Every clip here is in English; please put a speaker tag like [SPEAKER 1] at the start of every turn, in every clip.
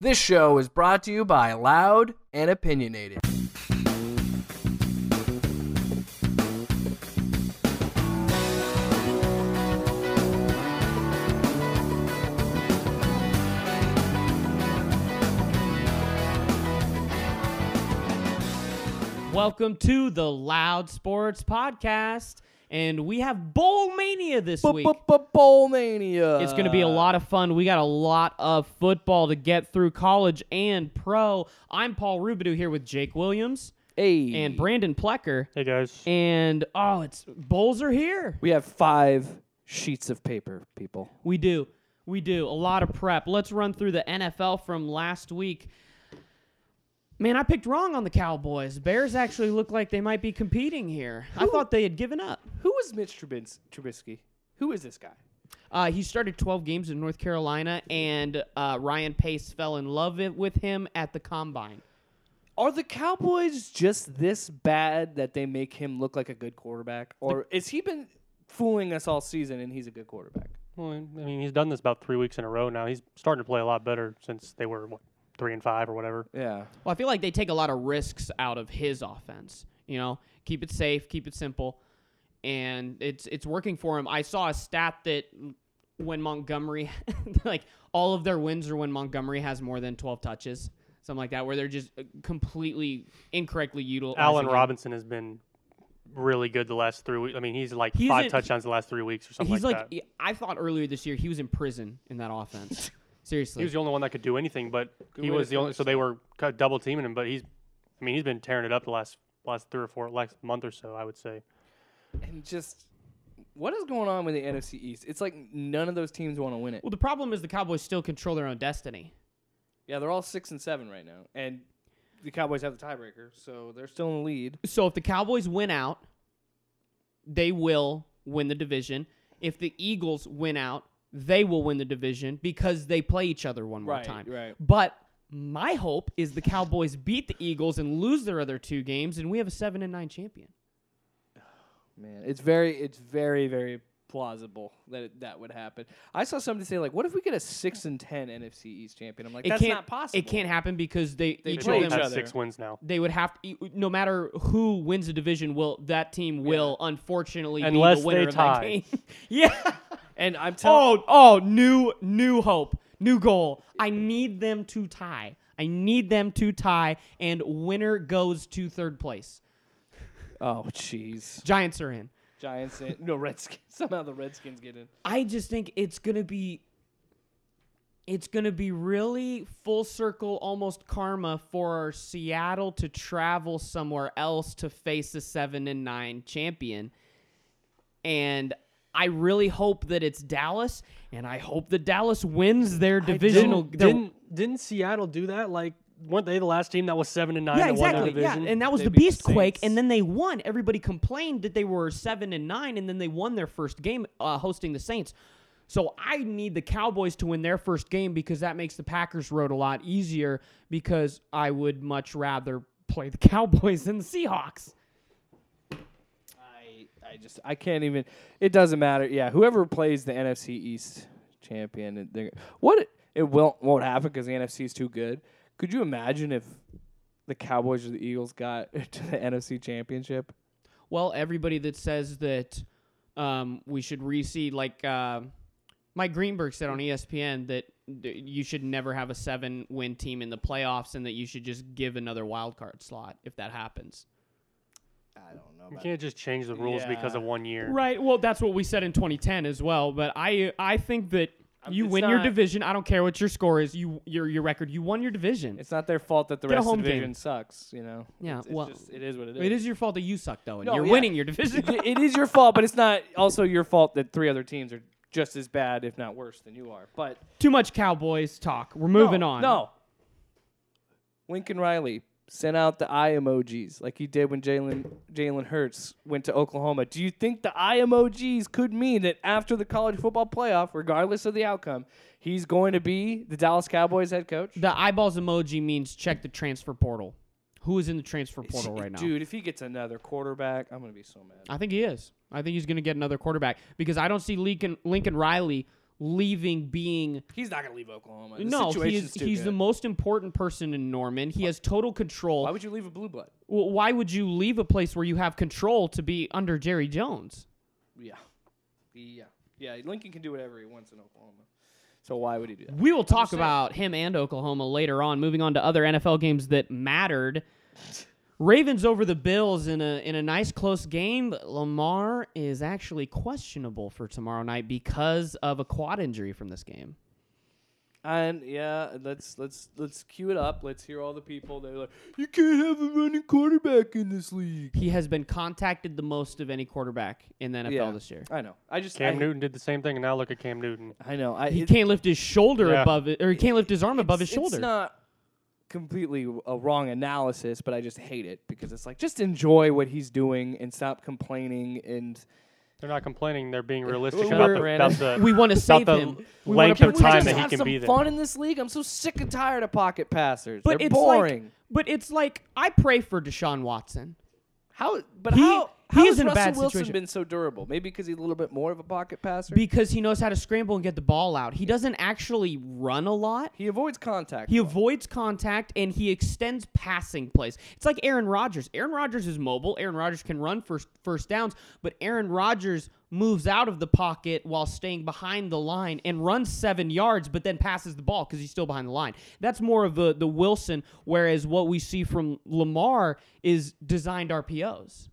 [SPEAKER 1] This show is brought to you by Loud and Opinionated.
[SPEAKER 2] Welcome to the Loud Sports Podcast, and we have Bowl Mania this week.
[SPEAKER 1] Bowl Mania.
[SPEAKER 2] It's going to be a lot of fun. We got a lot of football to get through, college and pro. I'm Paul Rubidoux here with Jake Williams
[SPEAKER 1] Hey.
[SPEAKER 2] and Brandon Plecker,
[SPEAKER 3] Hey guys.
[SPEAKER 2] and oh, it's bowls are here.
[SPEAKER 1] we have five sheets of paper, people.
[SPEAKER 2] We do, we do a lot of prep. Let's run through the NFL from last week. Man, I picked wrong on the Cowboys. Bears actually look like they might be competing here. I thought they had given up.
[SPEAKER 1] Who is Mitch Trubis- Trubisky? Who is this guy?
[SPEAKER 2] Uh, he started 12 games in North Carolina, and uh, Ryan Pace fell in love it- with him at the combine.
[SPEAKER 1] Are the Cowboys just this bad that they make him look like a good quarterback? Or is he been fooling us all season and he's a good quarterback?
[SPEAKER 3] Well, I I mean, he's done this about three weeks in a row now. He's starting to play a lot better since they were what, three and five or whatever.
[SPEAKER 1] Yeah.
[SPEAKER 2] Well, I feel like they take a lot of risks out of his offense. You know, keep it safe, keep it simple, and it's it's working for him. I saw a stat that when Montgomery, like all of their wins are when Montgomery has more than 12 touches, something like that, where they're just uh, completely incorrectly utilizing.
[SPEAKER 3] Allen
[SPEAKER 2] him.
[SPEAKER 3] Robinson has been really good the last three weeks. I mean, he's like
[SPEAKER 2] He's
[SPEAKER 3] five
[SPEAKER 2] in-
[SPEAKER 3] touchdowns the last three weeks or something
[SPEAKER 2] He's
[SPEAKER 3] like,
[SPEAKER 2] like,
[SPEAKER 3] that.
[SPEAKER 2] I thought earlier this year he was in prison in that offense. Seriously,
[SPEAKER 3] He was the only one that could do anything, but
[SPEAKER 1] way
[SPEAKER 3] he
[SPEAKER 1] to
[SPEAKER 3] was the only.
[SPEAKER 1] finish
[SPEAKER 3] So they were kind of double teaming him, but he's. I mean, he's been tearing it up the last last three or four last month or so. I would say.
[SPEAKER 1] And just what is going on with the NFC East? It's like none of those teams want to win it.
[SPEAKER 2] Well, the problem is the Cowboys still control their own destiny.
[SPEAKER 1] Yeah, they're all six and seven right now, and the Cowboys have the tiebreaker, so they're still in the lead.
[SPEAKER 2] So if the Cowboys win out, they will win the division. If the Eagles win out, they will win the division because they play each other one more
[SPEAKER 1] Right,
[SPEAKER 2] time.
[SPEAKER 1] right.
[SPEAKER 2] But my hope is the Cowboys beat the Eagles and lose their other two games, and we have a seven and nine champion.
[SPEAKER 1] Man, it's very, it's very, very plausible that it, that would happen. I saw somebody say like, "What if we get a six and ten NFC East champion?" I'm like,
[SPEAKER 2] It
[SPEAKER 1] "That's
[SPEAKER 2] can't,
[SPEAKER 1] not possible."
[SPEAKER 2] It can't happen because they,
[SPEAKER 1] They
[SPEAKER 2] each
[SPEAKER 3] They
[SPEAKER 1] play
[SPEAKER 2] of
[SPEAKER 3] both
[SPEAKER 2] them
[SPEAKER 1] each
[SPEAKER 3] have
[SPEAKER 1] other.
[SPEAKER 3] six wins now,
[SPEAKER 2] they would have to no matter who wins the division will that team will unfortunately be
[SPEAKER 3] Unless they
[SPEAKER 2] the winner of that
[SPEAKER 3] tie.
[SPEAKER 2] game. yeah.
[SPEAKER 1] And I'm telling,
[SPEAKER 2] Oh, oh, new new hope, new goal. I need them to tie. I need them to tie and winner goes to third place.
[SPEAKER 1] oh, jeez,
[SPEAKER 2] Giants are in.
[SPEAKER 1] Giants, in- no Redskins. Somehow the Redskins get in.
[SPEAKER 2] I just think it's going to be it's going to be really full circle almost karma for Seattle to travel somewhere else to face a 7 and 9 champion. And I really hope that it's Dallas and I hope that Dallas wins their divisional
[SPEAKER 3] Didn't,
[SPEAKER 2] their-
[SPEAKER 3] didn't didn't Seattle do that? Like, weren't they the last team that was seven and nine?
[SPEAKER 2] yeah,
[SPEAKER 3] that won their
[SPEAKER 2] exactly. Yeah,
[SPEAKER 3] division?
[SPEAKER 2] and that was
[SPEAKER 1] They
[SPEAKER 2] the
[SPEAKER 1] beat
[SPEAKER 2] Beast
[SPEAKER 1] the
[SPEAKER 2] Quake,
[SPEAKER 1] Saints.
[SPEAKER 2] and then they won. Everybody complained that they were seven and nine, and then they won their first game uh, hosting the Saints. So I need the Cowboys to win their first game because that makes the Packers road a lot easier. Because I would much rather play the Cowboys than the Seahawks.
[SPEAKER 1] I, I just, I can't even. It doesn't matter. Yeah, whoever plays the NFC East champion, it- they're- what it won't won't happen because the NFC is too good. Could you imagine if the Cowboys or the Eagles got to the NFC Championship?
[SPEAKER 2] Well, everybody that says that um, we should reseed, like uh, Mike Greenberg said on E ESPN, that th- you should never have a seven win team in the playoffs and that you should just give another wild card slot if that happens.
[SPEAKER 1] I don't know.
[SPEAKER 3] you can't just change the rules because
[SPEAKER 1] Yeah.
[SPEAKER 3] of one year.
[SPEAKER 2] Right. Well, that's what we said in 2010 as well. But I I think that you
[SPEAKER 1] Um, it's
[SPEAKER 2] win your
[SPEAKER 1] not-
[SPEAKER 2] division. I don't care what your score is. You your your record. You won your division.
[SPEAKER 1] It's not their fault that the
[SPEAKER 2] Get a
[SPEAKER 1] rest of
[SPEAKER 2] home
[SPEAKER 1] the
[SPEAKER 2] game.
[SPEAKER 1] division sucks. You know.
[SPEAKER 2] Yeah,
[SPEAKER 1] It's, it's
[SPEAKER 2] well,
[SPEAKER 1] just, it is what it is.
[SPEAKER 2] it is your fault that you suck though, and
[SPEAKER 1] No,
[SPEAKER 2] you're
[SPEAKER 1] yeah.
[SPEAKER 2] winning your division.
[SPEAKER 1] It- it is your fault, but it's not also your fault that three other teams are just as bad, if not worse, than you are. But
[SPEAKER 2] Too much Cowboys talk. We're moving
[SPEAKER 1] no,
[SPEAKER 2] on.
[SPEAKER 1] No. Lincoln Riley sent out the eye emojis like he did when Jalen Jalen Hurts went to Oklahoma. Do you think the eye emojis could mean that after the college football playoff, regardless of the outcome, he's going to be the Dallas Cowboys head coach?
[SPEAKER 2] The eyeballs emoji means check the transfer portal. Who is in the transfer portal right now?
[SPEAKER 1] Dude, if he gets another quarterback, I'm going to be so mad.
[SPEAKER 2] I think he is. I think he's going to get another quarterback because I don't see Lincoln Lincoln Riley leaving being
[SPEAKER 1] He's not gonna leave Oklahoma. The
[SPEAKER 2] no, he
[SPEAKER 1] situation's
[SPEAKER 2] is,
[SPEAKER 1] too
[SPEAKER 2] he's the
[SPEAKER 1] good.
[SPEAKER 2] most important person in Norman. He has total control.
[SPEAKER 1] Why would you leave a blue blood?
[SPEAKER 2] Well, why would you leave a place where you have control to be under Jerry Jones?
[SPEAKER 1] Yeah, yeah, yeah. Lincoln can do whatever he wants in Oklahoma. So why would he do that?
[SPEAKER 2] We will talk about him and Oklahoma later on. Moving on to other NFL games that mattered. Ravens over the Bills in a in a nice close game. but Lamar is actually questionable for tomorrow night because of a quad injury from this game.
[SPEAKER 1] And yeah, let's let's let's cue it up. Let's hear all the people. They're like, you can't have a running quarterback in this league.
[SPEAKER 2] He has been contacted the most of any quarterback in the NFL
[SPEAKER 1] Yeah.
[SPEAKER 2] this year.
[SPEAKER 1] I know. I just
[SPEAKER 3] Cam
[SPEAKER 1] I,
[SPEAKER 3] Newton did the same thing, and now look at Cam Newton.
[SPEAKER 1] I know. I
[SPEAKER 2] He
[SPEAKER 1] Uh, it-
[SPEAKER 2] can't lift his shoulder
[SPEAKER 3] Yeah.
[SPEAKER 2] above it, or he can't lift his arm above his
[SPEAKER 1] it's-
[SPEAKER 2] shoulder.
[SPEAKER 1] It's not completely a wrong analysis, but I just hate it because it's like just enjoy what he's doing and stop complaining and
[SPEAKER 3] They're not complaining; they're being realistic
[SPEAKER 1] we're-
[SPEAKER 3] about the,
[SPEAKER 1] we're-
[SPEAKER 3] about the
[SPEAKER 2] we want to save
[SPEAKER 3] the
[SPEAKER 2] him. We wanna
[SPEAKER 3] length of
[SPEAKER 1] Can
[SPEAKER 2] protect
[SPEAKER 1] we
[SPEAKER 3] time
[SPEAKER 1] just
[SPEAKER 3] that he
[SPEAKER 1] have
[SPEAKER 3] can
[SPEAKER 1] some
[SPEAKER 3] be there.
[SPEAKER 1] fun in this league. I'm so sick and tired of pocket passers.
[SPEAKER 2] But
[SPEAKER 1] They're
[SPEAKER 2] it's
[SPEAKER 1] boring.
[SPEAKER 2] like, but it's like I pray for Deshaun Watson.
[SPEAKER 1] how? But
[SPEAKER 2] he-
[SPEAKER 1] how?
[SPEAKER 2] he
[SPEAKER 1] How
[SPEAKER 2] is
[SPEAKER 1] has
[SPEAKER 2] in a
[SPEAKER 1] Russell
[SPEAKER 2] bad
[SPEAKER 1] Wilson
[SPEAKER 2] situation.
[SPEAKER 1] been so durable? Maybe because he's a little bit more of a pocket passer.
[SPEAKER 2] because he knows how to scramble and get the ball out. He doesn't actually run a lot.
[SPEAKER 1] he avoids contact.
[SPEAKER 2] He
[SPEAKER 1] well.
[SPEAKER 2] avoids contact and he extends passing plays. It's like Aaron Rodgers. Aaron Rodgers is mobile. Aaron Rodgers can run first first downs, but Aaron Rodgers moves out of the pocket while staying behind the line and runs 7 yards but then passes the ball cuz he's still behind the line. That's more of the the Wilson whereas what we see from Lamar is designed RPOs,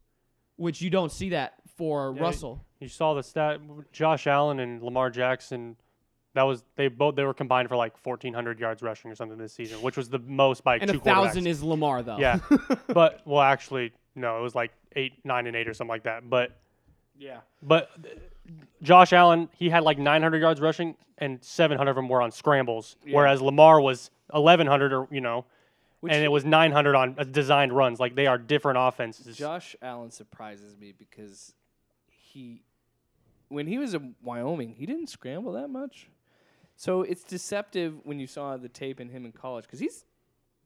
[SPEAKER 2] which you don't see that for
[SPEAKER 3] Yeah,
[SPEAKER 2] Russell.
[SPEAKER 3] You saw the stat: Josh Allen and Lamar Jackson. That was they both they were combined for like 1,400 yards rushing or something this season, which was the most by
[SPEAKER 2] And a
[SPEAKER 3] two
[SPEAKER 2] thousand
[SPEAKER 3] quarterbacks.
[SPEAKER 2] is Lamar though.
[SPEAKER 3] yeah, but well, actually, no, it was like eight, nine, and eight or something like that. But
[SPEAKER 1] Yeah.
[SPEAKER 3] but uh, Josh Allen he had like 900 yards rushing, and 700 of them were on scrambles, whereas Lamar was 1,100 or you know. and it was 900 on uh, designed runs. Like they are different offenses.
[SPEAKER 1] Josh Allen surprises me because he, when he was in Wyoming, he didn't scramble that much. So it's deceptive when you saw the tape in him in college because he's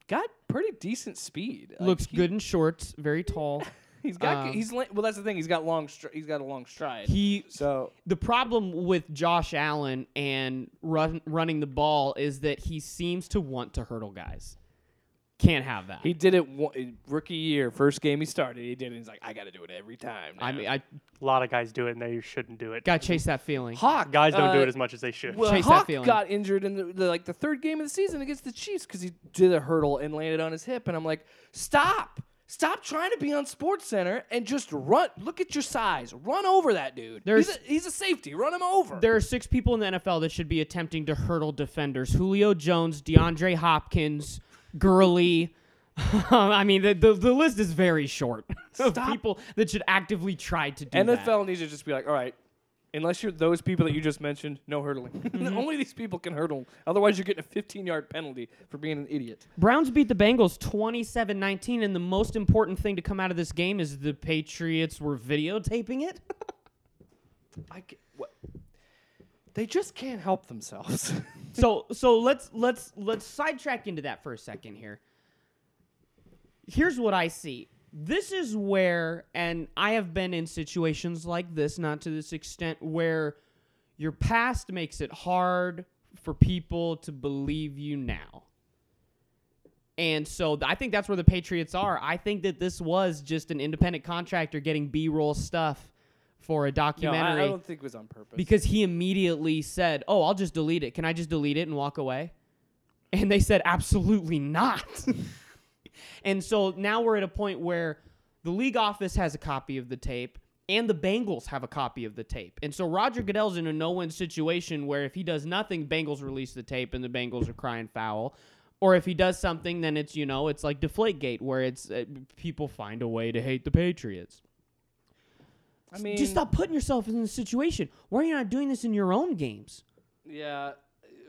[SPEAKER 1] got pretty decent speed. Like,
[SPEAKER 2] Looks
[SPEAKER 1] he-
[SPEAKER 2] good in shorts, very tall.
[SPEAKER 1] He's got.
[SPEAKER 2] Um,
[SPEAKER 1] he's li- well. That's the thing. He's got long. Str- he's got a long stride.
[SPEAKER 2] He
[SPEAKER 1] so
[SPEAKER 2] the problem with Josh Allen and run, running the ball is that he seems to want to hurdle guys. Can't have that.
[SPEAKER 1] he did it one, rookie year, first game he started. He did it. He's like, I got to do it every time.
[SPEAKER 2] I
[SPEAKER 1] now."
[SPEAKER 2] mean, I
[SPEAKER 3] a lot of guys do it, and they shouldn't do it.
[SPEAKER 2] gotta chase that feeling.
[SPEAKER 1] Hawk
[SPEAKER 3] Guys don't do
[SPEAKER 1] uh,
[SPEAKER 3] it as much as they should.
[SPEAKER 1] Well,
[SPEAKER 2] Chase that
[SPEAKER 1] Hawk
[SPEAKER 2] feeling.
[SPEAKER 1] got injured in the, the like the third game of the season against the Chiefs because he did a hurdle and landed on his hip, and I'm like, stop, stop trying to be on Sports Center and just run. Look at your size, run over that dude.
[SPEAKER 2] There's-
[SPEAKER 1] he's, a, he's a safety, run him over.
[SPEAKER 2] There are six people in the NFL that should be attempting to hurdle defenders: Julio Jones, DeAndre Hopkins, Gurley. I mean, the, the the list is very short of
[SPEAKER 1] Stop.
[SPEAKER 2] people that should actively try to do that.
[SPEAKER 1] NFL needs to just be like, all right, unless you're those people that you just mentioned, no hurdling.
[SPEAKER 2] Mm-hmm.
[SPEAKER 1] Only these people can hurdle. Otherwise, you're getting a 15 yard penalty for being an idiot.
[SPEAKER 2] Browns beat the Bengals 27 19, and the most important thing to come out of this game is the Patriots were videotaping it.
[SPEAKER 1] I ca- what? They just can't help themselves.
[SPEAKER 2] so so let's let's let's sidetrack into that for a second here. Here's what I see. This is where and I have been in situations like this, not to this extent, where your past makes it hard for people to believe you now. And so th- I think that's where the Patriots are. I think that this was just an independent contractor getting B-roll stuff for a
[SPEAKER 1] no,
[SPEAKER 2] documentary
[SPEAKER 1] I, I don't think it was on purpose.
[SPEAKER 2] because he immediately said, "Oh, I'll just delete it. Can I just delete it and walk away?" And they said, "Absolutely not." and so now we're at a point where the league office has a copy of the tape and the Bengals have a copy of the tape. And so Roger Goodell's in a no-win situation where if he does nothing, Bengals release the tape and the Bengals are crying foul. Or if he does something, then it's, you know, it's like Deflategate where it's uh, people find a way to hate the Patriots
[SPEAKER 1] I mean,
[SPEAKER 2] just stop putting yourself in this situation. Why are you not doing this in your own games?
[SPEAKER 1] Yeah,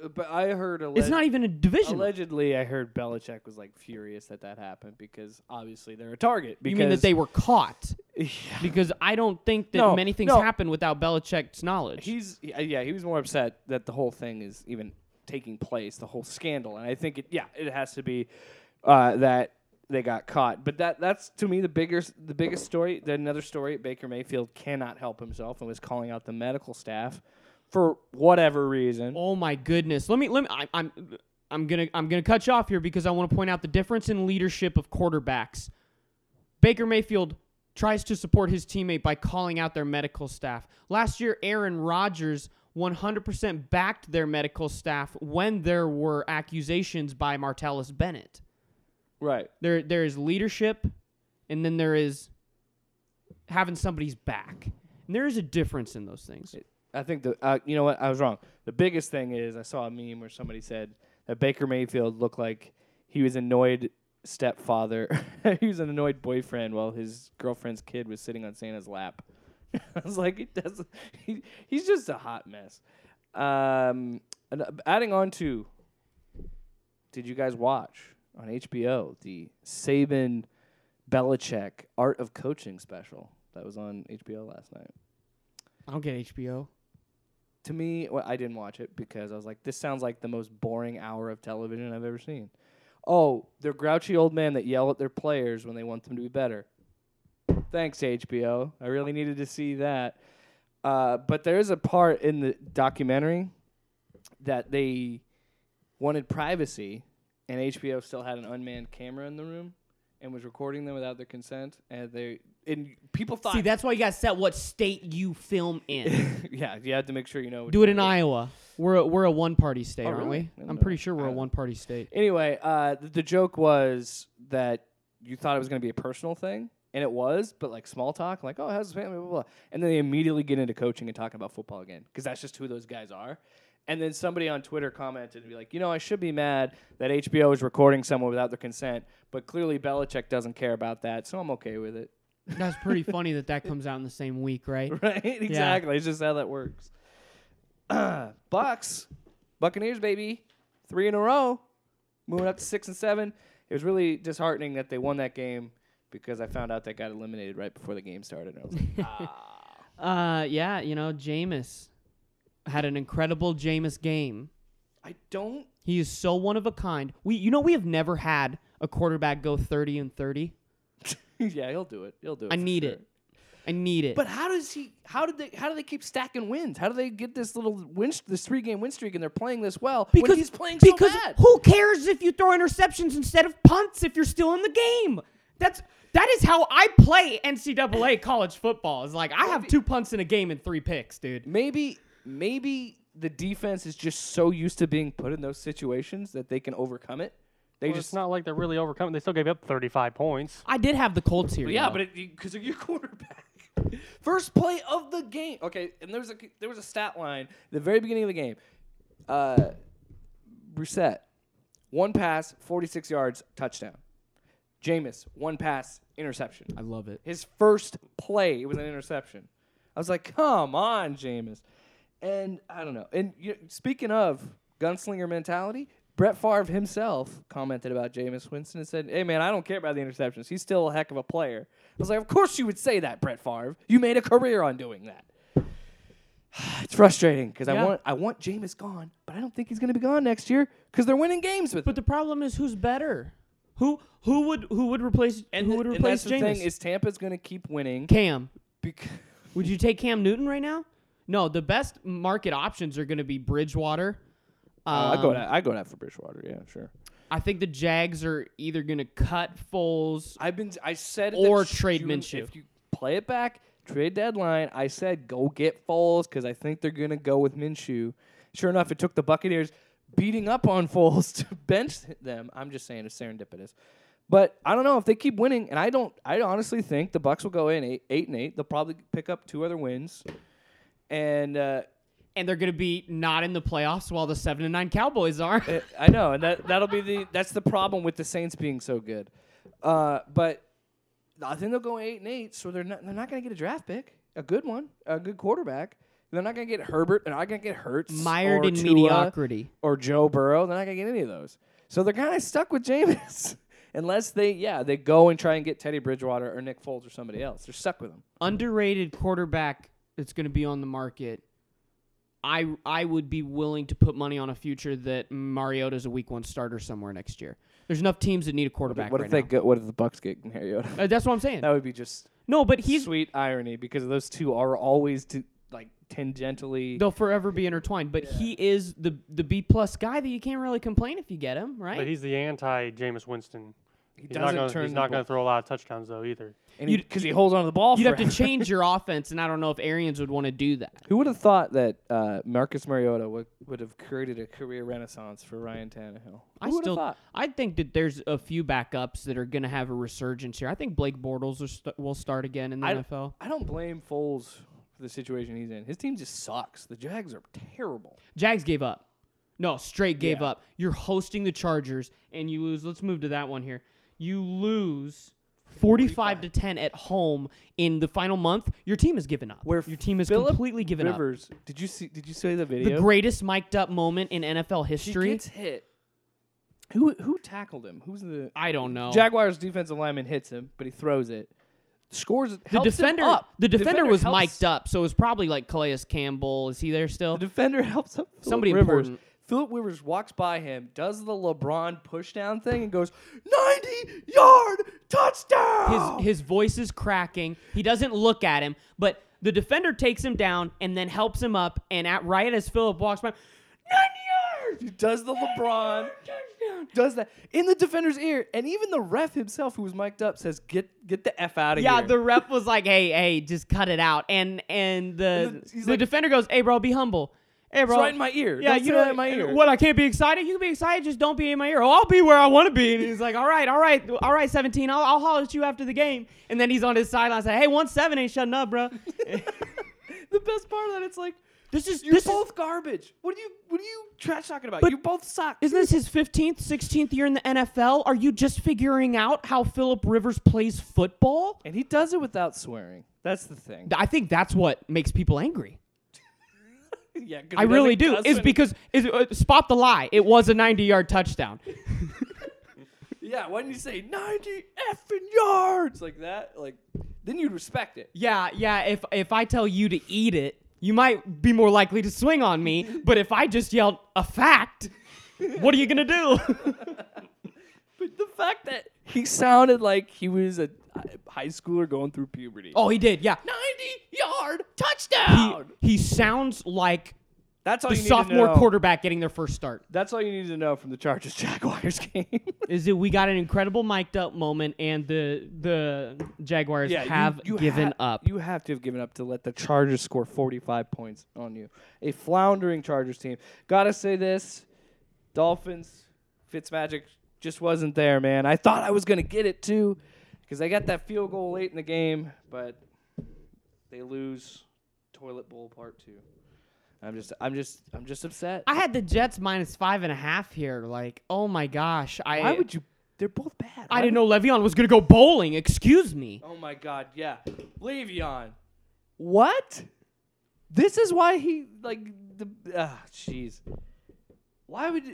[SPEAKER 1] uh, but I heard alleg-
[SPEAKER 2] It's not even a division.
[SPEAKER 1] allegedly. I heard Belichick was like furious that that happened because obviously they're a target. Because
[SPEAKER 2] you mean that they were caught?
[SPEAKER 1] Yeah.
[SPEAKER 2] Because I don't think that
[SPEAKER 1] No,
[SPEAKER 2] many things
[SPEAKER 1] no.
[SPEAKER 2] happen without Belichick's knowledge.
[SPEAKER 1] He's yeah, yeah, he was more upset that the whole thing is even taking place, the whole scandal, and I think it yeah, it has to be uh, that they got caught. But that that's to me the biggest the biggest story. Then another story: Baker Mayfield cannot help himself and was calling out the medical staff for whatever reason.
[SPEAKER 2] Oh my goodness. Let me let me I, I'm I'm gonna I'm gonna cut you off here because I want to point out the difference in leadership of quarterbacks. Baker Mayfield tries to support his teammate by calling out their medical staff. Last year, Aaron Rodgers 100% backed their medical staff when there were accusations by Martellus Bennett.
[SPEAKER 1] Right.
[SPEAKER 2] There there is leadership, and then there is having somebody's back. And there is a difference in those things.
[SPEAKER 1] I think the uh, you know what I was wrong. The biggest thing is I saw a meme where somebody said that Baker Mayfield looked like he was annoyed stepfather. he was an annoyed boyfriend while his girlfriend's kid was sitting on Santa's lap. I was like, he does. He, he's just a hot mess. Um, and, uh, adding on to, did you guys watch on HBO the Saban Belichick Art of Coaching special that was on HBO last night?
[SPEAKER 2] I don't get HBO.
[SPEAKER 1] to me, well, I didn't watch it because I was like, this sounds like the most boring hour of television I've ever seen. Oh, they're grouchy old men that yell at their players when they want them to be better. Thanks, HBO. I really needed to see that. Uh, but there is a part in the documentary that they wanted privacy, and HBO still had an unmanned camera in the room and was recording them without their consent. And they and people thought,
[SPEAKER 2] See, that's why you got to set what state you film in.
[SPEAKER 1] yeah, you had to make sure you know. what
[SPEAKER 2] Do it in
[SPEAKER 1] you're-
[SPEAKER 2] Iowa. We're a, we're a one party state, aren't
[SPEAKER 1] Oh, really? I
[SPEAKER 2] we?
[SPEAKER 1] didn't
[SPEAKER 2] I'm
[SPEAKER 1] know
[SPEAKER 2] pretty
[SPEAKER 1] that.
[SPEAKER 2] sure we're a one party state.
[SPEAKER 1] Anyway, uh, th- the joke was that you thought it was going to be a personal thing, and it was, but like small talk, like, oh, how's the family, blah, blah, blah. And then they immediately get into coaching and talking about football again, because that's just who those guys are. And then somebody on Twitter commented and be like, you know, I should be mad that HBO is recording someone without their consent, but clearly Belichick doesn't care about that, so I'm okay with it.
[SPEAKER 2] That's pretty funny that that comes out in the same week, right?
[SPEAKER 1] Right? Exactly. It's just how that works. Bucks, Buccaneers, baby, three in a row, moving up to six and seven. It was really disheartening that they won that game because I found out they got eliminated right before the game started. And I was like,
[SPEAKER 2] Uh, yeah, you know, Jameis had an incredible Jameis game.
[SPEAKER 1] I don't.
[SPEAKER 2] He is so one of a kind. We, you know, we have never had a quarterback go thirty and thirty.
[SPEAKER 1] yeah, he'll do it. He'll do it.
[SPEAKER 2] I
[SPEAKER 1] for
[SPEAKER 2] need
[SPEAKER 1] sure.
[SPEAKER 2] it. I need it.
[SPEAKER 1] But how does he? How did they? How do they keep stacking wins? How do they get this little win? This three game win streak, and they're playing this well when he's playing so
[SPEAKER 2] because
[SPEAKER 1] bad.
[SPEAKER 2] who cares if you throw interceptions instead of punts if you're still in the game? That's that is how I play NCAA college football. It's like I have two punts in a game and three picks, dude.
[SPEAKER 1] Maybe maybe the defense is just so used to being put in those situations that they can overcome it. They
[SPEAKER 3] Well,
[SPEAKER 1] just
[SPEAKER 3] it's not like they're really overcoming. They still gave up 35 points.
[SPEAKER 2] I did have the Colts here.
[SPEAKER 1] yeah,
[SPEAKER 2] though.
[SPEAKER 1] but because of your quarterback. First play of the game. Okay, and there was a there was a stat line at the very beginning of the game. Uh, Brissett, one pass, forty six yards, touchdown. Jameis, one pass, interception.
[SPEAKER 2] I love it.
[SPEAKER 1] His first play, it was an interception. I was like, come on, Jameis. And I don't know. And you, speaking of gunslinger mentality, Brett Favre himself commented about Jameis Winston and said, hey, man, I don't care about the interceptions. He's still a heck of a player. I was like, of course you would say that, Brett Favre. You made a career on doing that. It's frustrating because I
[SPEAKER 2] Yeah.
[SPEAKER 1] want I want Jameis gone, but I don't think he's going to be gone next year because they're winning games with him.
[SPEAKER 2] But the problem is who's better? Who who would who would replace who would
[SPEAKER 1] and
[SPEAKER 2] replace
[SPEAKER 1] that's the
[SPEAKER 2] James?
[SPEAKER 1] thing is Tampa's going to keep winning
[SPEAKER 2] Cam.
[SPEAKER 1] because
[SPEAKER 2] Would you take Cam Newton right now? No, the best market options are going to be Bridgewater.
[SPEAKER 1] I Uh, go
[SPEAKER 2] Um,
[SPEAKER 1] that I go that for Bridgewater. Yeah, sure.
[SPEAKER 2] I think the Jags are either going to cut Foles.
[SPEAKER 1] I've been I said
[SPEAKER 2] Or
[SPEAKER 1] that
[SPEAKER 2] trade
[SPEAKER 1] you-
[SPEAKER 2] Minshew.
[SPEAKER 1] If you play it back, trade deadline. I said go get Foles because I think they're gonna go with Minshew. Sure enough, it took the Buccaneers beating up on Foles to bench them. I'm just saying it's serendipitous. But I don't know if they keep winning, and I don't. I honestly think the Bucks will go in eight, eight and eight. They'll probably pick up two other wins, and uh,
[SPEAKER 2] and they're going to be not in the playoffs while the seven and nine Cowboys are.
[SPEAKER 1] Uh, I know, and that that'll be the that's the problem with the Saints being so good. Uh, but I think they'll go eight and eight, so they're not they're not going to get a draft pick, a good one, a good quarterback. They're not going to get Herbert. They're not going to get Hurts,
[SPEAKER 2] Mired
[SPEAKER 1] or
[SPEAKER 2] in
[SPEAKER 1] Tua,
[SPEAKER 2] mediocrity.
[SPEAKER 1] or Joe Burrow. They're not going to get any of those. So they're kind of stuck with Jameis, unless they yeah they go and try and get Teddy Bridgewater or Nick Foles or somebody else. They're stuck with them.
[SPEAKER 2] Underrated quarterback that's going to be on the market. I I would be willing to put money on a future that Mariota's a week one starter somewhere next year. There's enough teams that need a quarterback
[SPEAKER 1] what
[SPEAKER 2] right
[SPEAKER 1] if they
[SPEAKER 2] now.
[SPEAKER 1] go? What if the Bucks get Mariota?
[SPEAKER 2] Uh, that's what I'm saying.
[SPEAKER 1] that would be just
[SPEAKER 2] No, but he's
[SPEAKER 1] sweet irony because those two are always to like tangentially.
[SPEAKER 2] They'll forever be intertwined, but he is the the B plus guy that you can't really complain if you get him, right?
[SPEAKER 3] But he's the anti Jameis Winston.
[SPEAKER 1] he
[SPEAKER 3] He's not
[SPEAKER 1] doesn't
[SPEAKER 3] gonna,
[SPEAKER 1] turn.
[SPEAKER 3] he's
[SPEAKER 1] the
[SPEAKER 3] not going
[SPEAKER 1] ball.
[SPEAKER 3] to throw a lot of touchdowns though either.
[SPEAKER 1] And he- 'cause he holds on to the ball.
[SPEAKER 2] You'd have to
[SPEAKER 1] forever.
[SPEAKER 2] change your offense, and I don't know if Arians would want to do that.
[SPEAKER 1] Who would have thought that uh, Marcus Mariota would, would have created a career renaissance for Ryan Tannehill?
[SPEAKER 2] I
[SPEAKER 1] Who would have
[SPEAKER 2] still,
[SPEAKER 1] thought?
[SPEAKER 2] I think that there's a few backups that are going to have a resurgence here. I think Blake Bortles will st- will start again in the
[SPEAKER 1] I-
[SPEAKER 2] NFL.
[SPEAKER 1] I don't blame Foles for the situation he's in. His team just sucks. The Jags are terrible.
[SPEAKER 2] Jags gave up. No, straight gave
[SPEAKER 1] Yeah.
[SPEAKER 2] up. You're hosting the Chargers and you lose. Let's move to that one here. You lose 45, to 10 at home in the final month. Your team has given up.
[SPEAKER 1] Where
[SPEAKER 2] your team has
[SPEAKER 1] Phillip
[SPEAKER 2] completely given up.
[SPEAKER 1] Rivers, did you see? Did you see the
[SPEAKER 2] The
[SPEAKER 1] video?
[SPEAKER 2] greatest mic'd up moment in NFL
[SPEAKER 1] He
[SPEAKER 2] history.
[SPEAKER 1] gets hit. Who who tackled him? Who's the
[SPEAKER 2] I don't know.
[SPEAKER 1] Jaguars defensive lineman hits him, but he throws it. Scores.
[SPEAKER 2] the defender,
[SPEAKER 1] up.
[SPEAKER 2] the defender, was
[SPEAKER 1] helps-
[SPEAKER 2] mic'd up, so it was probably like Calais Campbell. Is he there still?
[SPEAKER 1] The defender helps up Phillip
[SPEAKER 2] Somebody
[SPEAKER 1] Rivers.
[SPEAKER 2] important.
[SPEAKER 1] Philip Rivers walks by him, does the LeBron pushdown thing, and goes ninety yard
[SPEAKER 2] His
[SPEAKER 1] touchdown.
[SPEAKER 2] his voice is cracking. He doesn't look at him, but the defender takes him down and then helps him up. And at right as Philip walks by, nine yards,
[SPEAKER 1] He does the LeBron.
[SPEAKER 2] touchdown.
[SPEAKER 1] Does that in the defender's ear, and even the ref himself, who was mic'd up, says, "Get get the f out of
[SPEAKER 2] Yeah,
[SPEAKER 1] here."
[SPEAKER 2] the ref was like, "Hey, hey, just cut it out." And and the
[SPEAKER 1] And then he's
[SPEAKER 2] the
[SPEAKER 1] like-
[SPEAKER 2] defender goes, "Hey, bro, be humble." Hey, bro,
[SPEAKER 1] right in my ear.
[SPEAKER 2] Yeah,
[SPEAKER 1] Don't
[SPEAKER 2] you
[SPEAKER 1] say
[SPEAKER 2] know
[SPEAKER 1] that in my ear.
[SPEAKER 2] What? I can't be excited. You can be excited, just don't be in my ear. Oh, I'll be where I want to be. And he's like, "All right, all right, all right, seventeen. I'll, I'll holler at you after the game." And then he's on his sideline, saying, "Hey, one seven ain't shutting up, bro."
[SPEAKER 1] the best part of that, it's like
[SPEAKER 2] this is
[SPEAKER 1] you're
[SPEAKER 2] this is
[SPEAKER 1] both garbage. What are you what are you trash talking about?
[SPEAKER 2] But-
[SPEAKER 1] you both suck.
[SPEAKER 2] Isn't this his 15th, 16th year in the NFL? Are you just figuring out how Philip Rivers plays football?
[SPEAKER 1] and he does it without swearing. That's the thing.
[SPEAKER 2] I think that's what makes people angry.
[SPEAKER 1] yeah, 'cause
[SPEAKER 2] I
[SPEAKER 1] he doesn't
[SPEAKER 2] really do.
[SPEAKER 1] cuss
[SPEAKER 2] Is
[SPEAKER 1] when he-
[SPEAKER 2] because is uh, spot the lie. It was a 90-yard touchdown.
[SPEAKER 1] yeah. Why didn't you say ninety effing yards like that? Like then you'd respect it.
[SPEAKER 2] yeah, yeah, if if I tell you to eat it, you might be more likely to swing on me, but if I just yelled a fact, what are you going to do?
[SPEAKER 1] But the fact that he sounded like he was a high schooler going through puberty.
[SPEAKER 2] oh, he did. Yeah.
[SPEAKER 1] Ninety yard
[SPEAKER 2] He,
[SPEAKER 1] touchdown.
[SPEAKER 2] he sounds like
[SPEAKER 1] That's all
[SPEAKER 2] the
[SPEAKER 1] you need
[SPEAKER 2] sophomore
[SPEAKER 1] to know.
[SPEAKER 2] quarterback getting their first start.
[SPEAKER 1] That's all you need to know from the Chargers Jaguars game.
[SPEAKER 2] is that we got an incredible mic'd up moment and the the Jaguars
[SPEAKER 1] yeah, you-
[SPEAKER 2] have
[SPEAKER 1] you
[SPEAKER 2] given
[SPEAKER 1] ha-
[SPEAKER 2] up.
[SPEAKER 1] You have to have given up to let the Chargers score 45 points on you. A floundering Chargers team. Gotta say this, Dolphins, Fitzmagic just wasn't there, man. I thought I was gonna get it too, because I got that field goal late in the game, but they lose. Toilet bowl part two. I'm just, I'm just, I'm just upset.
[SPEAKER 2] I had the Jets minus five and a half here. Like, oh my gosh. I
[SPEAKER 1] Why would you? They're both bad.
[SPEAKER 2] I didn't know Le'Veon was gonna go bowling, excuse me.
[SPEAKER 1] Oh my God! Yeah, Le'Veon. What? This is why he like the ah jeez. Why would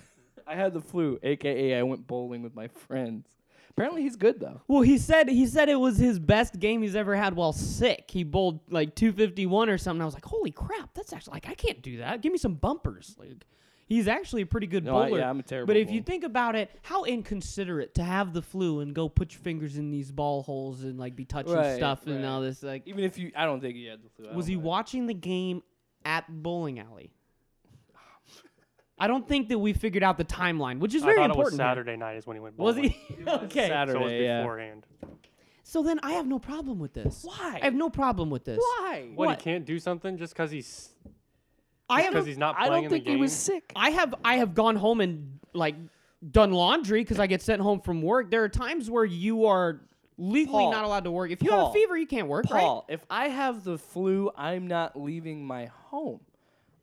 [SPEAKER 1] I had the flu, aka I went bowling with my friends. Apparently he's good though.
[SPEAKER 2] Well he said he said it was his best game he's ever had while sick. He bowled like two fifty one or something. I was like, Holy crap, that's actually like I can't do that. Give me some bumpers. Like he's actually a pretty good
[SPEAKER 1] No, I-
[SPEAKER 2] bowler.
[SPEAKER 1] yeah, I'm a terrible
[SPEAKER 2] But if you
[SPEAKER 1] bowler.
[SPEAKER 2] think about it, how inconsiderate to have the flu and go put your fingers in these ball holes and like be touching
[SPEAKER 1] Right,
[SPEAKER 2] stuff and
[SPEAKER 1] right.
[SPEAKER 2] all this like
[SPEAKER 1] Even if you, I don't think he had the flu. I
[SPEAKER 2] was
[SPEAKER 1] don't
[SPEAKER 2] he
[SPEAKER 1] know.
[SPEAKER 2] watching the game at bowling alley? I don't think that we figured out the timeline, which is
[SPEAKER 3] I
[SPEAKER 2] very
[SPEAKER 3] thought it was
[SPEAKER 2] important. here.
[SPEAKER 3] Saturday night is when he went.
[SPEAKER 2] Was
[SPEAKER 3] bowling.
[SPEAKER 2] he? okay.
[SPEAKER 1] Saturday?
[SPEAKER 3] So it was
[SPEAKER 1] yeah.
[SPEAKER 3] beforehand.
[SPEAKER 2] So then I have no problem with this.
[SPEAKER 1] Why?
[SPEAKER 2] I have no problem with this.
[SPEAKER 1] Why?
[SPEAKER 3] What,
[SPEAKER 2] What?
[SPEAKER 3] he can't do something just because he's
[SPEAKER 2] I
[SPEAKER 3] because
[SPEAKER 2] have
[SPEAKER 3] he's not
[SPEAKER 1] I
[SPEAKER 3] playing
[SPEAKER 1] don't
[SPEAKER 3] in
[SPEAKER 1] think
[SPEAKER 3] the
[SPEAKER 1] he
[SPEAKER 3] game.
[SPEAKER 1] was sick.
[SPEAKER 2] I have I have gone home and like done laundry because I get sent home from work. There are times where you are legally
[SPEAKER 1] Paul.
[SPEAKER 2] not allowed to work. If you have a
[SPEAKER 1] Paul.
[SPEAKER 2] fever, you can't work. right?
[SPEAKER 1] Paul, if I have the flu, I'm not leaving my home.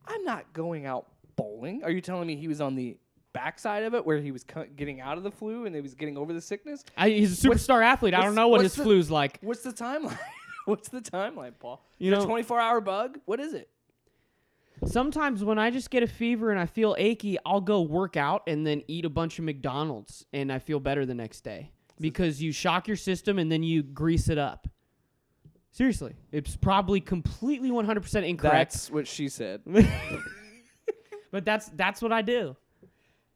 [SPEAKER 1] I'm not going out bowling. Are you telling me he was on the backside of it where he was co- getting out of the flu and he was getting over the sickness?
[SPEAKER 2] I, he's a superstar athlete. I don't
[SPEAKER 1] what's-
[SPEAKER 2] know what
[SPEAKER 1] what's
[SPEAKER 2] his
[SPEAKER 1] the-
[SPEAKER 2] flu's like.
[SPEAKER 1] What's the timeline? What's the timeline, Paul? You
[SPEAKER 2] You
[SPEAKER 1] know,
[SPEAKER 2] know-
[SPEAKER 1] 24 hour bug? What is it?
[SPEAKER 2] Sometimes when I just get a fever and I feel achy, I'll go work out and then eat a bunch of McDonald's and I feel better the next day because you shock your system and then you grease it up. Seriously, it's probably completely 100% incorrect,
[SPEAKER 1] That's what she said.
[SPEAKER 2] but that's that's what I do.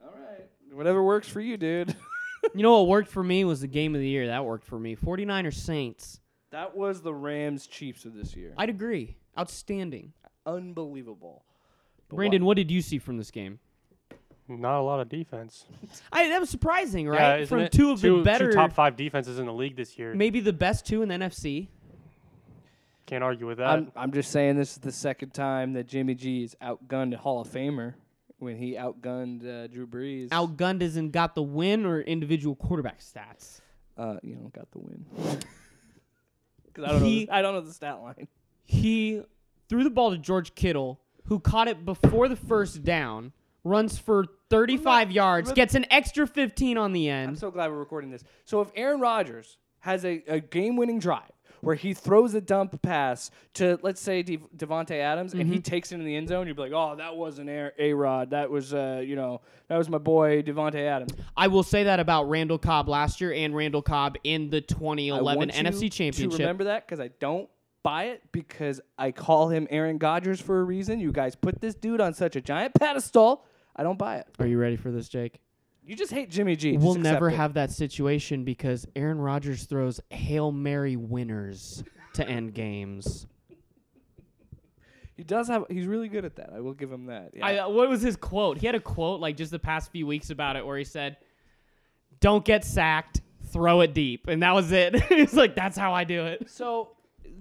[SPEAKER 1] All right. Whatever works for you, dude.
[SPEAKER 2] You know what worked for me was the game of the year. That worked for me. 49er Saints.
[SPEAKER 1] that was the Rams Chiefs of this year.
[SPEAKER 2] I'd agree. Outstanding.
[SPEAKER 1] Unbelievable. But
[SPEAKER 2] Brandon, what did you see from this game?
[SPEAKER 3] Not a lot of defense.
[SPEAKER 2] I that was surprising,
[SPEAKER 3] Yeah,
[SPEAKER 2] right?
[SPEAKER 3] isn't
[SPEAKER 2] from
[SPEAKER 3] it?
[SPEAKER 2] two of
[SPEAKER 3] two,
[SPEAKER 2] the better,
[SPEAKER 3] two top five defenses in the league this year.
[SPEAKER 2] maybe the best two in the NFC.
[SPEAKER 3] Can't argue with that.
[SPEAKER 1] I'm, I'm just saying this is the second time that Jimmy G is outgunned a Hall of Famer when he outgunned uh, Drew Brees.
[SPEAKER 2] Outgunned isn't got the win or individual quarterback stats.
[SPEAKER 1] uh, you know, got the win. 'Cause I don't, know
[SPEAKER 2] He-
[SPEAKER 1] the, I don't know the stat line.
[SPEAKER 2] He threw the ball to George Kittle, who caught it before the first down, runs for 35 yards, gets an extra 15 on the
[SPEAKER 1] I'm
[SPEAKER 2] end.
[SPEAKER 1] so glad we're recording this. So if Aaron Rodgers has a, a game-winning drive where he throws a dump pass to, let's say, De- Devontae Adams, and he takes it in the end zone, you'd be like, oh, that wasn't A-Rod. That was, uh, you know, that was my boy Devontae Adams.
[SPEAKER 2] I will say that about Randall Cobb last year and Randall Cobb in the
[SPEAKER 1] I
[SPEAKER 2] 2011
[SPEAKER 1] want you
[SPEAKER 2] NFC
[SPEAKER 1] To
[SPEAKER 2] Championship.
[SPEAKER 1] remember that because I don't buy it because I call him Aaron Rodgers for a reason. You guys put this dude on such a giant pedestal. I don't buy it.
[SPEAKER 2] Are you ready for this, Jake?
[SPEAKER 1] You just hate Jimmy G. Just
[SPEAKER 2] We'll never
[SPEAKER 1] accept it.
[SPEAKER 2] have that situation because Aaron Rodgers throws Hail Mary winners to end games.
[SPEAKER 1] He does have. He's really good at that. I will give him that. Yeah.
[SPEAKER 2] I, uh, what was his quote? He had a quote like just the past few weeks about it where he said, "Don't get sacked, throw it deep," and that was it. He's like, "That's how I do it."
[SPEAKER 1] so,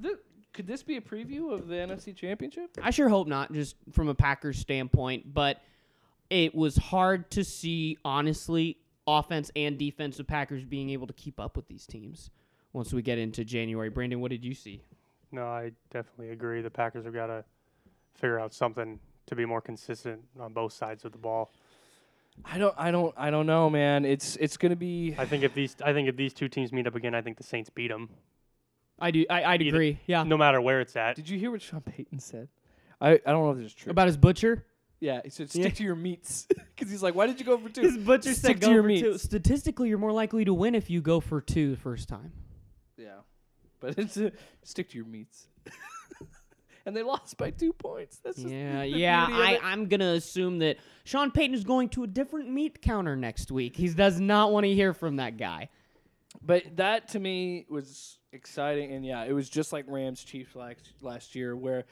[SPEAKER 1] th- could this be a preview of the NFC Championship?
[SPEAKER 2] I sure hope not, just from a Packers standpoint, but it was hard to see, honestly, offense and defense, the Packers being able to keep up with these teams. Once we get into January, Brandon, what did you see?
[SPEAKER 3] no, I definitely agree. The Packers have got to figure out something to be more consistent on both sides of the ball.
[SPEAKER 1] I don't. I don't. I don't know, man. It's it's gonna be.
[SPEAKER 3] I think if these, I think if these two teams meet up again, I think the Saints beat them,
[SPEAKER 2] I do. I, I'd
[SPEAKER 3] Either-
[SPEAKER 2] agree. Yeah.
[SPEAKER 3] no matter where it's at.
[SPEAKER 1] Did you hear what Sean Payton said? I, I don't know if this is true.
[SPEAKER 2] About his butcher.
[SPEAKER 1] yeah, he said stick
[SPEAKER 2] Yeah.
[SPEAKER 1] to your meats because he's like, why did you go for two?
[SPEAKER 2] His butcher
[SPEAKER 1] Stick
[SPEAKER 2] said
[SPEAKER 1] to
[SPEAKER 2] go
[SPEAKER 1] your
[SPEAKER 2] for
[SPEAKER 1] meats.
[SPEAKER 2] two. Statistically, you're more likely to win if you go for two the first time.
[SPEAKER 1] Yeah, but it's uh, stick to your meats. and they lost by two points. That's just
[SPEAKER 2] Yeah,
[SPEAKER 1] the
[SPEAKER 2] yeah.
[SPEAKER 1] beauty of
[SPEAKER 2] I,
[SPEAKER 1] it.
[SPEAKER 2] I'm gonna assume that Sean Payton is going to a different meat counter next week. He does not want to hear from that guy.
[SPEAKER 1] But that to me was exciting, and yeah, it was just like Rams Chiefs last last year, where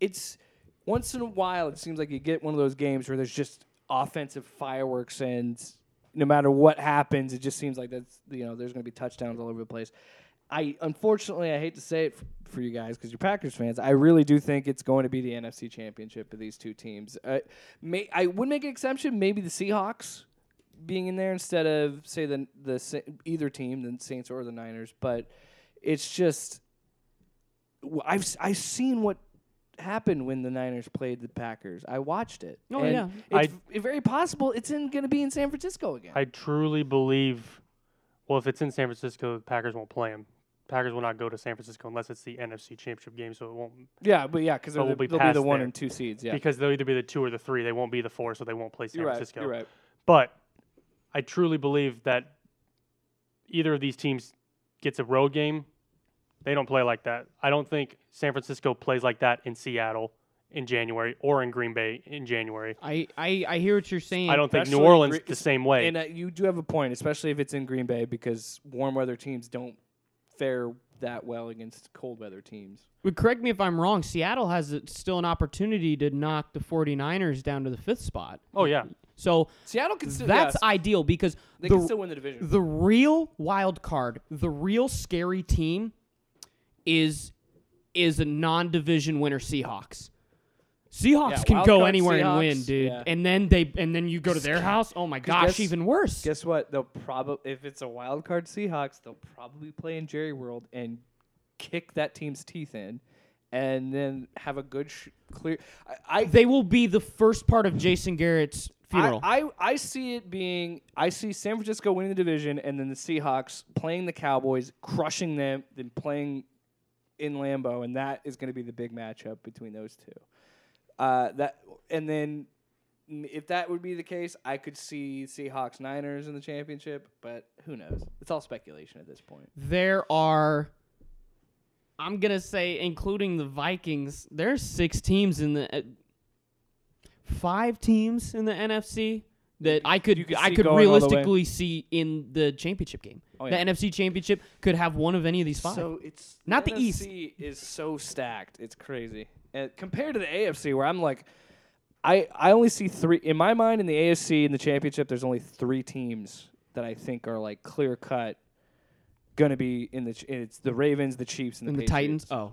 [SPEAKER 1] it's once in a while it seems like you get one of those games where there's just offensive fireworks, and no matter what happens, it just seems like that's you know there's going to be touchdowns all over the place. I unfortunately I hate to say it f- for you guys because you're Packers fans. I really do think it's going to be the NFC Championship of these two teams. Uh, may, I would make an exception, maybe the Seahawks being in there instead of say the the Sa- either team, the Saints or the Niners. But it's just w- I've s- I've seen what happened when the Niners played the Packers. I watched it.
[SPEAKER 2] Oh,
[SPEAKER 1] And
[SPEAKER 2] yeah.
[SPEAKER 1] it's v- very possible it's in going to be in San Francisco again.
[SPEAKER 3] I truly believe, well, if it's in San Francisco, the Packers won't play them. Packers will not go to San Francisco unless it's the NFC Championship game, so it won't
[SPEAKER 1] yeah, but yeah, because
[SPEAKER 3] But
[SPEAKER 1] they'll,
[SPEAKER 3] we'll be
[SPEAKER 1] they'll be the
[SPEAKER 3] past
[SPEAKER 1] one
[SPEAKER 3] there.
[SPEAKER 1] and two seeds. Yeah,
[SPEAKER 3] because they'll either be the two or the three. They won't be the four, so they won't play San
[SPEAKER 1] you're right.
[SPEAKER 3] Francisco.
[SPEAKER 1] You're right.
[SPEAKER 3] But I truly believe that either of these teams gets a road game. They don't play like that. I don't think San Francisco plays like that in Seattle in January or in Green Bay in January.
[SPEAKER 2] I, I, I hear what you're saying.
[SPEAKER 3] I don't think New
[SPEAKER 1] especially
[SPEAKER 3] Orleans
[SPEAKER 1] Gre-
[SPEAKER 3] the same way.
[SPEAKER 1] And uh, you do have a point, especially if it's in Green Bay, because warm weather teams don't fare that well against cold weather teams.
[SPEAKER 2] But correct me if I'm wrong. Seattle has a, still an opportunity to knock the 49ers down to the fifth spot.
[SPEAKER 3] oh yeah,
[SPEAKER 2] So
[SPEAKER 1] Seattle can still
[SPEAKER 2] that's
[SPEAKER 1] yeah,
[SPEAKER 2] ideal because
[SPEAKER 1] they
[SPEAKER 2] the,
[SPEAKER 1] can still win the division.
[SPEAKER 2] the real wild card, the real scary team is is a non-division winner Seahawks. Seahawks
[SPEAKER 1] Yeah,
[SPEAKER 2] can
[SPEAKER 1] wild
[SPEAKER 2] go
[SPEAKER 1] card
[SPEAKER 2] anywhere and
[SPEAKER 1] Seahawks,
[SPEAKER 2] win, dude.
[SPEAKER 1] yeah.
[SPEAKER 2] And then they and then you go to their house. Oh my gosh,
[SPEAKER 1] guess-
[SPEAKER 2] even worse.
[SPEAKER 1] Guess what? They'll probably if it's a wild card Seahawks, they'll probably play in Jerry World and kick that team's teeth in, and then have a good sh- clear. I, I
[SPEAKER 2] they will be the first part of Jason Garrett's funeral.
[SPEAKER 1] I, I, I see it being I see San Francisco winning the division and then the Seahawks playing the Cowboys, crushing them, then playing in Lambeau, and that is going to be the big matchup between those two. Uh, that and then mm, if that would be the case, I could see Seahawks Niners in the championship, but who knows? It's all speculation at this point.
[SPEAKER 2] there are I'm going to say including the Vikings, there's 6 teams in the uh, 5 teams in the NFC that I could,
[SPEAKER 1] You could
[SPEAKER 2] I
[SPEAKER 1] see
[SPEAKER 2] could
[SPEAKER 1] going all the way.
[SPEAKER 2] realistically see in the championship game.
[SPEAKER 1] Oh, yeah.
[SPEAKER 2] The NFC championship could have one of any of these five.
[SPEAKER 1] So it's
[SPEAKER 2] Not the East.
[SPEAKER 1] NFC is so stacked. It's crazy. And compared to the AFC, where I'm like, I I only see three in my mind in the AFC in the championship. There's only three teams that I think are like clear cut. Gonna be in the ch- it's the Ravens, the Chiefs, and the,
[SPEAKER 2] and the
[SPEAKER 1] Patriots.
[SPEAKER 2] Titans. Oh,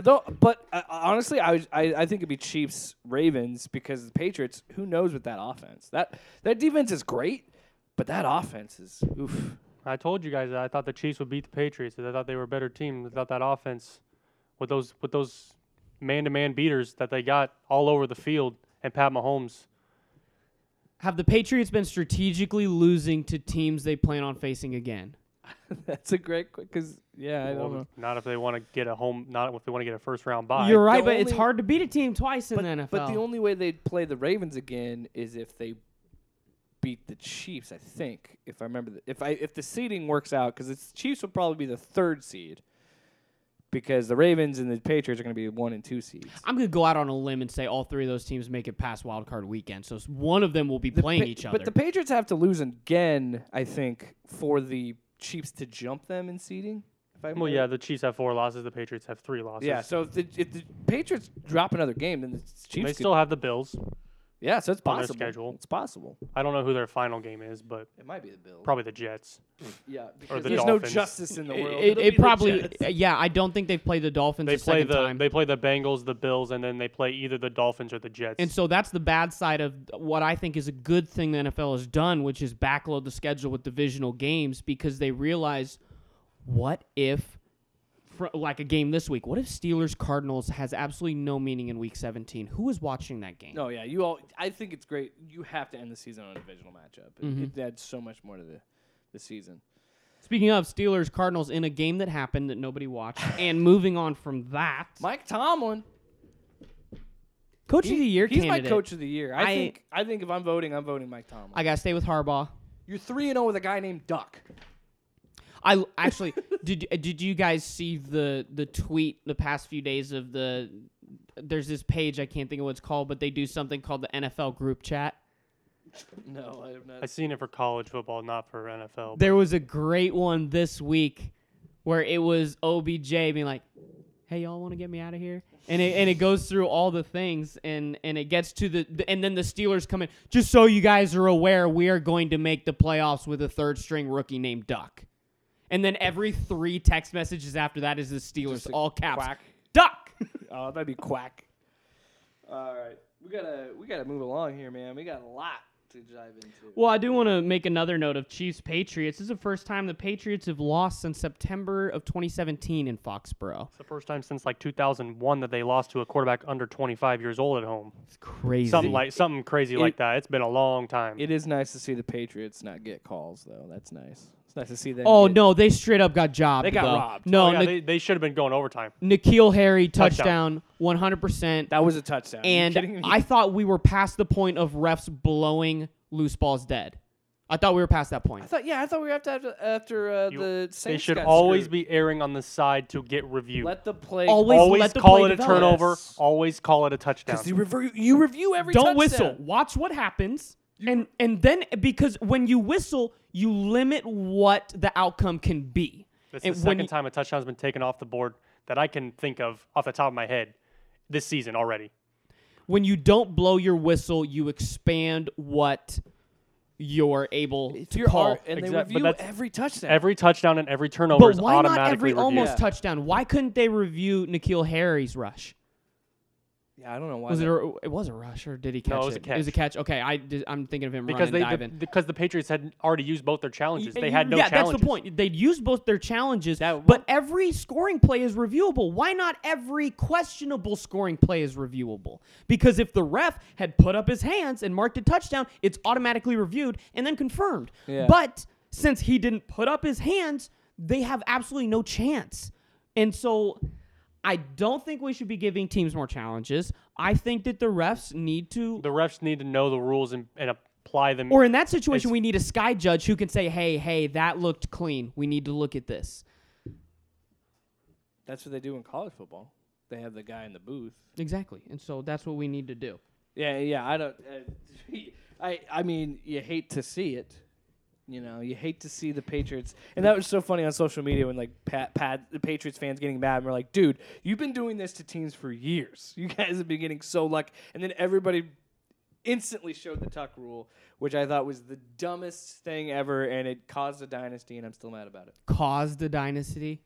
[SPEAKER 1] Though, but uh, honestly, I, was- I I think it'd be Chiefs Ravens because the Patriots. Who knows with that offense? That that defense is great, but that offense is oof.
[SPEAKER 3] I told you guys that I thought the Chiefs would beat the Patriots. that I thought they were a better team without that offense, with those with those man-to-man beaters that they got all over the field and Pat Mahomes.
[SPEAKER 2] have the Patriots been strategically losing to teams they plan on facing again?
[SPEAKER 1] That's a great because yeah, I don't know.
[SPEAKER 3] Well, Not if they want to get a home. Not if they want to get a first-round bye.
[SPEAKER 2] You're right,
[SPEAKER 1] Uh, the
[SPEAKER 2] but it's
[SPEAKER 1] only-
[SPEAKER 2] hard to beat a team twice in
[SPEAKER 1] But,
[SPEAKER 2] the NFL.
[SPEAKER 1] but the only way they'd play the Ravens again is if they beat the Chiefs. I think, if I remember, the, if I if the seeding works out, because the Chiefs would probably be the third seed, because the Ravens and the Patriots are going to be one and two seeds.
[SPEAKER 2] I'm gonna go out on a limb and say all three of those teams make it past Wild Card Weekend, so s- one of them will be
[SPEAKER 1] The
[SPEAKER 2] playing
[SPEAKER 1] Pa-
[SPEAKER 2] each other.
[SPEAKER 1] But the Patriots have to lose again, I think, for the Chiefs to jump them in seeding. If I
[SPEAKER 3] well,
[SPEAKER 1] remember.
[SPEAKER 3] yeah, the Chiefs have four losses. The Patriots have three losses.
[SPEAKER 1] Yeah, so if the, if the Patriots drop another game, then the Chiefs.
[SPEAKER 3] they
[SPEAKER 1] could-
[SPEAKER 3] still have the Bills.
[SPEAKER 1] yeah, so it's
[SPEAKER 3] on their
[SPEAKER 1] possible.
[SPEAKER 3] schedule.
[SPEAKER 1] It's possible.
[SPEAKER 3] I don't know who their final game is, but
[SPEAKER 1] It might be the Bills.
[SPEAKER 3] probably the Jets.
[SPEAKER 1] Yeah, because
[SPEAKER 3] the
[SPEAKER 1] there's no
[SPEAKER 3] Dolphins.
[SPEAKER 1] justice in the world.
[SPEAKER 2] it, it probably, uh, yeah. I don't think they've played the Dolphins
[SPEAKER 3] They
[SPEAKER 2] a
[SPEAKER 3] play
[SPEAKER 2] second
[SPEAKER 3] the
[SPEAKER 2] time,
[SPEAKER 3] they play the Bengals, the Bills, and then they play either the Dolphins or the Jets.
[SPEAKER 2] and so that's the bad side of what I think is a good thing the NFL has done, which is backload the schedule with divisional games because they realize, what if, fr- like a game this week, what if Steelers Cardinals has absolutely no meaning in Week 17? Who is watching that game?
[SPEAKER 1] No, yeah, you all. I think it's great. You have to end the season on a divisional matchup. It,
[SPEAKER 2] Mm-hmm.
[SPEAKER 1] it adds so much more to the, the season.
[SPEAKER 2] Speaking of Steelers Cardinals in a game that happened that nobody watched, and moving on from that,
[SPEAKER 1] Mike Tomlin,
[SPEAKER 2] coach of the year
[SPEAKER 1] he's
[SPEAKER 2] candidate.
[SPEAKER 1] my coach of the year. I,
[SPEAKER 2] I-
[SPEAKER 1] think. I think if I'm voting, I'm voting Mike Tomlin.
[SPEAKER 2] I gotta stay with Harbaugh.
[SPEAKER 1] You're three and zero with a guy named Duck.
[SPEAKER 2] I l- actually did. uh, Did you guys see the the tweet the past few days of the? There's this page I can't think of what it's called, but they do something called the NFL group chat.
[SPEAKER 1] No, I have not.
[SPEAKER 3] I seen it for college football, not for NFL.
[SPEAKER 2] There was a great one this week where it was OBJ being like, "Hey, y'all want to get me out of here?" And it and it goes through all the things and and it gets to the the- and then the Steelers come in. Just so you guys are aware, we are going to make the playoffs with a third string rookie named Duck. And then every three text messages after that is the Steelers
[SPEAKER 1] Just a
[SPEAKER 2] all caps.
[SPEAKER 1] quack.
[SPEAKER 2] Duck.
[SPEAKER 1] Oh, that'd be quack. All right, we gotta we gotta move along here, man. We got a lot to dive into.
[SPEAKER 2] Well, I do want to make another note of Chiefs Patriots. This is the first time the Patriots have lost since September of 2017 in Foxborough.
[SPEAKER 3] It's the first time since like 2001 that they lost to a quarterback under 25 years old at home.
[SPEAKER 2] It's crazy.
[SPEAKER 3] Something like something crazy like
[SPEAKER 1] it-
[SPEAKER 3] that. It's been a long time.
[SPEAKER 1] It is nice to see the Patriots not get calls, though. That's nice. It's nice to see them.
[SPEAKER 2] Oh
[SPEAKER 1] get-
[SPEAKER 2] no, they straight up got jobbed.
[SPEAKER 1] They got
[SPEAKER 2] though.
[SPEAKER 1] robbed.
[SPEAKER 2] No,
[SPEAKER 3] Oh, yeah,
[SPEAKER 2] Ni-
[SPEAKER 3] they, they should have been going overtime.
[SPEAKER 2] Nikhil Harry
[SPEAKER 3] Touchdown.
[SPEAKER 2] touchdown, one hundred percent.
[SPEAKER 1] That was a touchdown. Are you kidding
[SPEAKER 2] And
[SPEAKER 1] me?
[SPEAKER 2] I thought we were past the point of refs blowing loose balls dead. I thought we were past that point.
[SPEAKER 1] I thought, yeah, I thought we were after after, after uh,
[SPEAKER 3] You-
[SPEAKER 1] the Saints.
[SPEAKER 3] they should
[SPEAKER 1] got
[SPEAKER 3] always
[SPEAKER 1] screwed.
[SPEAKER 3] be erring on the side to get reviewed.
[SPEAKER 1] let the play.
[SPEAKER 2] Always- let the
[SPEAKER 3] call
[SPEAKER 2] play
[SPEAKER 3] it a
[SPEAKER 2] develop.
[SPEAKER 3] turnover.
[SPEAKER 1] Yes.
[SPEAKER 3] Always call it a touchdown.
[SPEAKER 1] you review, you review every.
[SPEAKER 2] Don't
[SPEAKER 1] touchdown.
[SPEAKER 2] whistle. Watch what happens. And and then because when you whistle, you limit what the outcome can be.
[SPEAKER 3] That's the
[SPEAKER 2] and when
[SPEAKER 3] second time a touchdown's been taken off the board that I can think of off the top of my head this season already.
[SPEAKER 2] when you don't blow your whistle, you expand what you're able
[SPEAKER 1] If
[SPEAKER 2] to
[SPEAKER 1] you're
[SPEAKER 2] call.
[SPEAKER 1] ar- and
[SPEAKER 3] Exact-
[SPEAKER 1] they
[SPEAKER 3] but
[SPEAKER 1] review
[SPEAKER 3] that's-
[SPEAKER 1] every touchdown.
[SPEAKER 3] Every touchdown and every turnover
[SPEAKER 2] But
[SPEAKER 3] is
[SPEAKER 2] why not
[SPEAKER 3] automatically
[SPEAKER 2] every
[SPEAKER 3] reviewed.
[SPEAKER 2] almost
[SPEAKER 1] Yeah.
[SPEAKER 2] touchdown? Why couldn't they review Nikhil Harry's rush?
[SPEAKER 1] yeah, I don't know why.
[SPEAKER 2] Was it?
[SPEAKER 1] that-
[SPEAKER 2] A, it was a rush, or did he catch
[SPEAKER 3] it was a
[SPEAKER 2] It was a
[SPEAKER 3] catch.
[SPEAKER 2] catch. Okay, I did, I'm thinking of him
[SPEAKER 3] because
[SPEAKER 2] running,
[SPEAKER 3] they
[SPEAKER 2] diving.
[SPEAKER 3] because the Patriots had already used both their challenges.
[SPEAKER 2] Y-
[SPEAKER 3] They
[SPEAKER 2] y-
[SPEAKER 3] had no
[SPEAKER 2] yeah,
[SPEAKER 3] challenges.
[SPEAKER 2] that's the point. They'd use both their challenges,
[SPEAKER 1] That-
[SPEAKER 2] but every scoring play is reviewable. Why not every questionable scoring play is reviewable? Because if the ref had put up his hands and marked a touchdown, it's automatically reviewed and then confirmed.
[SPEAKER 1] Yeah.
[SPEAKER 2] But since he didn't put up his hands, they have absolutely no chance. And so I don't think we should be giving teams more challenges. I think that the refs need to
[SPEAKER 3] The refs need to know the rules and, and apply them.
[SPEAKER 2] or in that situation, we need a sky judge who can say, "Hey, hey, that looked clean. We need to look at this."
[SPEAKER 1] That's what they do in college football. They have the guy in the booth.
[SPEAKER 2] Exactly, and so that's what we need to do.
[SPEAKER 1] Yeah, yeah. I don't. Uh, I I mean, you hate to see it. You know, you hate to see the Patriots, and that was so funny on social media when like Pat, Pat the Patriots fans getting mad and we're like, "Dude, you've been doing this to teams for years. You guys have been getting so lucky." And then everybody instantly showed the tuck rule, which I thought was the dumbest thing ever, and it caused a dynasty, and I'm still mad about it.
[SPEAKER 2] Caused the dynasty.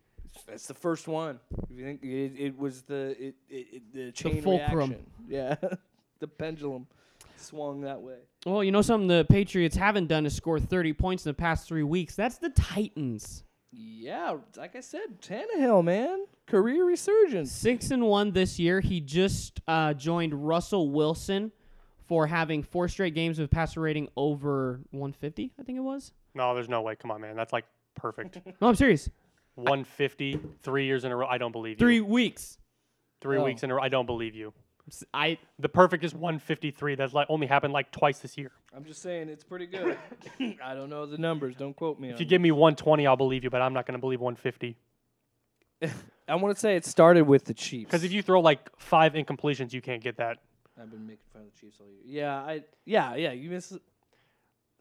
[SPEAKER 1] That's the first one. If you think it, it was the it, it, it the chain
[SPEAKER 2] fulcrum.
[SPEAKER 1] reaction, yeah, the pendulum swung that way.
[SPEAKER 2] Well, you know something the Patriots haven't done is score 30 points in the past three weeks. That's the Titans.
[SPEAKER 1] Yeah, like I said, Tannehill, man, career resurgence.
[SPEAKER 2] Six and one this year. He just uh, joined Russell Wilson for having four straight games with passer rating over 150. I think it was.
[SPEAKER 3] No, there's no way. Come on, man. That's like perfect.
[SPEAKER 2] No, I'm serious.
[SPEAKER 3] 150, three years in a row. I don't believe you.
[SPEAKER 2] Three weeks.
[SPEAKER 3] Three
[SPEAKER 1] Oh.
[SPEAKER 3] weeks in a row. I don't believe you.
[SPEAKER 2] S- I
[SPEAKER 3] The perfect is 153. That's like only happened like twice this year.
[SPEAKER 1] I'm just saying, it's pretty good. I don't know the numbers. Don't quote me.
[SPEAKER 3] If
[SPEAKER 1] on
[SPEAKER 3] you
[SPEAKER 1] it.
[SPEAKER 3] give me 120, I'll believe you, but I'm not going to believe 150.
[SPEAKER 1] I want to say it started with the Chiefs.
[SPEAKER 3] Because if you throw like five incompletions, you can't get that.
[SPEAKER 1] I've been making fun of the Chiefs all year. Yeah, I, yeah, yeah. You miss.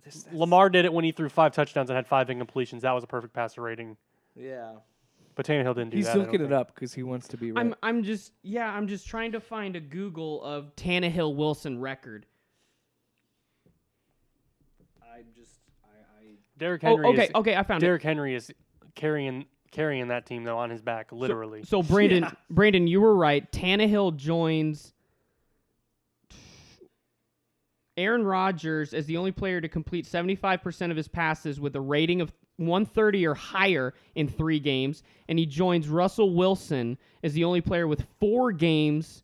[SPEAKER 1] This, that's-
[SPEAKER 3] Lamar did it when he threw five touchdowns and had five incompletions. That was a perfect passer rating.
[SPEAKER 1] Yeah,
[SPEAKER 3] But Tannehill didn't do
[SPEAKER 1] he's
[SPEAKER 3] that. I don't
[SPEAKER 1] looking it
[SPEAKER 3] think.
[SPEAKER 1] up because he wants to be right.
[SPEAKER 2] I'm I'm just yeah I'm just trying to find a Google of Tannehill Wilson record.
[SPEAKER 1] I'm just. I, I
[SPEAKER 3] Derrick
[SPEAKER 2] Oh,
[SPEAKER 3] Henry.
[SPEAKER 2] okay,
[SPEAKER 3] Is,
[SPEAKER 2] okay, I found
[SPEAKER 3] Derrick Henry is carrying carrying that team though on his back, literally.
[SPEAKER 2] it. So Brandon, Brandon, you were right. Tannehill joins Aaron Rodgers as the only player to complete 75% of his passes with a rating of 130 or higher in three games, and he joins Russell Wilson as the only player with four games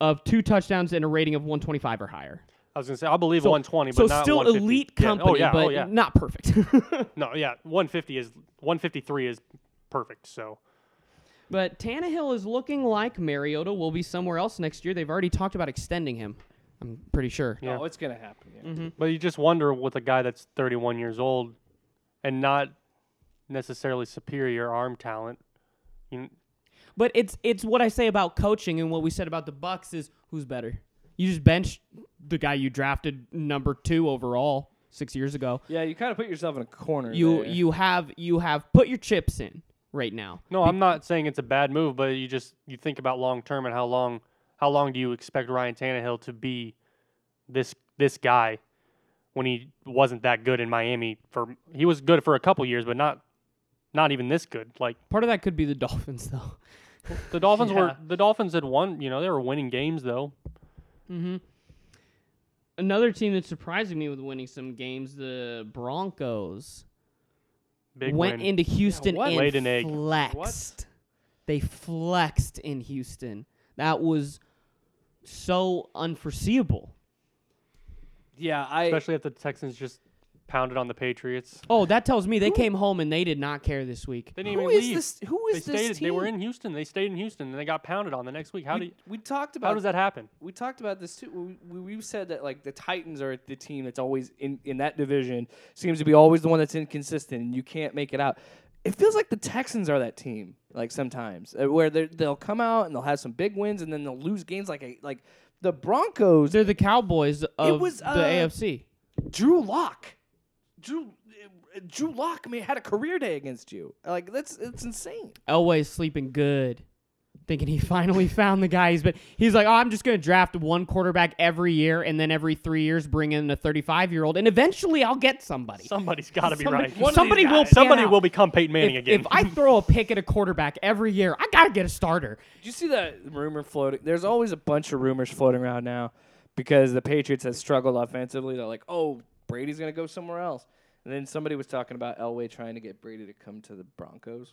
[SPEAKER 2] of two touchdowns and a rating of 125 or higher.
[SPEAKER 3] I was gonna say I'll believe 120, but
[SPEAKER 2] so
[SPEAKER 3] not
[SPEAKER 2] still
[SPEAKER 3] 150.
[SPEAKER 2] elite
[SPEAKER 3] Yeah,
[SPEAKER 2] company,
[SPEAKER 3] Oh yeah,
[SPEAKER 2] but
[SPEAKER 3] oh yeah.
[SPEAKER 2] not perfect.
[SPEAKER 3] No, yeah, 150 is 153 is perfect. So
[SPEAKER 2] but Tannehill is looking like Mariota will be somewhere else next year. They've already talked about extending him. I'm pretty sure.
[SPEAKER 3] Yeah.
[SPEAKER 1] Oh, it's gonna happen. Yeah.
[SPEAKER 3] But you just wonder with a guy that's 31 years old and not necessarily superior arm talent. You kn-
[SPEAKER 2] But it's it's what I say about coaching and what we said about the Bucks is who's better. You just bench the guy you drafted number two overall six years ago.
[SPEAKER 1] Yeah, you kind of put yourself in a corner.
[SPEAKER 2] You
[SPEAKER 1] there.
[SPEAKER 2] you have you have put your chips in right now.
[SPEAKER 3] no, I'm not saying it's a bad move, but you just you think about long term and how long how long do you expect Ryan Tannehill to be this this guy when he wasn't that good in Miami for he was good for a couple years, but not not even this good. Like
[SPEAKER 2] Part of that could be the Dolphins though.
[SPEAKER 3] the Dolphins
[SPEAKER 1] Yeah.
[SPEAKER 3] were the Dolphins had won, you know, they were winning games though.
[SPEAKER 2] Mm-hmm. Another team that's surprising me with winning some games, the Broncos
[SPEAKER 3] Big
[SPEAKER 2] went
[SPEAKER 3] win.
[SPEAKER 2] into Houston
[SPEAKER 1] what?
[SPEAKER 2] and
[SPEAKER 3] Laid an egg.
[SPEAKER 2] flexed.
[SPEAKER 1] What?
[SPEAKER 2] They flexed in Houston. That was so unforeseeable.
[SPEAKER 1] Yeah, I.
[SPEAKER 3] especially if the Texans just pounded on the Patriots.
[SPEAKER 2] Oh, that tells me they came home and they did not care this week.
[SPEAKER 3] They didn't
[SPEAKER 1] who
[SPEAKER 3] even
[SPEAKER 1] is
[SPEAKER 3] leave.
[SPEAKER 1] this? Who
[SPEAKER 3] they
[SPEAKER 1] is
[SPEAKER 3] stayed.
[SPEAKER 1] this team?
[SPEAKER 3] They were in Houston. They stayed in Houston, and they got pounded on the next week. How do you,
[SPEAKER 1] We, we talked
[SPEAKER 3] how
[SPEAKER 1] about
[SPEAKER 3] does that happen?
[SPEAKER 1] we talked about this too. We, we, have said that like the Titans are the team that's always in, in that division seems to be always the one that's inconsistent and you can't make it out. It feels like the Texans are that team like sometimes uh, where they they'll come out and they'll have some big wins and then they'll lose games like a, like the Broncos.
[SPEAKER 2] They're the Cowboys of
[SPEAKER 1] was,
[SPEAKER 2] the
[SPEAKER 1] uh,
[SPEAKER 2] AFC.
[SPEAKER 1] Drew Lock, Drew uh, Drew Lock may had a career day against you. Like that's it's insane.
[SPEAKER 2] Elway's sleeping good, thinking he finally found the guy. He's been. He's like, oh, I'm just gonna draft one quarterback every year, and then every three years bring in a 35 year old, and eventually I'll get somebody.
[SPEAKER 3] Somebody's got to be
[SPEAKER 2] Somebody-
[SPEAKER 3] right.
[SPEAKER 2] one of somebody these will guys. pan
[SPEAKER 3] Somebody
[SPEAKER 2] out.
[SPEAKER 3] will become Peyton Manning
[SPEAKER 2] If,
[SPEAKER 3] again.
[SPEAKER 2] if I throw a pick at a quarterback every year, I gotta get a starter.
[SPEAKER 1] Did you see that rumor floating? There's always a bunch of rumors floating around now because the Patriots have struggled offensively. They're like, oh, Brady's going to go somewhere else. And then somebody was talking about Elway trying to get Brady to come to the Broncos.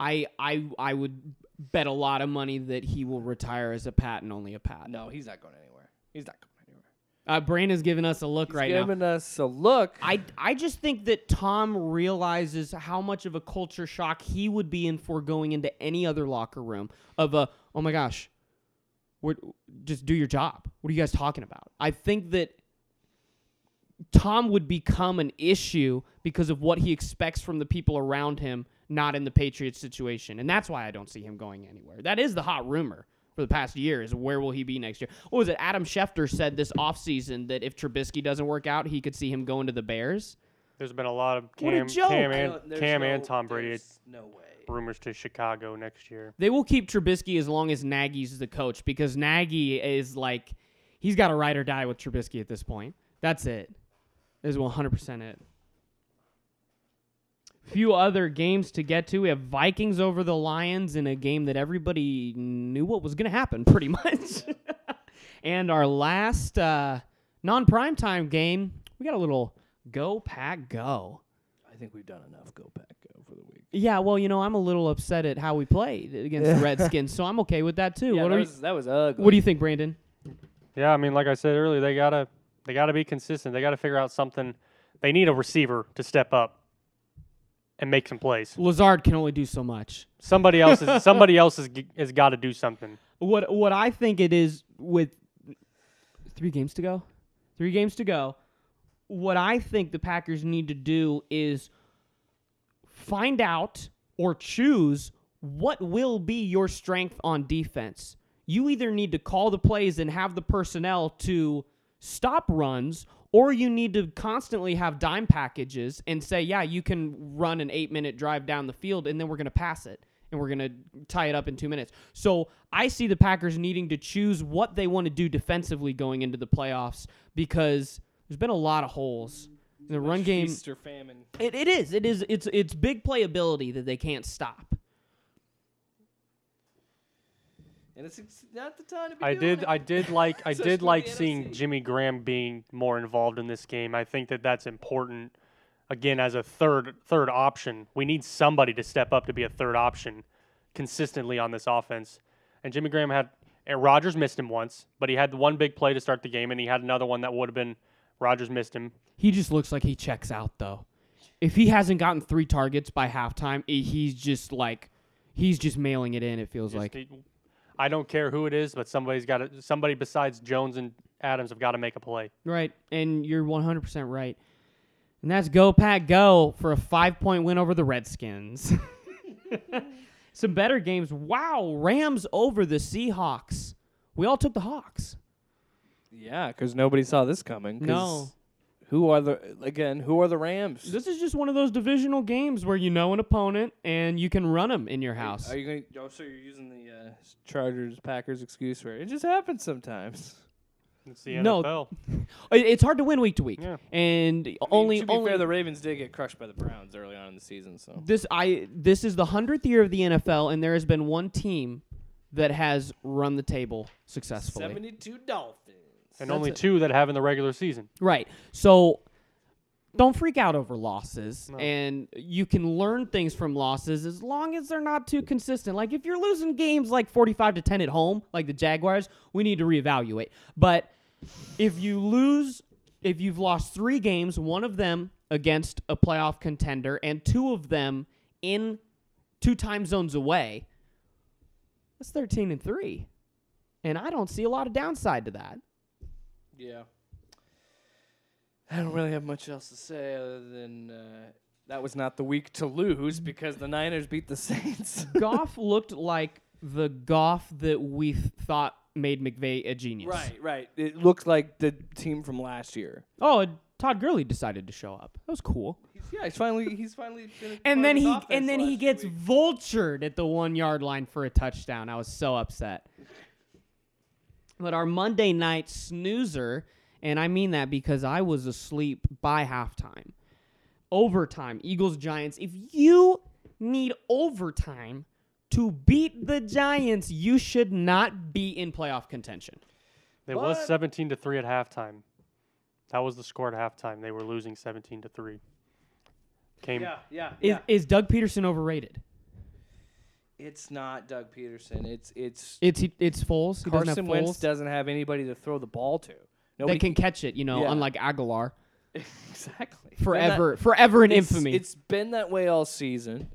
[SPEAKER 2] I I I would bet a lot of money that he will retire as a pat and only a pat.
[SPEAKER 1] No, he's not going anywhere. He's not going anywhere.
[SPEAKER 2] Uh, Brain is giving us a look right now.
[SPEAKER 1] giving us a look.
[SPEAKER 2] I, I just think that Tom realizes how much of a culture shock he would be in for going into any other locker room of a oh my gosh, we're, just do your job. What are you guys talking about? I think that Tom would become an issue because of what he expects from the people around him, not in the Patriots situation, and that's why I don't see him going anywhere. That is the hot rumor for the past year is where will he be next year? What was it? Adam Schefter said this offseason that if Trubisky doesn't work out, he could see him going to the Bears.
[SPEAKER 3] There's been a lot of
[SPEAKER 2] What a
[SPEAKER 3] Cam,
[SPEAKER 2] joke.
[SPEAKER 3] Cam
[SPEAKER 1] Uh,
[SPEAKER 3] and
[SPEAKER 1] there's
[SPEAKER 3] Cam
[SPEAKER 1] no-
[SPEAKER 3] and Tom Brady
[SPEAKER 1] there's No way.
[SPEAKER 3] rumors to Chicago next year.
[SPEAKER 2] They will keep Trubisky as long as Nagy's the coach because Nagy is like, he's got to ride or die with Trubisky at this point. That's it. This is 100% it. Few other games to get to. We have Vikings over the Lions in a game that everybody knew what was going to happen, pretty much. and our last uh, non primetime game, we got a little go, pack, go.
[SPEAKER 1] I think we've done enough. Go back go for the week.
[SPEAKER 2] Yeah, well, you know, I'm a little upset at how we played against the Redskins, so I'm okay with that too.
[SPEAKER 1] Yeah,
[SPEAKER 2] what,
[SPEAKER 1] that,
[SPEAKER 2] are you,
[SPEAKER 1] was, that was ugly.
[SPEAKER 2] what do you think, Brandon?
[SPEAKER 3] Yeah, I mean, like I said earlier, they gotta they gotta be consistent. They gotta figure out something. They need a receiver to step up and make some plays.
[SPEAKER 2] Lazard can only do so much.
[SPEAKER 3] Somebody else is somebody else is, g- has got to do something.
[SPEAKER 2] What what I think it is with three games to go, three games to go. What I think the Packers need to do is find out or choose what will be your strength on defense. You either need to call the plays and have the personnel to stop runs, or you need to constantly have dime packages and say, yeah, you can run an eight minute drive down the field, and then we're going to pass it and we're going to tie it up in two minutes. So I see the Packers needing to choose what they want to do defensively going into the playoffs because there's been a lot of holes. The run game
[SPEAKER 1] Feast or famine.
[SPEAKER 2] it, it is. It is. It's it's big playability that they can't stop.
[SPEAKER 1] And it's, it's not the time to be
[SPEAKER 3] I
[SPEAKER 1] doing
[SPEAKER 3] did
[SPEAKER 1] it.
[SPEAKER 3] I did like I
[SPEAKER 1] Especially
[SPEAKER 3] did like
[SPEAKER 1] the
[SPEAKER 3] seeing
[SPEAKER 1] NFC.
[SPEAKER 3] Jimmy Graham being more involved in this game. I think that that's important. Again, as a third third option, we need somebody to step up to be a third option consistently on this offense. And Jimmy Graham had and Rogers missed him once, but he had the one big play to start the game, and he had another one that would have been Rogers missed him.
[SPEAKER 2] He just looks like he checks out though. If he hasn't gotten three targets by halftime, i- he's just like he's just mailing it in. It feels
[SPEAKER 3] Just
[SPEAKER 2] like
[SPEAKER 3] the- I don't care who it is, but somebody's got to, somebody besides Jones and Adams have got to make a play.
[SPEAKER 2] right, and you're 100 percent right. And that's go pack go for a five point win over the Redskins. Some better games. Wow, Rams over the Seahawks. We all took the Hawks.
[SPEAKER 1] Yeah, because nobody saw this coming. 'cause
[SPEAKER 2] No.
[SPEAKER 1] Who are the again? Who are the Rams?
[SPEAKER 2] This is just one of those divisional games where you know an opponent and you can run them in your house.
[SPEAKER 1] Are you going? to Oh, so you're using the uh, Chargers Packers excuse for it? It just happens sometimes.
[SPEAKER 3] It's the
[SPEAKER 2] No,
[SPEAKER 3] NFL.
[SPEAKER 2] It- It's hard to win week to week,
[SPEAKER 3] Yeah.
[SPEAKER 2] and only
[SPEAKER 1] to be
[SPEAKER 2] only
[SPEAKER 1] fair, the Ravens did get crushed by the Browns early on in the season. So
[SPEAKER 2] this I this is the hundredth year of the NFL, and there has been one team that has run the table successfully.
[SPEAKER 1] seventy-two Dolphins.
[SPEAKER 3] and
[SPEAKER 2] that's
[SPEAKER 3] only
[SPEAKER 2] it.
[SPEAKER 3] two that have in the regular season.
[SPEAKER 2] Right. So don't freak out over losses. And you can learn things from losses as long as they're not too consistent. Like if you're losing games like 45 to 10 at home, like the Jaguars, we need to reevaluate. But if you lose, if you've lost three games, one of them against a playoff contender and two of them in two time zones away, that's 13 and three. And I don't see a lot of downside to that.
[SPEAKER 1] Yeah. I don't really have much else to say other than uh, that was not the week to lose because the Niners beat the Saints.
[SPEAKER 2] Goff looked like the Goff that we thought made McVay a genius.
[SPEAKER 1] right, right. It looked like the team from last year.
[SPEAKER 2] Oh, and Todd Gurley decided to show up. That was cool.
[SPEAKER 1] He's, yeah, he's finally he's finally. been a part
[SPEAKER 2] And then
[SPEAKER 1] of this
[SPEAKER 2] he
[SPEAKER 1] offense
[SPEAKER 2] and then
[SPEAKER 1] the
[SPEAKER 2] he
[SPEAKER 1] last
[SPEAKER 2] gets
[SPEAKER 1] week.
[SPEAKER 2] vultured at the one yard line for a touchdown. I was so upset. But our Monday night snoozer, and I mean that because I was asleep by halftime. Overtime, Eagles Giants. If you need overtime to beat the Giants, you should not be in playoff contention.
[SPEAKER 3] It was
[SPEAKER 1] But-
[SPEAKER 3] 17 to 3 at halftime. That was the score at halftime. They were losing 17 to 3. Came
[SPEAKER 1] Yeah, yeah,
[SPEAKER 2] Is,
[SPEAKER 1] yeah.
[SPEAKER 2] is Doug Peterson overrated?
[SPEAKER 1] It's not Doug Peterson. It's it's
[SPEAKER 2] It's it's Foles. He doesn't have
[SPEAKER 1] Carson Wentz
[SPEAKER 2] Foles
[SPEAKER 1] doesn't have anybody to throw the ball to.
[SPEAKER 2] that
[SPEAKER 1] Nobody
[SPEAKER 2] can catch it. You know,
[SPEAKER 1] Yeah.
[SPEAKER 2] unlike Aguilar,
[SPEAKER 1] exactly It's been that-
[SPEAKER 2] forever forever in
[SPEAKER 1] it's-
[SPEAKER 2] infamy.
[SPEAKER 1] It's been that way all season.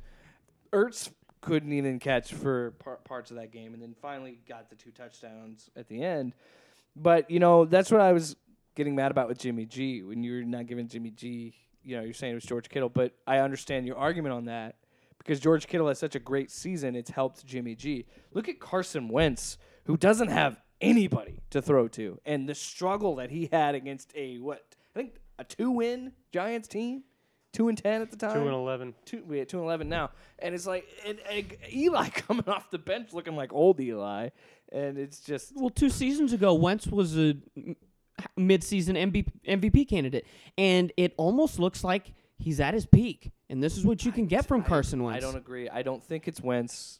[SPEAKER 1] Ertz couldn't even catch for par- parts of that game, and then finally got the two touchdowns at the end. But you know that's what I was getting mad about with Jimmy G when you were not giving Jimmy G. You know you're saying it was George Kittle, but I understand your argument on that because George Kittle has such a great season. It's helped Jimmy G. Look at Carson Wentz who doesn't have anybody to throw to, and the struggle that he had against a what I think a two-win Giants team, two and ten at the time,
[SPEAKER 3] Two and eleven.
[SPEAKER 1] two we at two and eleven now, and it's like and, and Eli coming off the bench looking like old Eli, and it's just
[SPEAKER 2] Well, two seasons ago, Wentz was a midseason MB, MVP candidate, and it almost looks like he's at his peak. And this is what you can get from Carson Wentz.
[SPEAKER 1] I don't agree. I don't think it's Wentz.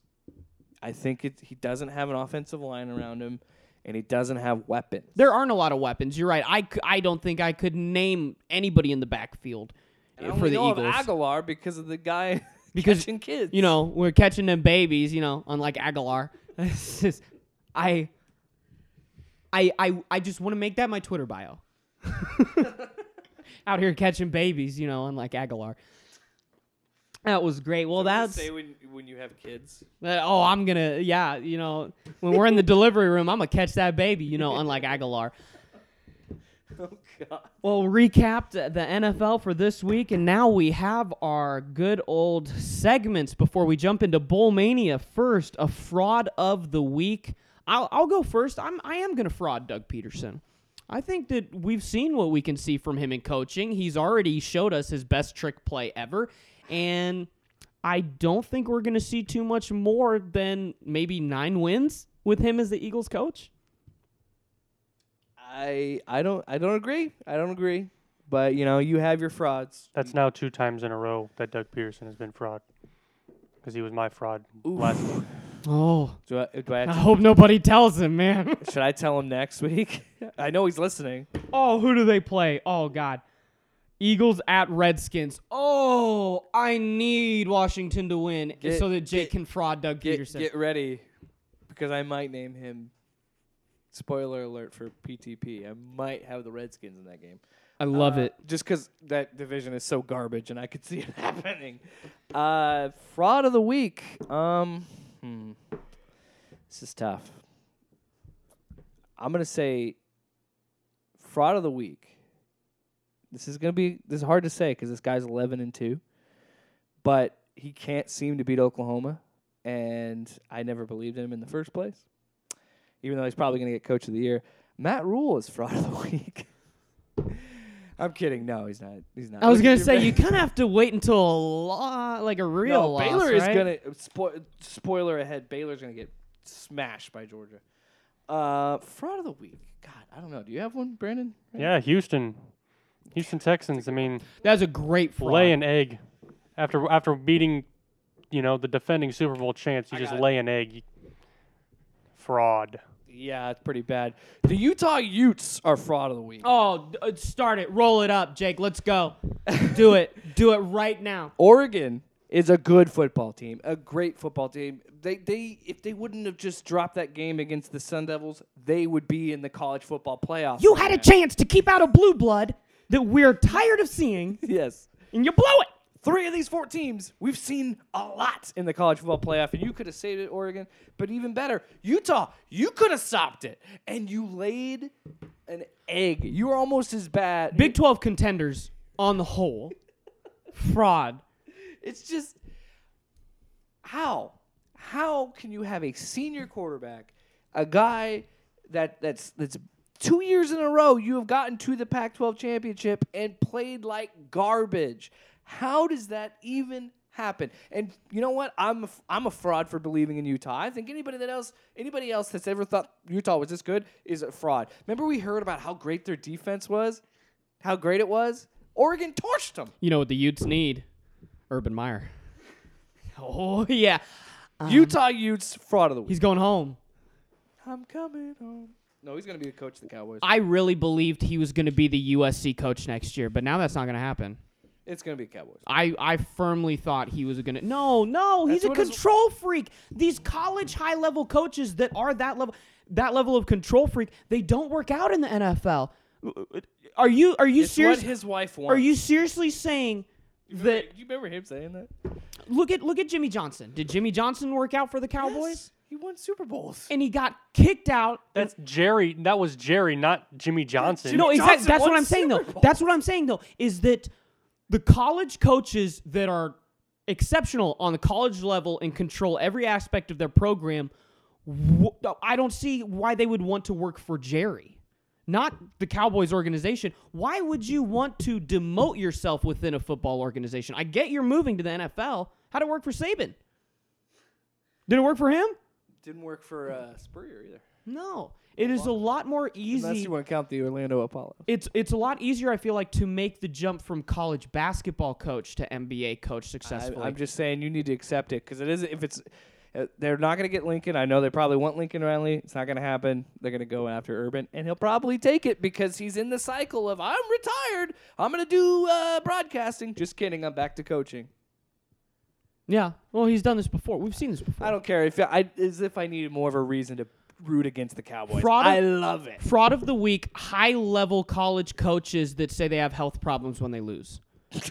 [SPEAKER 1] I think it, he doesn't have an offensive line around him, and he doesn't have weapons.
[SPEAKER 2] there aren't a lot of weapons. You're right. I, c- I don't think I could name anybody in the backfield
[SPEAKER 1] I
[SPEAKER 2] uh,
[SPEAKER 1] only
[SPEAKER 2] for the
[SPEAKER 1] know
[SPEAKER 2] Eagles.
[SPEAKER 1] of Aguilar because of the guy
[SPEAKER 2] Because,
[SPEAKER 1] catching kids.
[SPEAKER 2] you know, we're catching them babies, you know, unlike Aguilar. It's just- I, I, I, I just want to make that my Twitter bio. Out here catching babies, you know, unlike Aguilar. That was great. Well, that's
[SPEAKER 1] say when when you have kids.
[SPEAKER 2] that- oh, I'm gonna yeah, you know, when we're in the delivery room, I'm gonna catch that baby, you know, unlike Aguilar.
[SPEAKER 1] Oh God.
[SPEAKER 2] Well, recapped the NFL for this week, and now we have our good old segments before we jump into Bowl Mania. First, a fraud of the week. I'll, I'll go first. I'm I am gonna fraud Doug Peterson. I think that we've seen what we can see from him in coaching. He's already showed us his best trick play ever, and I don't think we're gonna see too much more than maybe nine wins with him as the Eagles coach.
[SPEAKER 1] I I don't I don't agree. I don't agree. But you know you have your frauds.
[SPEAKER 3] That's now two times in a row that Doug Peterson has been fraud. Because he was my fraud last week.
[SPEAKER 2] Oh,
[SPEAKER 1] Do I, do I
[SPEAKER 2] I
[SPEAKER 1] have
[SPEAKER 2] hope nobody tells him, man.
[SPEAKER 1] to- should I tell him next week? I know he's listening.
[SPEAKER 2] Oh, who do they play? Oh God, Eagles at Redskins. Oh, I need Washington to win
[SPEAKER 1] Get-
[SPEAKER 2] so that Jake
[SPEAKER 1] get-
[SPEAKER 2] can fraud Doug
[SPEAKER 1] Get
[SPEAKER 2] Peterson.
[SPEAKER 1] get ready, because I might name him. Spoiler alert for PTP. I might have the Redskins in that game.
[SPEAKER 2] I love
[SPEAKER 1] Uh,
[SPEAKER 2] it.
[SPEAKER 1] Just because that division is so garbage, and I could see it happening. Uh, fraud of the week. Um, hmm. This is tough. I'm gonna say fraud of the week. This is gonna be. This is hard to say because this guy's 11 and two, but he can't seem to beat Oklahoma, and I never believed in him in the first place. Even though he's probably gonna get coach of the year, Matt Rule is fraud of the week. I'm kidding. No, he's not. He's not.
[SPEAKER 2] I was
[SPEAKER 1] Look at
[SPEAKER 2] gonna
[SPEAKER 1] your
[SPEAKER 2] say
[SPEAKER 1] man.
[SPEAKER 2] you kind of have to wait until a lot, like a real
[SPEAKER 1] No,
[SPEAKER 2] loss,
[SPEAKER 1] Baylor
[SPEAKER 2] right?
[SPEAKER 1] is gonna spo- spoiler ahead. Baylor's gonna get smashed by Georgia. Uh, fraud of the week. God, I don't know. Do you have one, Brandon?
[SPEAKER 3] Yeah, Houston. Houston Texans. I mean,
[SPEAKER 2] That's a great fraud.
[SPEAKER 3] lay an egg. After after beating, you know, the defending Super Bowl champs, you
[SPEAKER 1] I
[SPEAKER 3] just
[SPEAKER 1] got it.
[SPEAKER 3] lay an egg. You- Fraud.
[SPEAKER 1] Yeah, it's pretty bad. The Utah Utes are fraud of the week.
[SPEAKER 2] oh, d- uh, start it, roll it up, Jake. Let's go. Do it. Do it right now.
[SPEAKER 1] Oregon is a good football team, a great football team. They they if they wouldn't have just dropped that game against the Sun Devils, they would be in the college football playoff.
[SPEAKER 2] You had a chance to keep out a blue blood that we're tired of seeing,
[SPEAKER 1] yes.
[SPEAKER 2] and you blew it.
[SPEAKER 1] three of these four teams we've seen a lot in the college football playoff and you could have saved it oregon but even better utah you could have stopped it and you laid an egg you were almost as bad
[SPEAKER 2] Big 12 contenders on the whole. Fraud.
[SPEAKER 1] it's just how how can you have a senior quarterback a guy that that's that's two years in a row you have gotten to the pac 12 championship and played like garbage how does that even happen and you know what i'm a, f- i'm a fraud for believing in utah i think anybody that else anybody else that's ever thought utah was this good is a fraud remember we heard about how great their defense was how great it was oregon torched them
[SPEAKER 2] You know what the Utes need? Urban Meyer. Oh, yeah.
[SPEAKER 1] utah utes fraud of the week
[SPEAKER 2] He's going home.
[SPEAKER 1] I'm coming home. No, he's gonna be the coach of the Cowboys.
[SPEAKER 2] I really believed he was going to be the USC coach next year, but now that's not going to happen.
[SPEAKER 1] It's gonna be the Cowboys.
[SPEAKER 2] I, I firmly thought he was going to. No, no, he's
[SPEAKER 1] That's
[SPEAKER 2] a
[SPEAKER 1] what his-
[SPEAKER 2] control freak. These college high level coaches that are that level that level of control freak, they don't work out in the NFL. Are you are you
[SPEAKER 1] It's
[SPEAKER 2] serious?
[SPEAKER 1] what his wife wants.
[SPEAKER 2] Are you seriously saying that
[SPEAKER 1] You remember him saying that?
[SPEAKER 2] Look at look at Jimmy Johnson. Did Jimmy Johnson work out for the Cowboys?
[SPEAKER 1] He won Super Bowls.
[SPEAKER 2] And he got kicked out.
[SPEAKER 3] That's Jerry. That was Jerry, not Jimmy Johnson.
[SPEAKER 2] no, exactly.
[SPEAKER 1] Johnson
[SPEAKER 2] That's what
[SPEAKER 1] won
[SPEAKER 2] I'm saying though.
[SPEAKER 1] Super Bowls.
[SPEAKER 2] That's what I'm saying though is that the college coaches that are exceptional on the college level and control every aspect of their program wh- I don't see why they would want to work for Jerry, not the Cowboys organization. Why would you want to demote yourself within a football organization? I get you're moving to the NFL. How'd it work for Saban? Did it work for him?
[SPEAKER 1] Didn't work for uh, Spurrier either.
[SPEAKER 2] No. It is a lot more
[SPEAKER 1] Unless
[SPEAKER 2] easy.
[SPEAKER 1] you want to count the Orlando Apollo.
[SPEAKER 2] It's it's a lot easier, I feel like, to make the jump from college basketball coach to NBA coach
[SPEAKER 1] I,
[SPEAKER 2] successfully.
[SPEAKER 1] I'm just saying you need to accept it because it is if it's uh, they're not going to get Lincoln. I know they probably want Lincoln Riley. It's not going to happen. They're going to go after Urban, and he'll probably take it because he's in the cycle of I'm retired. I'm going to do uh, broadcasting. Just kidding. I'm back to coaching.
[SPEAKER 2] yeah. Well, he's done this before. We've seen this before.
[SPEAKER 1] I don't care if I as if I needed more of a reason to root against the Cowboys.
[SPEAKER 2] Fraud-
[SPEAKER 1] I love it.
[SPEAKER 2] Fraud of the week, high level college coaches that say they have health problems when they lose.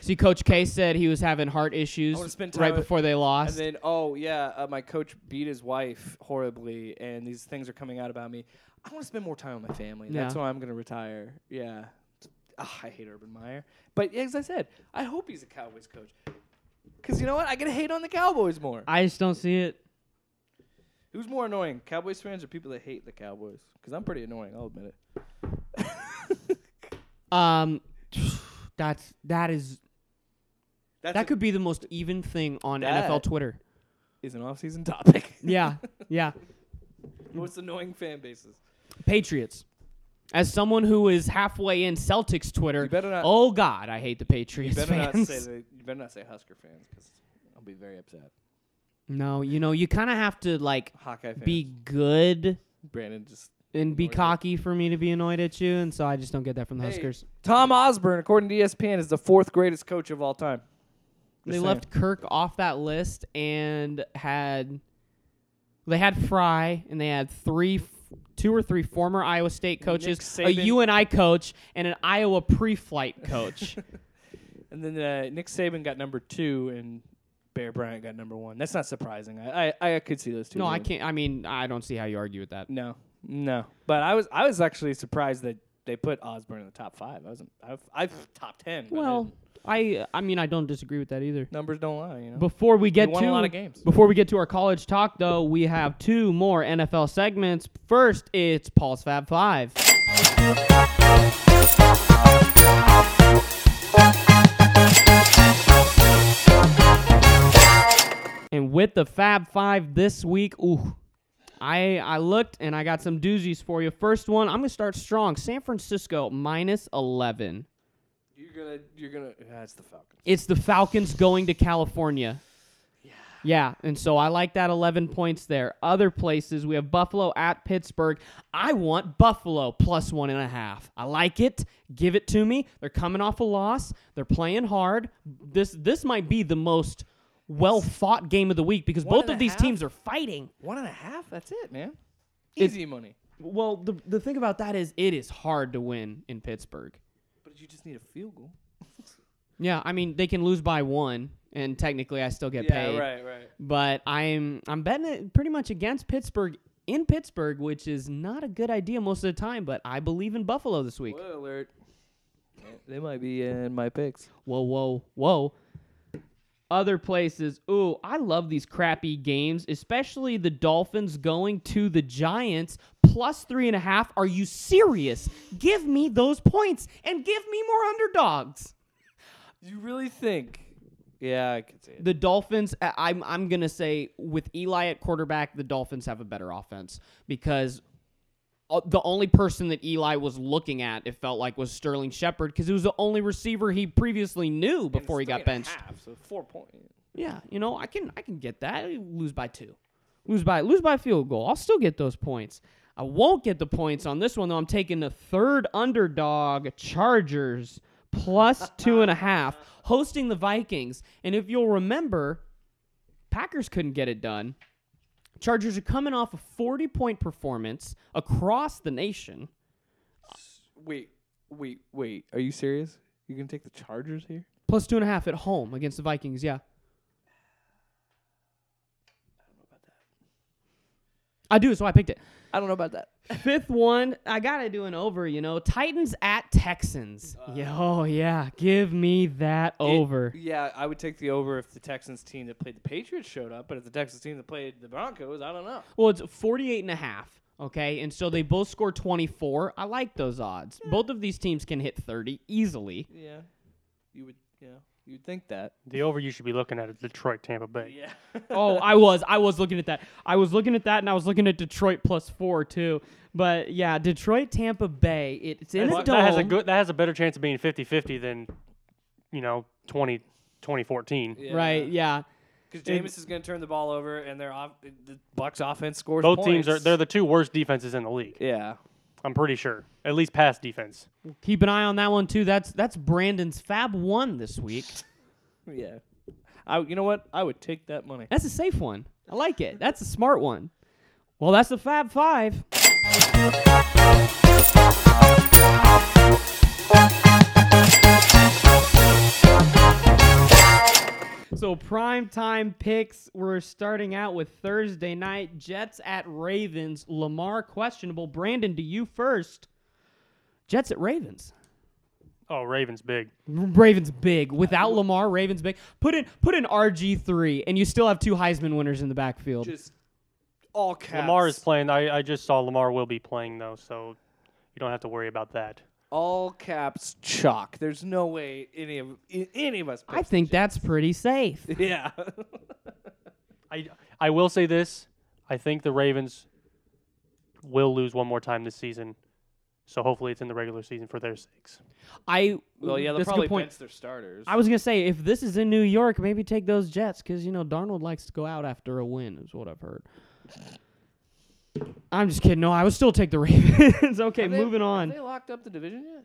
[SPEAKER 2] See, Coach K said he was having heart issues
[SPEAKER 1] wanna spend time
[SPEAKER 2] right
[SPEAKER 1] with-
[SPEAKER 2] before they
[SPEAKER 1] And
[SPEAKER 2] lost.
[SPEAKER 1] then, oh yeah, uh, my coach beat his wife horribly, and these things are coming out about me. I want to spend more time with my family. That's
[SPEAKER 2] Yeah.
[SPEAKER 1] why I'm going to retire. Yeah, Ah, I hate Urban Meyer, but as I said, I hope he's a Cowboys coach. Cause you know what, I get to hate on the Cowboys more.
[SPEAKER 2] I just don't see it.
[SPEAKER 1] Who's more annoying, Cowboys fans or people that hate the Cowboys? Cause I'm pretty annoying. I'll admit it.
[SPEAKER 2] Um, that's that is
[SPEAKER 1] That's
[SPEAKER 2] that could be the most even thing on NFL
[SPEAKER 1] That-
[SPEAKER 2] Twitter.
[SPEAKER 1] is an off-season topic.
[SPEAKER 2] Yeah, yeah.
[SPEAKER 1] What's annoying fan bases?
[SPEAKER 2] Patriots. As someone who is halfway in Celtics Twitter,
[SPEAKER 1] You better not-
[SPEAKER 2] oh God, I hate the Patriots
[SPEAKER 1] You better not
[SPEAKER 2] fans.
[SPEAKER 1] say the, you better not say Husker fans, cause I'll be very upset.
[SPEAKER 2] no, you know, you kind of have to like
[SPEAKER 1] Hawkeye fans.
[SPEAKER 2] be good
[SPEAKER 1] Brandon just
[SPEAKER 2] and be
[SPEAKER 1] Annoyed at-
[SPEAKER 2] cocky for me to be annoyed at you, and so I just don't get that from the
[SPEAKER 1] Hey,
[SPEAKER 2] Huskers.
[SPEAKER 1] Tom Osborne, according to E ESPN, is the fourth greatest coach of all time.
[SPEAKER 2] They
[SPEAKER 1] Just saying.
[SPEAKER 2] left Kirk off that list and had they had Fry and they had three, f- two or three former Iowa State coaches, a
[SPEAKER 1] Saban.
[SPEAKER 2] UNI coach, and an Iowa pre-flight coach.
[SPEAKER 1] And then uh, Nick Saban got number two, and Bear Bryant got number one. That's not surprising. I I, I could see those two.
[SPEAKER 2] no, I
[SPEAKER 1] winning.
[SPEAKER 2] can't. I mean, I don't see how you argue with that.
[SPEAKER 1] No, no. But I was I was actually surprised that they put Osborne in the top five. I wasn't. I've, I've top ten. but I
[SPEAKER 2] Well,
[SPEAKER 1] didn't.
[SPEAKER 2] I I mean, I don't disagree with that either.
[SPEAKER 1] numbers don't lie. You know.
[SPEAKER 2] Before we get
[SPEAKER 1] He won
[SPEAKER 2] to
[SPEAKER 1] a lot of games.
[SPEAKER 2] before we get to our college talk, though, we have two more NFL segments. First, it's Paul's Fab Five. And with the Fab Five this week, ooh, I I looked and I got some doozies for you. First one, I'm gonna start strong. San Francisco minus eleven.
[SPEAKER 1] you're gonna you're gonna. That's the Falcons.
[SPEAKER 2] It's the Falcons going to California. Yeah, and so I like that 11 points there. Other places, we have Buffalo at Pittsburgh. I want Buffalo plus one and a half. I like it. Give it to me. They're coming off a loss. They're playing hard. This this might be the most well fought game of the week because
[SPEAKER 1] One
[SPEAKER 2] both
[SPEAKER 1] and
[SPEAKER 2] of
[SPEAKER 1] a
[SPEAKER 2] these
[SPEAKER 1] half?
[SPEAKER 2] teams are fighting.
[SPEAKER 1] One and a half. That's it, man.
[SPEAKER 2] It's-
[SPEAKER 1] Easy money.
[SPEAKER 2] Well, the the thing about that is it is hard to win in Pittsburgh.
[SPEAKER 1] But you just need a field goal.
[SPEAKER 2] Yeah, I mean they can lose by one, and technically I still get paid.
[SPEAKER 1] right, right.
[SPEAKER 2] but I'm I'm betting it pretty much against Pittsburgh in Pittsburgh, which is not a good idea most of the time. But I believe in Buffalo this week.
[SPEAKER 1] Spoiler alert. They might be in my picks.
[SPEAKER 2] Whoa, whoa, whoa. Other places. Ooh, I love these crappy games, especially the Dolphins going to the Giants plus three and a half. Are you serious? Give me those points and give me more underdogs.
[SPEAKER 1] You really think? Yeah, I could see it.
[SPEAKER 2] The Dolphins, I- I'm I'm gonna say with Eli at quarterback, the Dolphins have a better offense because uh, the only person that Eli was looking at, it felt like, was Sterling Shepard because it was the only receiver he previously knew before he got benched.
[SPEAKER 1] so four point.
[SPEAKER 2] Yeah, you know, I can I can get that. Lose by two, lose by lose by field goal. I'll still get those points. I won't get the points on this one though. I'm taking the third underdog Chargers plus two and a half, hosting the Vikings. And if you'll remember, Packers couldn't get it done. Chargers are coming off a 40 point performance across the nation.
[SPEAKER 1] Wait, wait, wait. Are you serious? You gonna take the Chargers here?
[SPEAKER 2] Plus two and a half at home against the Vikings, yeah. I do, so I picked it.
[SPEAKER 1] I don't know about that.
[SPEAKER 2] Fifth one, I gotta do an over. You know, Titans at Texans. yeah, oh yeah, give me that over.
[SPEAKER 1] yeah, I would take the over if the Texans team that played the Patriots showed up, but if the Texans team that played the Broncos, I don't know.
[SPEAKER 2] Well, it's 48 and a half. Okay. And so they both score 24. I like those odds. Both of these teams can hit 30 easily.
[SPEAKER 1] Yeah, you would. Yeah, you'd think that.
[SPEAKER 3] The over you should be looking at is Detroit, Tampa Bay.
[SPEAKER 1] Yeah.
[SPEAKER 2] oh, I was. I was looking at that. I was looking at that and I was looking at Detroit plus four, too. But yeah, Detroit, Tampa Bay. It's in a
[SPEAKER 3] That,
[SPEAKER 2] dome.
[SPEAKER 3] that has a good. That has a better chance of being 50-50 than, you know, 20, 2014.
[SPEAKER 2] Right. Yeah.
[SPEAKER 1] Because Jameis is going to turn the ball over, and their off, the Bucks offense scores.
[SPEAKER 3] Both teams are
[SPEAKER 1] points.
[SPEAKER 3] they're the two worst defenses in the league.
[SPEAKER 1] Yeah.
[SPEAKER 3] I'm pretty sure. At least pass defense.
[SPEAKER 2] Keep an eye on that one, too. That's that's Brandon's Fab One this week.
[SPEAKER 1] Yeah. I, you know what? I would take that money.
[SPEAKER 2] That's a safe one. I like it. That's a smart one. Well, that's the Fab Five. So primetime picks. We're starting out with Thursday night Jets at Ravens. Lamar questionable. Brandon, do you first? Jets at Ravens.
[SPEAKER 3] Oh, Ravens big.
[SPEAKER 2] Ravens big. Without Lamar, Ravens big. Put in put in RG three, and you still have two Heisman winners in the backfield.
[SPEAKER 1] Just all caps.
[SPEAKER 3] Lamar is playing. I, I just saw Lamar will be playing though, so you don't have to worry about that.
[SPEAKER 1] all caps chalk. There's no way any of i- any of us.
[SPEAKER 2] I think that's pretty safe.
[SPEAKER 1] picks- Yeah.
[SPEAKER 3] I I will say this. I think the Ravens will lose one more time this season. So hopefully it's in the regular season for their sakes.
[SPEAKER 2] I
[SPEAKER 1] well, yeah. They'll
[SPEAKER 2] that's a good
[SPEAKER 1] probably
[SPEAKER 2] point.
[SPEAKER 1] bench their starters.
[SPEAKER 2] I was gonna say if this is in New York, maybe take those Jets because you know Darnold likes to go out after a win, is what I've heard. I'm just kidding. No, I would still take the Ravens. okay,
[SPEAKER 1] Have they-
[SPEAKER 2] moving
[SPEAKER 1] have
[SPEAKER 2] on.
[SPEAKER 1] They locked up the division yet?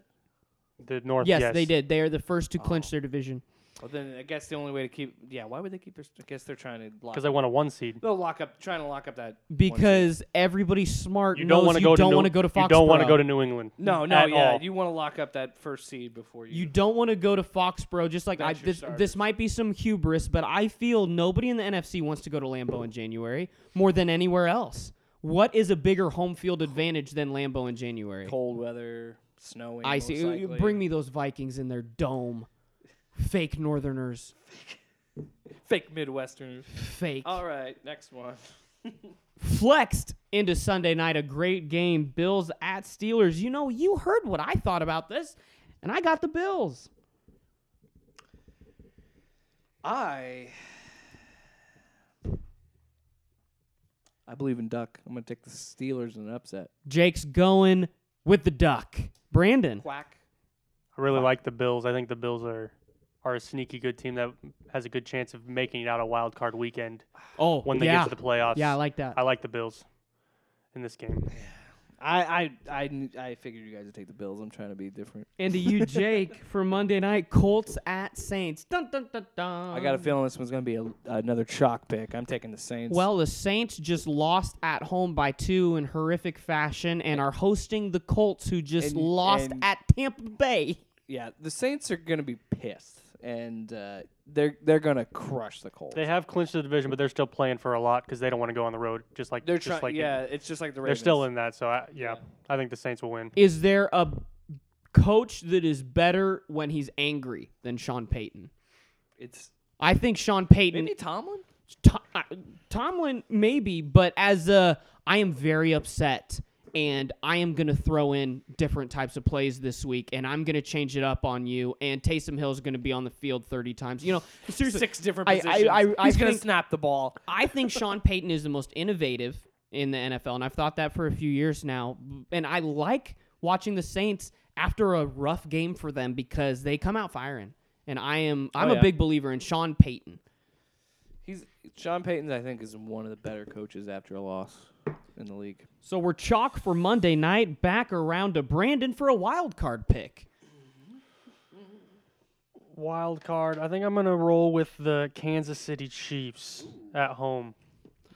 [SPEAKER 3] The North.
[SPEAKER 2] Yes,
[SPEAKER 3] Yes, Oh.
[SPEAKER 2] they did. They are the first to clinch their division.
[SPEAKER 1] Well, then I guess the only way to keep. Yeah. Why would they keep their? I guess they're trying to lock.
[SPEAKER 3] because they want a one seed.
[SPEAKER 1] they'll lock up, trying to lock up that. one seed.
[SPEAKER 2] Because everybody's smart
[SPEAKER 3] You
[SPEAKER 2] knows
[SPEAKER 3] don't want to
[SPEAKER 2] you
[SPEAKER 3] go.
[SPEAKER 2] don't
[SPEAKER 3] to
[SPEAKER 2] want
[SPEAKER 3] to
[SPEAKER 2] to go to Foxborough.
[SPEAKER 3] You don't want to go to New England.
[SPEAKER 1] No, no,
[SPEAKER 3] at
[SPEAKER 1] yeah.
[SPEAKER 3] all.
[SPEAKER 1] You want to lock up that first seed before you.
[SPEAKER 2] You don't want to go to Foxborough. Just like I,
[SPEAKER 1] That's your
[SPEAKER 2] this, this
[SPEAKER 1] starters.
[SPEAKER 2] might be some hubris, but I feel nobody in the NFC wants to go to Lambeau in January more than anywhere else. What is a bigger home field advantage than Lambeau in January?
[SPEAKER 1] cold weather, snowing.
[SPEAKER 2] I see.
[SPEAKER 1] most
[SPEAKER 2] You- you
[SPEAKER 1] likely.
[SPEAKER 2] Bring me those Vikings in their dome. Fake Northerners.
[SPEAKER 1] fake Midwesterners.
[SPEAKER 2] Fake.
[SPEAKER 1] All right, next one.
[SPEAKER 2] Flexed into Sunday night. A great game. Bills at Steelers. You know, you heard what I thought about this, and I got the Bills.
[SPEAKER 1] I I believe in Duck. I'm gonna take the Steelers in an upset.
[SPEAKER 2] Jake's going with the duck. Brandon.
[SPEAKER 1] Quack.
[SPEAKER 3] I really like the Bills. I think the Bills are are a sneaky good team that has a good chance of making it out a wild card weekend
[SPEAKER 2] Oh,
[SPEAKER 3] when they
[SPEAKER 2] yeah.
[SPEAKER 3] get to the playoffs.
[SPEAKER 2] Yeah, I like that.
[SPEAKER 3] I like the Bills in this game.
[SPEAKER 1] I I I kn- I figured you guys would take the Bills. I'm trying to be different.
[SPEAKER 2] And to you, Jake, for Monday night, Colts at Saints. Dun, dun, dun, dun.
[SPEAKER 1] I got a feeling this one's gonna be a, another chalk pick. I'm taking the Saints.
[SPEAKER 2] Well, the Saints just lost at home by two in horrific fashion and are hosting the Colts, who just
[SPEAKER 1] And-
[SPEAKER 2] lost
[SPEAKER 1] and-
[SPEAKER 2] at Tampa Bay.
[SPEAKER 1] yeah, the Saints are gonna be pissed, and uh, they're they're gonna crush the Colts.
[SPEAKER 3] They have clinched the division, but they're still playing for a lot because they don't want to go on the road. Just like
[SPEAKER 1] They're
[SPEAKER 3] just
[SPEAKER 1] trying.
[SPEAKER 3] like
[SPEAKER 1] yeah, it's just like the
[SPEAKER 3] they're
[SPEAKER 1] Ravens.
[SPEAKER 3] still in that. So I, yeah, I think the Saints will win.
[SPEAKER 2] Is there a coach that is better when he's angry than Sean Payton?
[SPEAKER 1] It's
[SPEAKER 2] I think Sean Payton
[SPEAKER 1] maybe Tomlin.
[SPEAKER 2] Tom, uh, Tomlin maybe, but as a I am very upset and I am going to throw in different types of plays this week and I'm going to change it up on you and Taysom Hill is going to be on the field 30 times. You know, seriously,
[SPEAKER 1] Six different
[SPEAKER 2] I- I-
[SPEAKER 1] positions.
[SPEAKER 2] I- I
[SPEAKER 1] He's gonna
[SPEAKER 2] think-
[SPEAKER 1] snap the ball.
[SPEAKER 2] I think Sean Payton is the most innovative in the NFL, and I've thought that for a few years now. And I like watching the Saints after a rough game for them because they come out firing. And I am I'm
[SPEAKER 1] Oh,
[SPEAKER 2] a
[SPEAKER 1] yeah.
[SPEAKER 2] big believer in Sean Payton.
[SPEAKER 1] He's Sean Payton. I think is one of the better coaches after a loss in the league.
[SPEAKER 2] So we're chalk for Monday night, back around to Brandon for a wild card pick.
[SPEAKER 3] Wild card. I think I'm gonna roll with the Kansas City Chiefs at home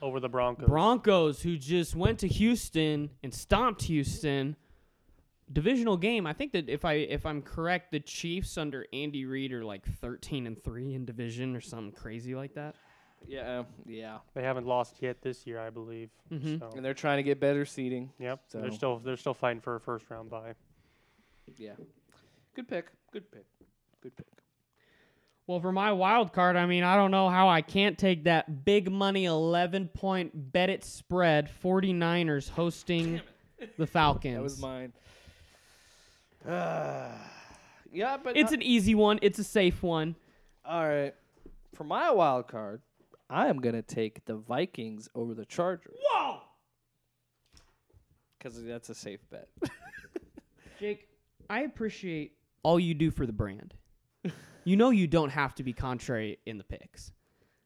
[SPEAKER 3] over the Broncos.
[SPEAKER 2] Broncos, who just went to Houston and stomped Houston. Divisional game. I think that if I if I'm correct, the Chiefs under Andy Reid are like 13 and 3 in division or something crazy like that.
[SPEAKER 1] Yeah, um, yeah.
[SPEAKER 3] They haven't lost yet this year, I believe.
[SPEAKER 2] Mhm.
[SPEAKER 3] So,
[SPEAKER 1] And they're trying to get better seating.
[SPEAKER 3] yep. They're
[SPEAKER 1] So-
[SPEAKER 3] still they're still fighting for a first round bye.
[SPEAKER 1] Yeah. Good pick. Good pick. Good pick.
[SPEAKER 2] Well, for my wild card, I mean, I don't know how I can't take that big money 11 point bet it spread 49ers hosting the Falcons.
[SPEAKER 1] That was mine. yeah, but
[SPEAKER 2] It's
[SPEAKER 1] not-
[SPEAKER 2] an easy one, it's a safe one.
[SPEAKER 1] all right. For my wild card, I am gonna take the Vikings over the Chargers
[SPEAKER 2] Whoa!
[SPEAKER 1] because that's a safe bet.
[SPEAKER 2] Jake, I appreciate all you do for the brand. you know you don't have to be contrary in the picks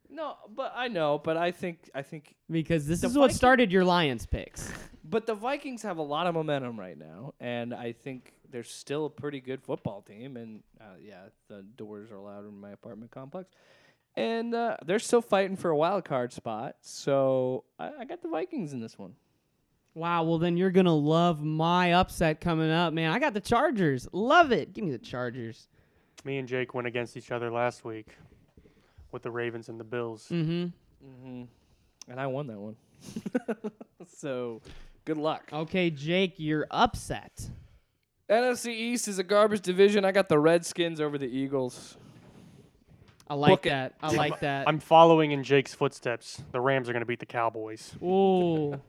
[SPEAKER 1] no, but I know, but I think I think,
[SPEAKER 2] because this
[SPEAKER 1] The
[SPEAKER 2] is what
[SPEAKER 1] Viking-
[SPEAKER 2] started your Lions picks.
[SPEAKER 1] but the Vikings have a lot of momentum right now, and I think they're still a pretty good football team. And uh, yeah, the doors are loud in my apartment complex. And uh, they're still fighting for a wild card spot, so I, I got the Vikings in this one.
[SPEAKER 2] Wow, well then you're gonna love my upset coming up, man. I got the Chargers. Love it. Give me the Chargers.
[SPEAKER 3] Me and Jake went against each other last week with the Ravens and the Bills.
[SPEAKER 2] Mm-hmm.
[SPEAKER 1] And I won that one. so, good luck.
[SPEAKER 2] Okay, Jake, you're upset.
[SPEAKER 1] NFC East is a garbage division. I got the Redskins over the Eagles.
[SPEAKER 2] I like
[SPEAKER 1] Book it.
[SPEAKER 2] that. I like that.
[SPEAKER 3] I'm following in Jake's footsteps. The Rams are going to beat the Cowboys
[SPEAKER 2] Ooh.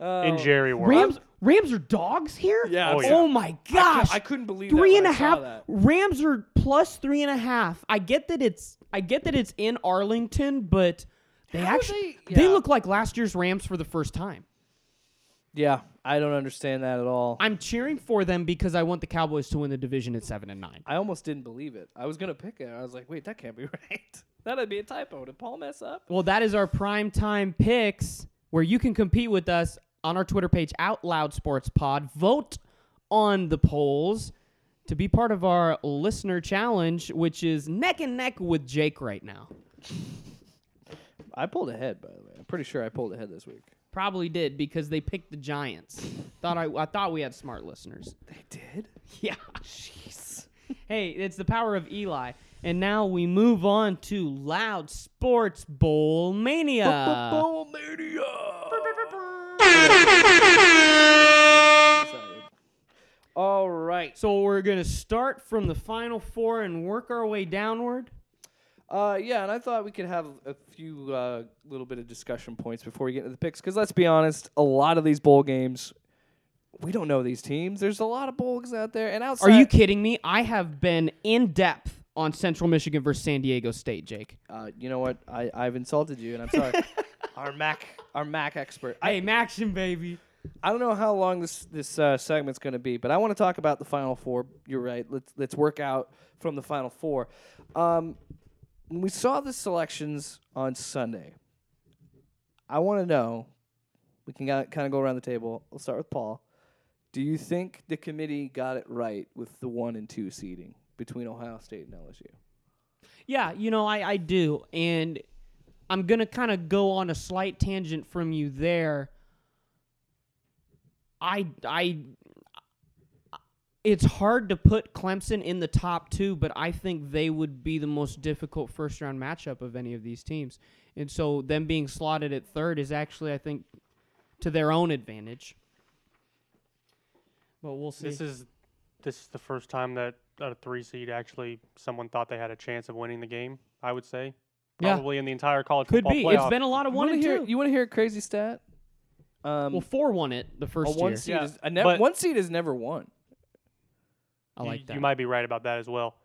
[SPEAKER 3] in Jerry World.
[SPEAKER 2] Rams Rams are dogs here?
[SPEAKER 1] Yeah,
[SPEAKER 3] Oh,
[SPEAKER 2] Oh,
[SPEAKER 3] yeah.
[SPEAKER 2] my gosh.
[SPEAKER 1] I couldn't believe
[SPEAKER 2] three
[SPEAKER 1] that when
[SPEAKER 2] and a
[SPEAKER 1] I saw
[SPEAKER 2] half.
[SPEAKER 1] that.
[SPEAKER 2] Rams are plus three and a half. I get that it's I get that it's in Arlington, but they
[SPEAKER 1] How are
[SPEAKER 2] actually
[SPEAKER 1] they-
[SPEAKER 2] they
[SPEAKER 1] yeah.
[SPEAKER 2] look like last year's Rams for the first time.
[SPEAKER 1] Yeah, I don't understand that at all.
[SPEAKER 2] I'm cheering for them because I want the Cowboys to win the division at seven and nine.
[SPEAKER 1] I almost didn't believe it. I was gonna pick it. I was like, wait, that can't be right. That'd be a typo. Did Paul mess up?
[SPEAKER 2] Well, that is our prime time picks where you can compete with us on our Twitter page, Out Loud Sports Pod. Vote on the polls to be part of our listener challenge, which is neck and neck with Jake right now.
[SPEAKER 1] I pulled ahead, by the way. I'm pretty sure I pulled ahead this week.
[SPEAKER 2] Probably did because they picked the Giants. Thought I, I thought we had smart listeners.
[SPEAKER 1] They did.
[SPEAKER 2] Yeah. Jeez. Hey, it's the power of Eli. And now we move on to Loud Sports Bowl Mania.
[SPEAKER 1] Bowl mania. Sorry. All right.
[SPEAKER 2] So we're gonna start from the final four and work our way downward.
[SPEAKER 1] Uh, yeah, and I thought we could have a few uh, little bit of discussion points before we get into the picks, because let's be honest, a lot of these bowl games, we don't know these teams. There's a lot of bowls out there, and outside.
[SPEAKER 2] Are you kidding me? I have been in depth on Central Michigan versus San Diego State, Jake.
[SPEAKER 1] Uh, you know what? I, I've insulted you, and I'm sorry. our Mac, our Mac expert. I,
[SPEAKER 2] Hey, Maxion, baby.
[SPEAKER 1] I don't know how long this this uh, segment's going to be, but I want to talk about the Final Four. You're right. Let's let's work out from the Final Four. Um, when we saw the selections on Sunday, I want to know. We can kind of go around the table. We'll start with Paul. Do you think the committee got it right with the one and two seeding between Ohio State and LSU?
[SPEAKER 2] Yeah, you know, I, I do. And I'm going to kind of go on a slight tangent from you there. I, I, it's hard to put Clemson in the top two, but I think they would be the most difficult first round matchup of any of these teams. And so them being slotted at third is actually, I think, to their own advantage. But we'll see.
[SPEAKER 3] This is this is the first time that a three seed actually someone thought they had a chance of winning the game. I would say,
[SPEAKER 2] Yeah.
[SPEAKER 3] probably in the entire college
[SPEAKER 2] Could
[SPEAKER 3] football
[SPEAKER 2] be.
[SPEAKER 3] playoff.
[SPEAKER 2] It's been a lot of one
[SPEAKER 1] wanna
[SPEAKER 2] and
[SPEAKER 1] hear,
[SPEAKER 2] two.
[SPEAKER 1] You want to hear a crazy stat? Um,
[SPEAKER 2] well, four won it the
[SPEAKER 1] a
[SPEAKER 2] first
[SPEAKER 1] one
[SPEAKER 2] year.
[SPEAKER 1] seed
[SPEAKER 3] Yeah,
[SPEAKER 1] is a nev-
[SPEAKER 3] but-
[SPEAKER 1] one seed has never won.
[SPEAKER 2] I
[SPEAKER 3] You-
[SPEAKER 2] like that.
[SPEAKER 3] You might be right about that as well.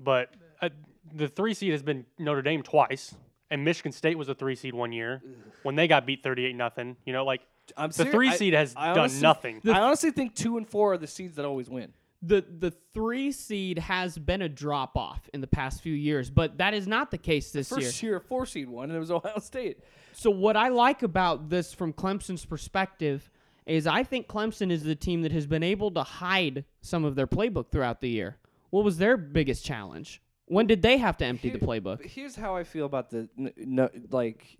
[SPEAKER 3] But uh, the three seed has been Notre Dame twice, and Michigan State was a three seed one year when they got beat thirty eight nothing. You know, like
[SPEAKER 1] I'm
[SPEAKER 3] the
[SPEAKER 1] seri-
[SPEAKER 3] three
[SPEAKER 1] I-
[SPEAKER 3] seed has
[SPEAKER 1] I
[SPEAKER 3] done
[SPEAKER 1] honestly-
[SPEAKER 3] nothing.
[SPEAKER 1] I honestly think two and four are the seeds that always win.
[SPEAKER 2] the the three seed has been a drop off in the past few years, but that is not the case this year.
[SPEAKER 1] First year, a four seed won, and it was Ohio State.
[SPEAKER 2] So what I like about this from Clemson's perspective is I think Clemson is the team that has been able to hide some of their playbook throughout the year. What was their biggest challenge? When did they have to empty the
[SPEAKER 1] Here-
[SPEAKER 2] playbook?
[SPEAKER 1] but Here's how I feel about the n- no, like.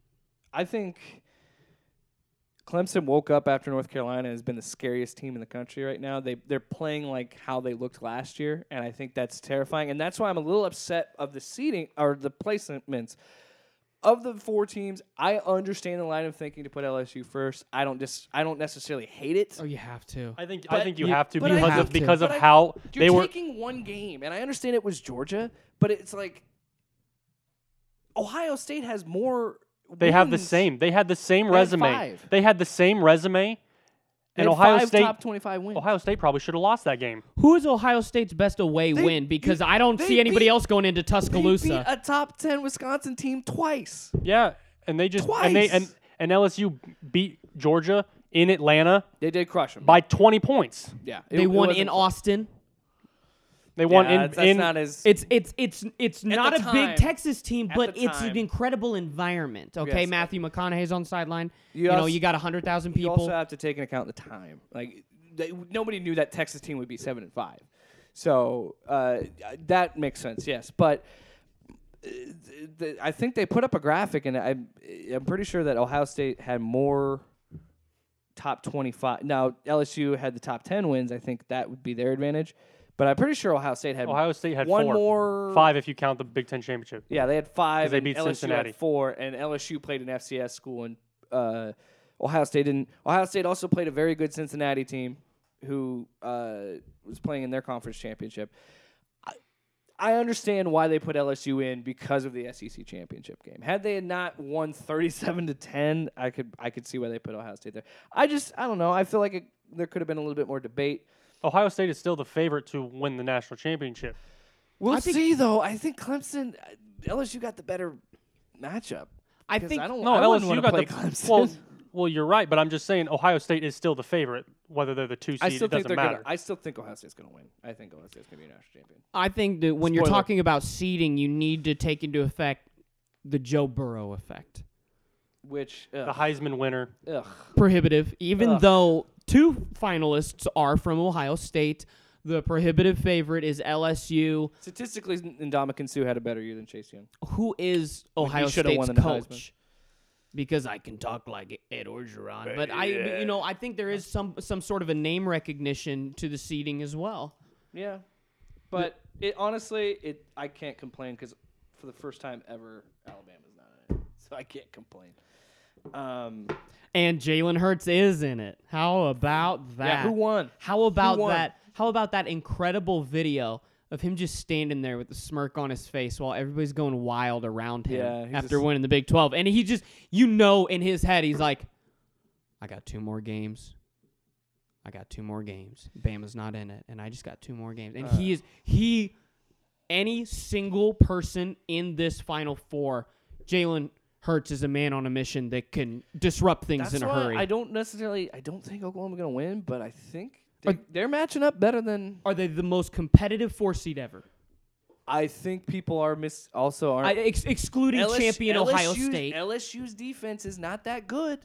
[SPEAKER 1] I think Clemson woke up after North Carolina and has been the scariest team in the country right now. They they're playing like how they looked last year, and I think that's terrifying. And that's why I'm a little upset of the seating or the placements of the four teams, I understand the line of thinking to put LSU first. I don't dis- I don't necessarily hate it.
[SPEAKER 2] Oh, you have to.
[SPEAKER 3] I think I
[SPEAKER 1] But
[SPEAKER 3] think you
[SPEAKER 2] you-
[SPEAKER 3] have to
[SPEAKER 1] but I
[SPEAKER 3] because
[SPEAKER 1] have
[SPEAKER 3] of
[SPEAKER 2] to.
[SPEAKER 3] because of
[SPEAKER 1] But I-
[SPEAKER 3] how
[SPEAKER 1] You're
[SPEAKER 3] they were.
[SPEAKER 1] taking one game, and I understand it was Georgia, but it's like Ohio State has more.
[SPEAKER 3] They have the
[SPEAKER 1] wins.
[SPEAKER 3] same. They had the same
[SPEAKER 1] They had
[SPEAKER 3] resume.
[SPEAKER 1] five.
[SPEAKER 3] They had the same resume.
[SPEAKER 1] They
[SPEAKER 3] and
[SPEAKER 1] had
[SPEAKER 3] Ohio
[SPEAKER 1] five
[SPEAKER 3] State,
[SPEAKER 1] top twenty-five wins.
[SPEAKER 3] Ohio State probably should have lost that game.
[SPEAKER 2] Who is Ohio State's best away
[SPEAKER 1] They-
[SPEAKER 2] win? Because I don't
[SPEAKER 1] they
[SPEAKER 2] see anybody
[SPEAKER 1] beat-
[SPEAKER 2] else going into
[SPEAKER 1] They beat
[SPEAKER 2] Tuscaloosa.
[SPEAKER 1] a top ten Wisconsin team twice.
[SPEAKER 3] Yeah, and they just and they and,
[SPEAKER 1] Twice.
[SPEAKER 3] and LSU beat Georgia in Atlanta
[SPEAKER 1] They did crush them.
[SPEAKER 3] by 20 points.
[SPEAKER 1] yeah,
[SPEAKER 2] they won in Austin.
[SPEAKER 3] They won
[SPEAKER 1] yeah,
[SPEAKER 3] in
[SPEAKER 1] that's,
[SPEAKER 3] in
[SPEAKER 1] that's not as
[SPEAKER 2] It's it's it's it's not a
[SPEAKER 1] the time-
[SPEAKER 2] big Texas team,
[SPEAKER 1] at
[SPEAKER 2] but
[SPEAKER 1] the
[SPEAKER 2] it's
[SPEAKER 1] time-
[SPEAKER 2] an incredible environment. Okay,
[SPEAKER 1] Yes.
[SPEAKER 2] Matthew McConaughey's on the sideline.
[SPEAKER 1] You
[SPEAKER 2] You, know,
[SPEAKER 1] also-
[SPEAKER 2] you got hundred thousand
[SPEAKER 1] You
[SPEAKER 2] people.
[SPEAKER 1] also have to take into account the time. Like they, nobody knew that Texas team would be seven and five, so uh, that makes sense. Yes, but uh, th- I think they put up a graphic, and I'm I'm pretty sure that Ohio State had more top twenty five. Now LSU had the top ten wins. I think that would be their advantage, but I'm pretty sure Ohio State had
[SPEAKER 3] Ohio State had
[SPEAKER 1] one
[SPEAKER 3] four,
[SPEAKER 1] more
[SPEAKER 3] five if you count the Big Ten championship.
[SPEAKER 1] yeah, they had five.
[SPEAKER 3] 'Cause they
[SPEAKER 1] and
[SPEAKER 3] beat
[SPEAKER 1] LSU
[SPEAKER 3] Cincinnati.
[SPEAKER 1] Had four, and LSU played an FCS school, and uh, Ohio State didn't. Ohio State also played a very good Cincinnati team, who uh, was playing in their conference championship. I- I understand why they put LSU in because of the SEC championship game. Had they had not won thirty-seven to ten, I could I could see why they put Ohio State there. I just I don't know. I feel like it, there could have been a little bit more debate.
[SPEAKER 3] Ohio State is still the favorite to win the national championship.
[SPEAKER 1] We'll
[SPEAKER 2] think-
[SPEAKER 1] see though. I think Clemson, uh, LSU got the better matchup.
[SPEAKER 2] I
[SPEAKER 1] 'Cause
[SPEAKER 2] think
[SPEAKER 1] I don't,
[SPEAKER 3] No,
[SPEAKER 1] I wouldn't
[SPEAKER 3] LSU
[SPEAKER 1] wanna
[SPEAKER 3] got
[SPEAKER 1] play
[SPEAKER 3] the
[SPEAKER 1] Clemson.
[SPEAKER 3] well. Well, you're right, but I'm just saying Ohio State is still the favorite, whether they're the two seed.
[SPEAKER 1] I still
[SPEAKER 3] it
[SPEAKER 1] think they're
[SPEAKER 3] doesn't matter.
[SPEAKER 1] gonna. I still think Ohio State's gonna win. I think Ohio State's gonna be a national champion.
[SPEAKER 2] I think that when you're
[SPEAKER 1] Spoiler.
[SPEAKER 2] talking about seeding, you need to take into effect the Joe Burrow effect.
[SPEAKER 1] Which
[SPEAKER 3] the
[SPEAKER 1] ugh,
[SPEAKER 3] Heisman winner.
[SPEAKER 1] ugh.
[SPEAKER 2] Prohibitive, even
[SPEAKER 1] Ugh.
[SPEAKER 2] though two finalists are from Ohio State. The prohibitive favorite is LSU,
[SPEAKER 1] statistically, Ndamukong Sue had a better year than Chase Young.
[SPEAKER 2] who is Ohio
[SPEAKER 1] he shoulda
[SPEAKER 2] State's
[SPEAKER 1] won the Heisman.
[SPEAKER 2] coach. Because I can talk like Ed Orgeron, but I, you know, I think there is some some sort of a name recognition to the seeding as well.
[SPEAKER 1] Yeah, but it honestly, it I can't complain because for the first time ever, Alabama's not in it, so I can't complain. Um,
[SPEAKER 2] And Jalen Hurts is in it. How about that?
[SPEAKER 1] yeah, who won?
[SPEAKER 2] How about
[SPEAKER 1] won?
[SPEAKER 2] that? How about that incredible video of him just standing there with a smirk on his face while everybody's going wild around him
[SPEAKER 1] Yeah, he's
[SPEAKER 2] after
[SPEAKER 1] just-
[SPEAKER 2] winning the Big 12 and he just you know in his head he's like I got two more games. I got two more games. Bama's not in it and I just got two more games. And
[SPEAKER 1] Uh.
[SPEAKER 2] he is he any single person in this final four Jalen Hurts is a man on a mission that can disrupt things
[SPEAKER 1] That's
[SPEAKER 2] in a
[SPEAKER 1] why
[SPEAKER 2] hurry.
[SPEAKER 1] I don't necessarily. I don't think Oklahoma's gonna win, but I think they, they're matching up better than
[SPEAKER 2] Are they the most competitive four seed ever?
[SPEAKER 1] I think people are. Miss also aren't.
[SPEAKER 2] I, ex- excluding
[SPEAKER 1] LS-
[SPEAKER 2] champion Ohio
[SPEAKER 1] LSU's
[SPEAKER 2] State.
[SPEAKER 1] LSU's defense is not that good.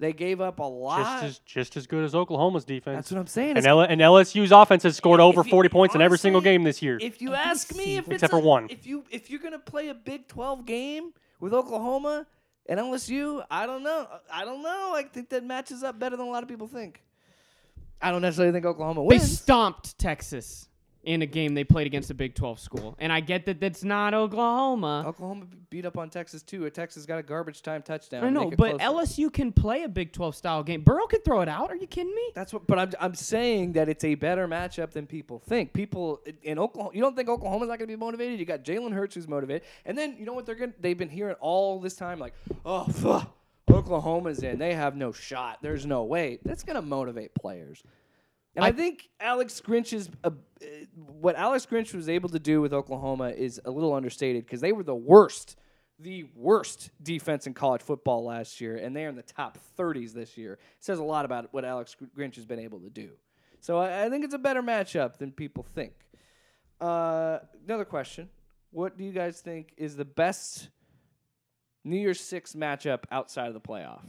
[SPEAKER 1] They gave up a lot.
[SPEAKER 3] Just as just as good as Oklahoma's defense.
[SPEAKER 1] That's what I'm saying.
[SPEAKER 3] And,
[SPEAKER 1] It's-
[SPEAKER 3] L- and LSU's offense has scored over
[SPEAKER 1] if you-
[SPEAKER 3] 40 points in every single
[SPEAKER 1] honestly,
[SPEAKER 3] game this year.
[SPEAKER 1] if you ask me, if it's
[SPEAKER 3] Except
[SPEAKER 1] a-
[SPEAKER 3] for one.
[SPEAKER 1] if you if you're gonna play a Big 12 game with Oklahoma and LSU, I don't know. I don't know. I think that matches up better than a lot of people think. I don't necessarily think Oklahoma
[SPEAKER 2] they
[SPEAKER 1] wins.
[SPEAKER 2] stomped Texas in a game they played against a Big 12 school. And I get that that's not Oklahoma.
[SPEAKER 1] Oklahoma beat up on Texas too. Texas got a garbage time touchdown.
[SPEAKER 2] I
[SPEAKER 1] to
[SPEAKER 2] know,
[SPEAKER 1] make it
[SPEAKER 2] but
[SPEAKER 1] closer.
[SPEAKER 2] LSU can play a Big 12 style game. Burrow can throw it out. Are you kidding me?
[SPEAKER 1] That's what, but I'm, I'm saying that it's a better matchup than people think. People in Oklahoma, you don't think Oklahoma's not going to be motivated. You got Jalen Hurts who's motivated, and then you know what they're going to they've been hearing all this time like, oh, fuck, Oklahoma's in, they have no shot, there's no way. That's going to motivate players, and I, think Alex Grinch is a, uh, what Alex Grinch was able to do with Oklahoma is a little understated because they were the worst. The worst defense in college football last year, and they're in the top 30s this year. It says a lot about what Alex Gr- Grinch has been able to do. So I, I think it's a better matchup than people think. Uh, another question: What do you guys think is the best New Year's Six matchup outside of the playoff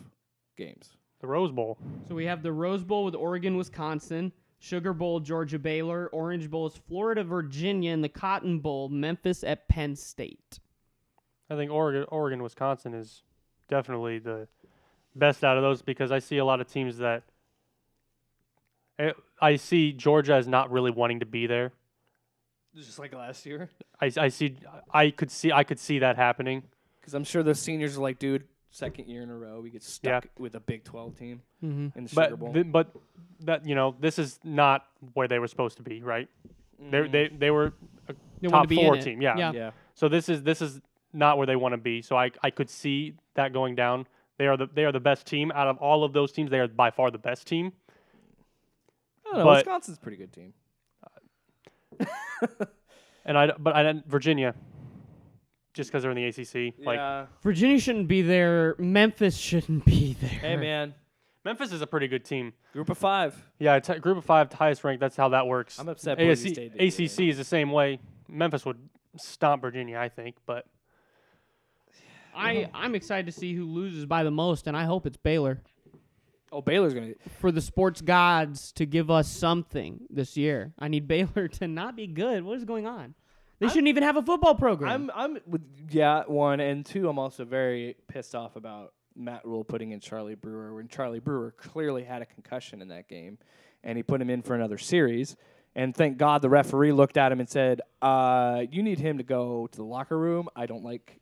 [SPEAKER 1] games?
[SPEAKER 3] the Rose Bowl.
[SPEAKER 2] So we have the Rose Bowl with Oregon, Wisconsin, Sugar Bowl, Georgia, Baylor, Orange Bowl is Florida, Virginia, and the Cotton Bowl, Memphis at Penn State.
[SPEAKER 3] I think Oregon, Oregon, Wisconsin is definitely the best out of those because I see a lot of teams that I- I see Georgia as not really wanting to be there.
[SPEAKER 1] Just like last year.
[SPEAKER 3] I, I see I could see I could see that happening.
[SPEAKER 1] because I'm sure those seniors are like, dude, second year in a row we get stuck with a Big 12 team in the Sugar Bowl.
[SPEAKER 3] But th- but that you know this is not where they were supposed to be, right? They they they were a
[SPEAKER 2] They wanted
[SPEAKER 3] top
[SPEAKER 2] to be in
[SPEAKER 3] four
[SPEAKER 2] it.
[SPEAKER 3] team,
[SPEAKER 2] Yeah.
[SPEAKER 1] Mm-hmm. yeah,
[SPEAKER 3] So this is this is not where they want to be. So I I could see that going down. They are the they are the best team out of all of those teams. They are by far the best team.
[SPEAKER 1] I don't know.
[SPEAKER 3] But-
[SPEAKER 1] Wisconsin's a pretty good team.
[SPEAKER 3] And I but I didn't Virginia, just because they're in the ACC. Like
[SPEAKER 1] yeah.
[SPEAKER 2] Virginia shouldn't be there. Memphis shouldn't be there.
[SPEAKER 1] Hey man,
[SPEAKER 3] Memphis is a pretty good team.
[SPEAKER 1] group of five.
[SPEAKER 3] Yeah, it's a group of five, highest ranked. That's how that works.
[SPEAKER 1] I'm upset Boise
[SPEAKER 3] ASC,
[SPEAKER 1] State didn't get
[SPEAKER 3] ACC is the same way. Memphis would stomp Virginia, I think, but
[SPEAKER 2] I I'm excited to see who loses by the most, and I hope it's Baylor
[SPEAKER 1] Oh, Baylor's gonna.
[SPEAKER 2] for the sports gods to give us something this year. I need Baylor to not be good. What is going on? They shouldn't even have a football program.
[SPEAKER 1] I'm I'm with yeah one and two. I'm also very pissed off about Matt Rule putting in Charlie Brewer when Charlie Brewer clearly had a concussion in that game, and he put him in for another series. And thank God the referee looked at him and said, uh, "You need him to go to the locker room. I don't like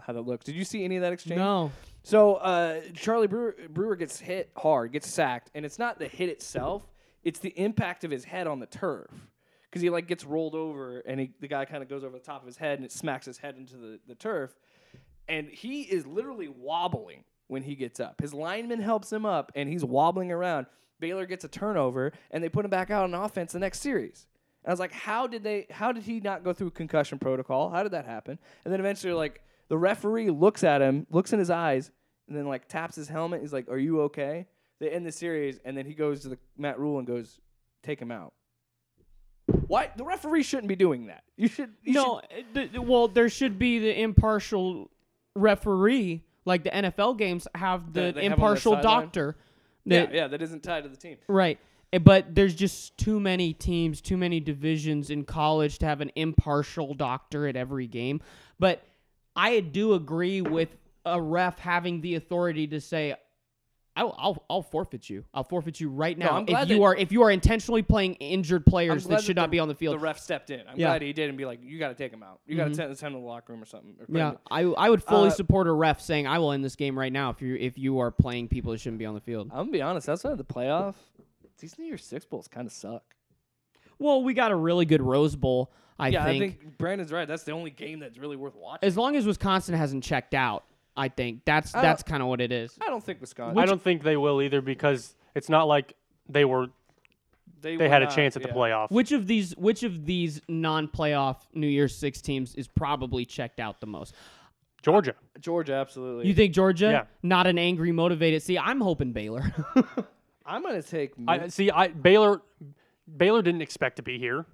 [SPEAKER 1] how that looks." Did you see any of that exchange?
[SPEAKER 2] no.
[SPEAKER 1] So uh, Charlie Brewer, Brewer gets hit hard, gets sacked, and it's not the hit itself; it's the impact of his head on the turf because he like gets rolled over, and he, the guy kind of goes over the top of his head, and it smacks his head into the, the turf, and he is literally wobbling when he gets up. His lineman helps him up, and he's wobbling around. Baylor gets a turnover, and they put him back out on offense the next series. And I was like, how did they? How did he not go through concussion protocol? How did that happen? And then eventually, like the referee looks at him, looks in his eyes, and then like taps his helmet. He's like, "Are you okay?" They end the series, and then he goes to the Matt Rule and goes, "Take him out." Why the referee shouldn't be doing that? You should. You
[SPEAKER 2] No, uh, th- th- well, there should be the impartial referee, like the NFL games have
[SPEAKER 1] That
[SPEAKER 2] the
[SPEAKER 1] they have on their
[SPEAKER 2] impartial
[SPEAKER 1] sideline?
[SPEAKER 2] doctor.
[SPEAKER 1] should,
[SPEAKER 2] that-
[SPEAKER 1] yeah, yeah, that isn't tied to the team.
[SPEAKER 2] Right. Eh, But there's just too many teams, too many divisions in college to have an impartial doctor at every game. But I do agree with a ref having the authority to say, I'll, I'll, I'll forfeit you. I'll forfeit you right now
[SPEAKER 1] I'm
[SPEAKER 2] if
[SPEAKER 1] glad
[SPEAKER 2] you
[SPEAKER 1] that-
[SPEAKER 2] are if you are intentionally playing injured players
[SPEAKER 1] glad
[SPEAKER 2] that should
[SPEAKER 1] that
[SPEAKER 2] not be on the
[SPEAKER 1] The
[SPEAKER 2] field.
[SPEAKER 1] ref stepped in. I'm
[SPEAKER 2] Yeah. Mm-hmm.
[SPEAKER 1] glad he did and be like, "You got to take him out. You got to send him to the locker room or something." or put
[SPEAKER 2] yeah,
[SPEAKER 1] him-
[SPEAKER 2] I, I would fully
[SPEAKER 1] Uh,
[SPEAKER 2] support a ref saying I will end this game right now if you if you are playing people that shouldn't be on the field.
[SPEAKER 1] I'm gonna be honest. Outside of the playoff, these New Year's Six bowls kind of suck.
[SPEAKER 2] Well, we got a really good Rose Bowl. I
[SPEAKER 1] yeah,
[SPEAKER 2] think
[SPEAKER 1] I think Brandon's right. That's the only game that's really worth watching.
[SPEAKER 2] as long as Wisconsin hasn't checked out, I think that's
[SPEAKER 1] I
[SPEAKER 2] that's kind of what it is.
[SPEAKER 1] I don't think Wisconsin.
[SPEAKER 3] I don't think they will either because it's not like they were they
[SPEAKER 1] were
[SPEAKER 3] had a
[SPEAKER 1] not-
[SPEAKER 3] chance at the
[SPEAKER 1] yeah.
[SPEAKER 3] playoff.
[SPEAKER 2] Which of these which of these non-playoff New Year's Six teams is probably checked out the most?
[SPEAKER 3] Georgia.
[SPEAKER 1] Georgia, absolutely.
[SPEAKER 2] You think Georgia?
[SPEAKER 3] Yeah.
[SPEAKER 2] Not an angry, motivated. See, I'm hoping Baylor.
[SPEAKER 1] I'm gonna take. Mi-
[SPEAKER 3] I see. I Baylor, Baylor didn't expect to be here.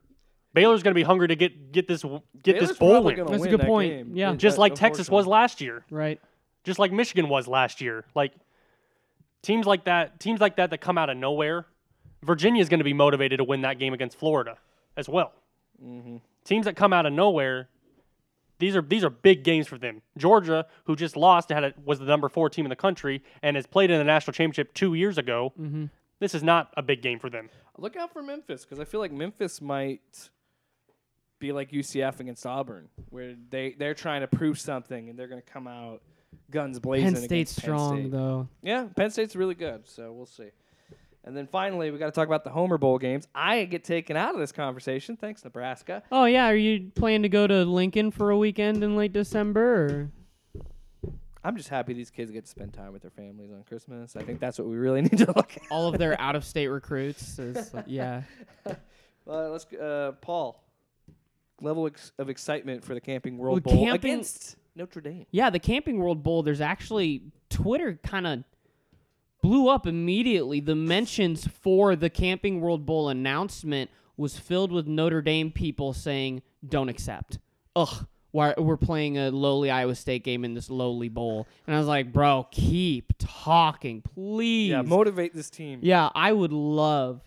[SPEAKER 3] Baylor's going to be hungry to get get this w- get
[SPEAKER 1] Baylor's
[SPEAKER 3] this bowl
[SPEAKER 1] probably
[SPEAKER 3] win,
[SPEAKER 1] gonna
[SPEAKER 2] That's a
[SPEAKER 1] win
[SPEAKER 2] good
[SPEAKER 1] that
[SPEAKER 2] point.
[SPEAKER 1] game.
[SPEAKER 2] Yeah.
[SPEAKER 1] It-
[SPEAKER 3] just
[SPEAKER 1] that-
[SPEAKER 3] like Texas was
[SPEAKER 1] unfortunately.
[SPEAKER 3] last year,
[SPEAKER 2] right.
[SPEAKER 3] just like Michigan was last year. Like teams like that, teams like that that come out of nowhere. Virginia's going to be motivated to win that game against Florida as well. Teams that come out of nowhere, these are these are big games for them. Georgia, who just lost, had a, was the number four team in the country and has played in the national championship two years ago. This is not a big game for them.
[SPEAKER 1] Look out for Memphis because I feel like Memphis might be like UCF against Auburn, where they they're trying to prove something and they're gonna come out guns blazing.
[SPEAKER 2] Penn State's
[SPEAKER 1] against Penn
[SPEAKER 2] strong
[SPEAKER 1] State.
[SPEAKER 2] though.
[SPEAKER 1] Yeah, Penn State's really good, so we'll see. And then finally, we got to talk about the Homer Bowl games. I get taken out of this conversation. Thanks, Nebraska.
[SPEAKER 2] Oh yeah, are you planning to go to Lincoln for a weekend in late December? Or?
[SPEAKER 1] I'm just happy these kids get to spend time with their families on Christmas. I think that's what we really need to look at.
[SPEAKER 2] All of their out-of-state recruits is yeah.
[SPEAKER 1] Uh, let's, uh, Paul. Level ex- of excitement for the Camping World
[SPEAKER 2] Well,
[SPEAKER 1] Bowl
[SPEAKER 2] camping-
[SPEAKER 1] against Notre Dame.
[SPEAKER 2] Yeah, the Camping World Bowl, there's actually Twitter kind of blew up immediately. The mentions for the Camping World Bowl announcement was filled with Notre Dame people saying, "Don't accept." Ugh, why we're playing a lowly Iowa State game in this lowly bowl. And I was like, "Bro, keep talking, please."
[SPEAKER 1] Yeah, motivate this team.
[SPEAKER 2] Yeah, I would love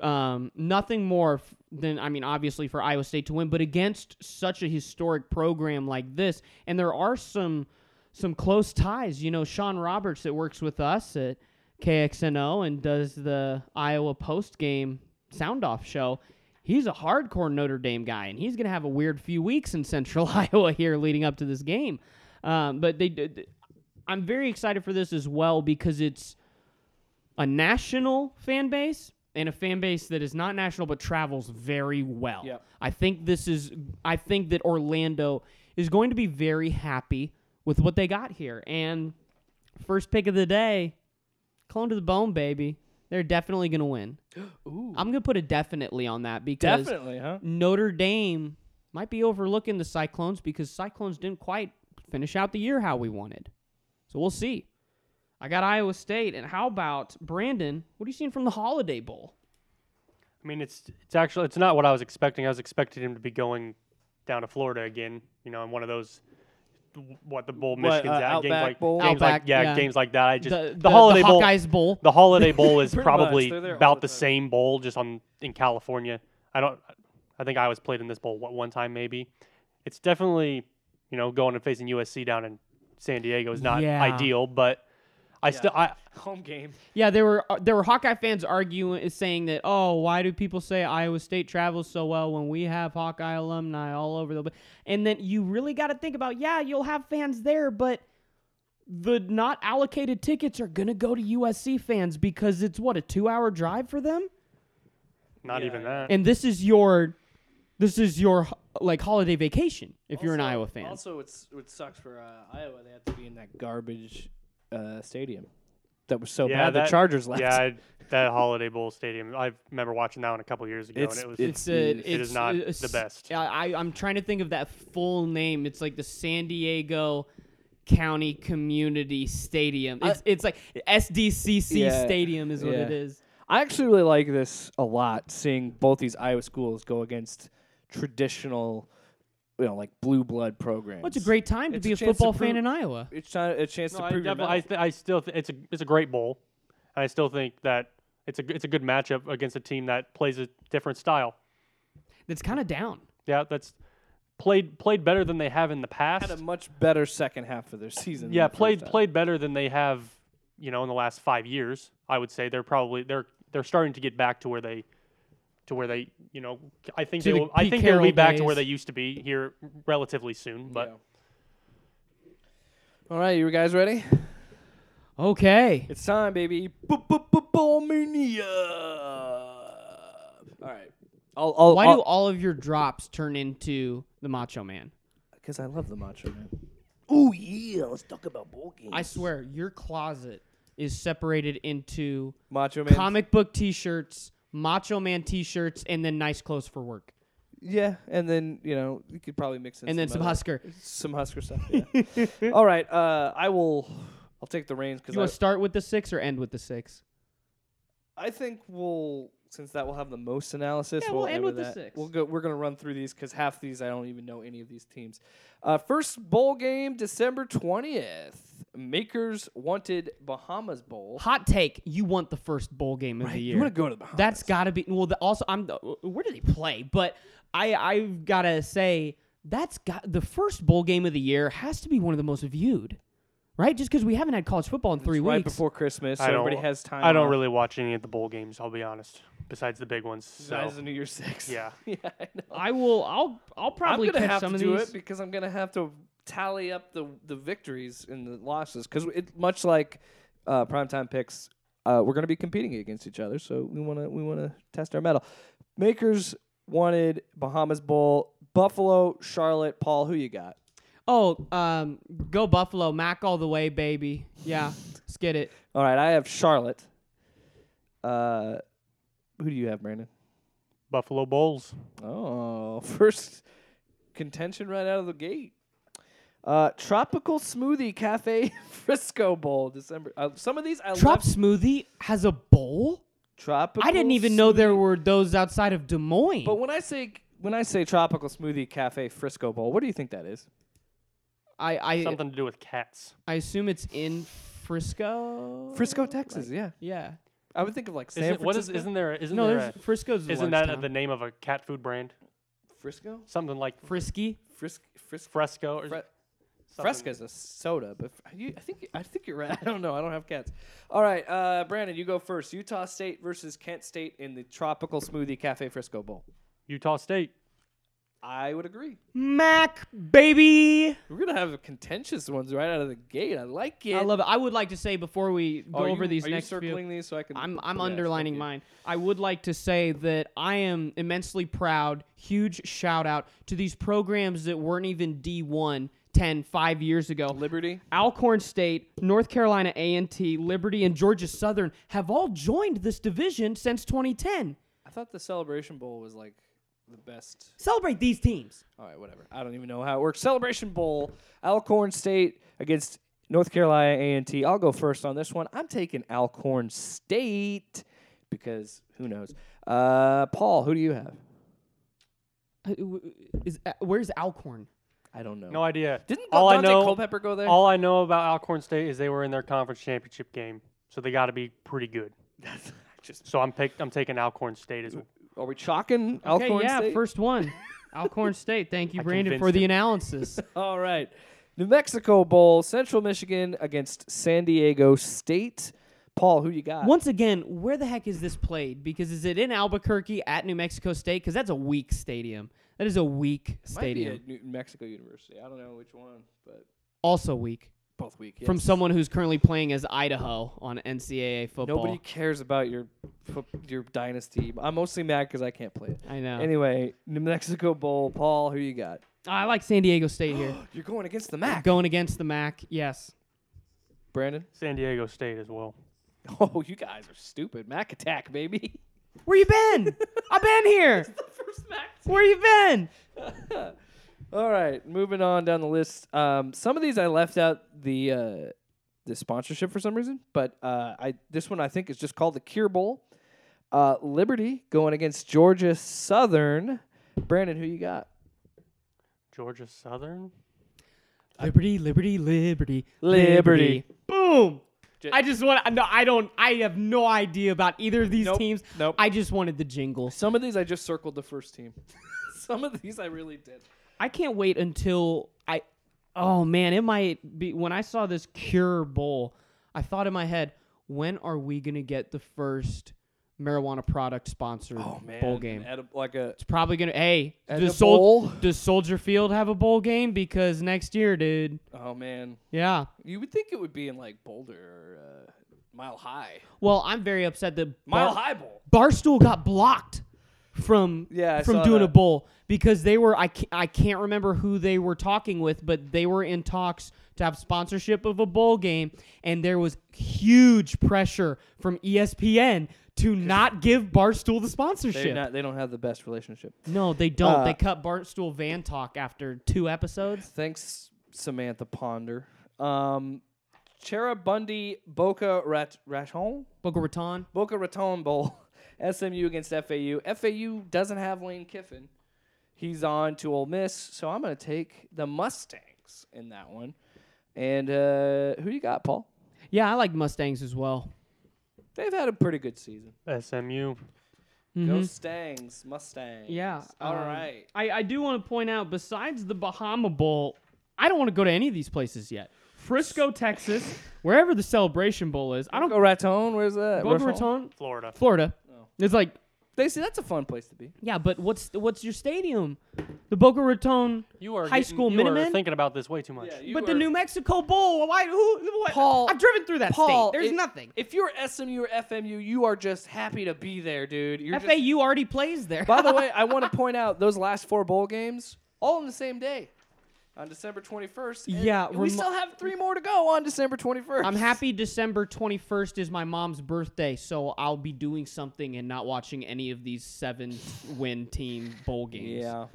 [SPEAKER 2] um, nothing more f- than I mean, obviously for Iowa State to win, but against such a historic program like this, and there are some some close ties. You know, Sean Roberts that works with us at KXNO and does the Iowa post game sound off show. He's a hardcore Notre Dame guy, and he's going to have a weird few weeks in Central Iowa here leading up to this game. Um, but they did. I'm very excited for this as well because it's a national fan base and a fan base that is not national but travels very well.
[SPEAKER 1] Yep.
[SPEAKER 2] I think this is I think that Orlando is going to be very happy with what they got here. And first pick of the day, clone to the bone, baby. They're definitely gonna win.
[SPEAKER 1] Ooh.
[SPEAKER 2] I'm gonna put a definitely on that because
[SPEAKER 1] Definitely, huh?
[SPEAKER 2] Notre Dame might be overlooking the Cyclones because Cyclones didn't quite finish out the year how we wanted. So we'll see. I got Iowa State, and how about Brandon? What are you seeing from the Holiday Bowl?
[SPEAKER 3] I mean, it's it's actually it's not what I was expecting. I was expecting him to be going down to Florida again. You know, in one of those what the bowl
[SPEAKER 1] What,
[SPEAKER 3] Michigan's
[SPEAKER 1] uh,
[SPEAKER 3] at games
[SPEAKER 1] Outback
[SPEAKER 3] like
[SPEAKER 1] Bowl?
[SPEAKER 3] games like
[SPEAKER 2] Outback,
[SPEAKER 3] yeah,
[SPEAKER 2] yeah.
[SPEAKER 3] games like that. I just
[SPEAKER 2] the,
[SPEAKER 3] the, holiday
[SPEAKER 2] the
[SPEAKER 3] bowl.
[SPEAKER 2] Hawkeyes Bowl.
[SPEAKER 3] The holiday bowl is
[SPEAKER 1] Pretty much,
[SPEAKER 3] probably
[SPEAKER 1] they're there all
[SPEAKER 3] about
[SPEAKER 1] the
[SPEAKER 3] the,
[SPEAKER 1] time.
[SPEAKER 3] same bowl, just on in California. I don't. I think I was played in this bowl what, one time maybe. It's definitely you know going and facing USC down in San Diego is not
[SPEAKER 2] Yeah.
[SPEAKER 3] ideal, but I still I
[SPEAKER 1] Home game.
[SPEAKER 2] Yeah, there were uh, there were Hawkeye fans arguing, saying that, oh, why do people say Iowa State travels so well when we have Hawkeye alumni all over the? pla-" And then you really got to think about, yeah, you'll have fans there, but the not allocated tickets are gonna go to USC fans because it's what a two hour drive for them,
[SPEAKER 3] not
[SPEAKER 1] Yeah,
[SPEAKER 3] even
[SPEAKER 1] yeah.
[SPEAKER 3] that.
[SPEAKER 2] and this is your, this is your like holiday vacation if you're an
[SPEAKER 1] Also-
[SPEAKER 2] Iowa fan.
[SPEAKER 1] Also, it's it sucks for uh, Iowa. They have to be in that garbage uh, stadium that was so bad the Chargers left.
[SPEAKER 3] Yeah, I- that Holiday Bowl stadium. I remember watching that one a couple years ago,
[SPEAKER 1] It's-
[SPEAKER 3] and it was
[SPEAKER 1] it's-
[SPEAKER 2] It's a,
[SPEAKER 1] It
[SPEAKER 2] it's
[SPEAKER 3] is not
[SPEAKER 2] a-
[SPEAKER 3] the
[SPEAKER 2] s-
[SPEAKER 3] best.
[SPEAKER 2] I, I- I'm trying to think of that full name. It's like the San Diego County Community Stadium. It's, it's like SDCC
[SPEAKER 1] Yeah,
[SPEAKER 2] Stadium is what
[SPEAKER 1] yeah.
[SPEAKER 2] it is.
[SPEAKER 1] I actually really like this a lot. Seeing both these Iowa schools go against traditional, you know, like blue blood programs.
[SPEAKER 2] Well, it's a great time to
[SPEAKER 1] It's
[SPEAKER 2] be
[SPEAKER 1] a
[SPEAKER 2] a,
[SPEAKER 1] chance to
[SPEAKER 2] football fan
[SPEAKER 1] prove-
[SPEAKER 2] in Iowa.
[SPEAKER 1] It's not a chance
[SPEAKER 3] No,
[SPEAKER 1] to
[SPEAKER 3] I,
[SPEAKER 1] prove your
[SPEAKER 3] definitely- I,
[SPEAKER 1] mettle.
[SPEAKER 3] th- I still th- it's a it's a great bowl, and I still think that it's a g- it's a good matchup against a team that plays a different style.
[SPEAKER 2] That's kind of down.
[SPEAKER 3] Yeah, that's played played better than they have in the past.
[SPEAKER 1] had a much better second half of their season. than the
[SPEAKER 3] yeah,
[SPEAKER 1] first
[SPEAKER 3] played
[SPEAKER 1] half.
[SPEAKER 3] played better than they have, you know, in the last five years. I would say they're probably they're they're starting to get back to where they, to where they, you know, I think
[SPEAKER 2] To
[SPEAKER 3] they
[SPEAKER 2] the
[SPEAKER 3] will, I
[SPEAKER 2] Pete
[SPEAKER 3] think they'll be
[SPEAKER 2] Carroll
[SPEAKER 3] back to where
[SPEAKER 2] days.
[SPEAKER 3] they used to be here relatively soon. But
[SPEAKER 1] Yeah. All right, you guys ready?
[SPEAKER 2] Okay.
[SPEAKER 1] It's time, baby. Ballmania. All right. I'll, I'll,
[SPEAKER 2] Why do
[SPEAKER 1] I'll,
[SPEAKER 2] all of your drops turn into the Macho Man?
[SPEAKER 1] Because I love the Macho Man. Ooh yeah, let's talk about bowl games.
[SPEAKER 2] I swear, your closet is separated into
[SPEAKER 1] Macho Man.
[SPEAKER 2] comic book T-shirts, Macho Man T-shirts, and then nice clothes for work,
[SPEAKER 1] Yeah, and then you know you could probably mix in
[SPEAKER 2] and then some
[SPEAKER 1] other-
[SPEAKER 2] Husker.
[SPEAKER 1] some Husker stuff. Yeah. All right. Uh, I will. I'll take the reins
[SPEAKER 2] You want to
[SPEAKER 1] because
[SPEAKER 2] start with the six or end with the six?
[SPEAKER 1] I, I think we'll since that will have the most analysis.
[SPEAKER 2] Yeah,
[SPEAKER 1] we'll,
[SPEAKER 2] we'll end with
[SPEAKER 1] that.
[SPEAKER 2] the six.
[SPEAKER 1] We'll go. We're gonna run through these because half these I don't even know any of these teams. Uh, first bowl game December twentieth. Makers wanted Bahamas Bowl.
[SPEAKER 2] Hot take: You want the first bowl game of the year.
[SPEAKER 1] You want to go to the Bahamas?
[SPEAKER 2] That's got to be well. The, also, I'm the, where do they play? But I I've gotta say that's got the first bowl game of the year has to be one of the most viewed, right? Just because we haven't had college football in three
[SPEAKER 1] right
[SPEAKER 2] weeks.
[SPEAKER 1] before Christmas. So
[SPEAKER 3] I don't,
[SPEAKER 1] everybody has time.
[SPEAKER 3] I don't
[SPEAKER 1] off.
[SPEAKER 3] really watch any of the bowl games. I'll be honest, besides the big ones. So
[SPEAKER 1] Besides the New Year's Six.
[SPEAKER 3] Yeah.
[SPEAKER 1] yeah, I know.
[SPEAKER 2] I will. I'll. I'll probably
[SPEAKER 1] I'm gonna
[SPEAKER 2] catch
[SPEAKER 1] have
[SPEAKER 2] some
[SPEAKER 1] to
[SPEAKER 2] of
[SPEAKER 1] do
[SPEAKER 2] these.
[SPEAKER 1] it because I'm gonna have to tally up the the victories and the losses because it much like uh, primetime picks, uh, we're gonna be competing against each other, so we wanna we wanna test our metal. Makers wanted Bahamas Bowl, Buffalo, Charlotte, Paul. Who you got?
[SPEAKER 2] oh, um, go Buffalo, Mac all the way, baby. Yeah, let's get it.
[SPEAKER 1] All right, I have Charlotte. Uh, who do you have, Brandon?
[SPEAKER 3] Buffalo Bulls.
[SPEAKER 1] Oh, first contention right out of the gate. Uh, Tropical Smoothie Cafe Frisco Bowl, December. Uh, some of these I love.
[SPEAKER 2] Trop smoothie has a bowl.
[SPEAKER 1] Tropical.
[SPEAKER 2] I didn't even know there were those outside of Des Moines.
[SPEAKER 1] But when I say when I say Tropical Smoothie Cafe Frisco Bowl, what do you think that is?
[SPEAKER 2] I I,
[SPEAKER 3] Something to do with cats.
[SPEAKER 2] I assume it's in Frisco.
[SPEAKER 1] Frisco, Texas. yeah,
[SPEAKER 2] Yeah.
[SPEAKER 1] I would think of like San
[SPEAKER 3] Isn't, what is?
[SPEAKER 1] Francisco.
[SPEAKER 3] Isn't there? Isn't
[SPEAKER 2] No,
[SPEAKER 3] there?
[SPEAKER 2] there's
[SPEAKER 3] a-
[SPEAKER 2] Frisco's. a
[SPEAKER 3] isn't
[SPEAKER 2] large
[SPEAKER 3] that
[SPEAKER 2] town.
[SPEAKER 3] the name of a cat food brand?
[SPEAKER 1] Frisco?
[SPEAKER 3] Something like
[SPEAKER 2] Frisky?
[SPEAKER 1] Fris- Fris-
[SPEAKER 3] Fresco or
[SPEAKER 1] Fre-
[SPEAKER 3] something.
[SPEAKER 1] Fresca is a soda, but f- you, I think I think you're right. I don't know. I don't have cats. All right, uh, Brandon, you go first. Utah State versus Kent State in the Tropical Smoothie Cafe Frisco Bowl.
[SPEAKER 3] Utah State.
[SPEAKER 1] I would agree.
[SPEAKER 2] Mac, baby.
[SPEAKER 1] We're gonna have contentious ones right out of the gate. I like it.
[SPEAKER 2] I love it. I would like to say before we go
[SPEAKER 1] Are
[SPEAKER 2] over
[SPEAKER 1] you-
[SPEAKER 2] these
[SPEAKER 1] are
[SPEAKER 2] next
[SPEAKER 1] you
[SPEAKER 2] few,
[SPEAKER 1] circling these so I can.
[SPEAKER 2] I'm I'm
[SPEAKER 1] Yeah,
[SPEAKER 2] underlining
[SPEAKER 1] thank you.
[SPEAKER 2] mine. I would like to say that I am immensely proud. Huge shout out to these programs that weren't even D1 10 5 years ago.
[SPEAKER 1] Liberty.
[SPEAKER 2] Alcorn State, North Carolina A&T, Liberty and Georgia Southern have all joined this division since 2010.
[SPEAKER 1] I thought the Celebration Bowl was like the best.
[SPEAKER 2] Celebrate these teams.
[SPEAKER 1] All right, whatever. I don't even know how it works. Celebration Bowl, Alcorn State against North Carolina A&T. I'll go first on this one. I'm taking Alcorn State because who knows. Uh, Paul, who do you have?
[SPEAKER 2] Uh, w- Is, uh, where's Alcorn?
[SPEAKER 1] I don't know.
[SPEAKER 3] No idea.
[SPEAKER 1] Didn't
[SPEAKER 3] all I
[SPEAKER 1] Dante
[SPEAKER 3] know
[SPEAKER 1] Culpepper go there?
[SPEAKER 3] all I know about Alcorn State is they were in their conference championship game, so they got to be pretty good.
[SPEAKER 1] That's just.
[SPEAKER 3] So I'm pick, I'm taking Alcorn State as well.
[SPEAKER 1] Are we chalking
[SPEAKER 2] Okay,
[SPEAKER 1] Alcorn
[SPEAKER 2] yeah,
[SPEAKER 1] State?
[SPEAKER 2] first one. Alcorn State. Thank you,
[SPEAKER 3] I
[SPEAKER 2] Brandon,
[SPEAKER 3] convinced
[SPEAKER 2] for the
[SPEAKER 3] him.
[SPEAKER 2] analysis.
[SPEAKER 1] All right. New Mexico Bowl, Central Michigan against San Diego State. Paul, who you got?
[SPEAKER 2] Once again, where the heck is this played? Because is it in Albuquerque at New Mexico State? Because that's a weak stadium. That is a weak stadium.
[SPEAKER 1] Might be at New Mexico University. I don't know which one, but
[SPEAKER 2] also weak
[SPEAKER 1] both weak.
[SPEAKER 2] from
[SPEAKER 1] yes.
[SPEAKER 2] someone who's currently playing as Idaho on NCAA football.
[SPEAKER 1] Nobody cares about your fo- your dynasty. I'm mostly mad because I can't play it.
[SPEAKER 2] I know.
[SPEAKER 1] Anyway, New Mexico Bowl. Paul, who you got?
[SPEAKER 2] Ah, I like San Diego State here.
[SPEAKER 1] You're going against the Mac.
[SPEAKER 2] Going against the MAC, yes.
[SPEAKER 1] Brandon.
[SPEAKER 3] San Diego State as well.
[SPEAKER 1] Oh, you guys are stupid. Mac attack, baby.
[SPEAKER 2] Where you been? I've been here.
[SPEAKER 1] First Mac.
[SPEAKER 2] Where you been?
[SPEAKER 1] All right, moving on down the list. Um, some of these I left out the uh, the sponsorship for some reason, but uh, I this one I think is just called the Cure Bowl. Uh, Liberty going against Georgia Southern. Brandon, who you got?
[SPEAKER 3] Georgia Southern.
[SPEAKER 2] Liberty, liberty, liberty,
[SPEAKER 1] Liberty.
[SPEAKER 2] Boom.
[SPEAKER 1] J-
[SPEAKER 2] I just want. No, I don't. I have no idea about either of these
[SPEAKER 1] Nope,
[SPEAKER 2] teams.
[SPEAKER 1] nope.
[SPEAKER 2] I just wanted the jingles.
[SPEAKER 1] Some of these I just circled the first team. some of these I really did.
[SPEAKER 2] I can't wait until I. Oh man, it might be when I saw this Cure Bowl. I thought in my head, when are we gonna get the first marijuana product sponsored bowl game?
[SPEAKER 1] At a, like a
[SPEAKER 2] It's probably gonna. Hey,
[SPEAKER 1] At
[SPEAKER 2] does,
[SPEAKER 1] the
[SPEAKER 2] Sol-
[SPEAKER 1] bowl?
[SPEAKER 2] does Soldier Field have a bowl game? Because next year, dude.
[SPEAKER 1] oh man,
[SPEAKER 2] Yeah.
[SPEAKER 1] you would think it would be in like Boulder or uh, Mile High,
[SPEAKER 2] Well, I'm very upset that
[SPEAKER 1] Mile
[SPEAKER 2] Bar-
[SPEAKER 1] High Bowl.
[SPEAKER 2] Barstool got blocked from
[SPEAKER 1] Yeah, I
[SPEAKER 2] from
[SPEAKER 1] saw
[SPEAKER 2] doing a
[SPEAKER 1] that.
[SPEAKER 2] bowl because they were I can't, I can't remember who they were talking with, but they were in talks to have sponsorship of a bowl game, and there was huge pressure from E ESPN to not give Barstool the
[SPEAKER 1] They
[SPEAKER 2] sponsorship.
[SPEAKER 1] not they don't have the best relationship.
[SPEAKER 2] no, they don't.
[SPEAKER 1] Uh,
[SPEAKER 2] they cut Barstool Van Talk after two episodes.
[SPEAKER 1] Thanks, Samantha Ponder. Um, Cherubundi Boca Rat- Raton
[SPEAKER 2] Boca Raton.
[SPEAKER 1] Boca Raton Bowl. SMU against FAU. FAU doesn't have Lane Kiffin. He's on to Ole Miss, so I'm going to take the Mustangs in that one. And uh, who you got, Paul?
[SPEAKER 2] Yeah, I like Mustangs as well.
[SPEAKER 1] They've had a pretty good season.
[SPEAKER 3] SMU.
[SPEAKER 1] Go
[SPEAKER 2] Mhm.
[SPEAKER 1] Stangs, Mustangs.
[SPEAKER 2] Yeah.
[SPEAKER 1] All right.
[SPEAKER 2] um, I, I do want to point out, besides the Bahama Bowl, I don't want to go to any of these places yet. Frisco, Texas, wherever the Celebration Bowl is. I don't
[SPEAKER 1] Boca Raton. Where's that?
[SPEAKER 2] Boca
[SPEAKER 1] Raton?
[SPEAKER 2] Raton,
[SPEAKER 3] Florida.
[SPEAKER 2] Florida.
[SPEAKER 1] No.
[SPEAKER 2] It's like,
[SPEAKER 1] They see that's a fun place to be.
[SPEAKER 2] yeah, but what's what's your stadium? The Boca Raton.
[SPEAKER 3] You are
[SPEAKER 2] High
[SPEAKER 3] getting-
[SPEAKER 2] school
[SPEAKER 3] you are
[SPEAKER 2] Minutemen?
[SPEAKER 3] thinking about this way too much.
[SPEAKER 1] Yeah, you
[SPEAKER 2] but the
[SPEAKER 1] are-
[SPEAKER 2] New Mexico Bowl. Why? Who? What?
[SPEAKER 1] Paul-
[SPEAKER 2] I've driven through that
[SPEAKER 1] Paul,
[SPEAKER 2] state. There's
[SPEAKER 1] if-
[SPEAKER 2] nothing.
[SPEAKER 1] If you're SMU or FMU, you are just happy to be there, dude. You're
[SPEAKER 2] FAU
[SPEAKER 1] just-
[SPEAKER 2] already plays there.
[SPEAKER 1] By the way, I want to point out those last four bowl games all on the same day, on December 21st. and
[SPEAKER 2] Yeah,
[SPEAKER 1] we
[SPEAKER 2] remi-
[SPEAKER 1] still have three more to go on December 21st.
[SPEAKER 2] I'm happy December 21st is my mom's birthday, so I'll be doing something and not watching any of these seven win team bowl games.
[SPEAKER 1] Yeah,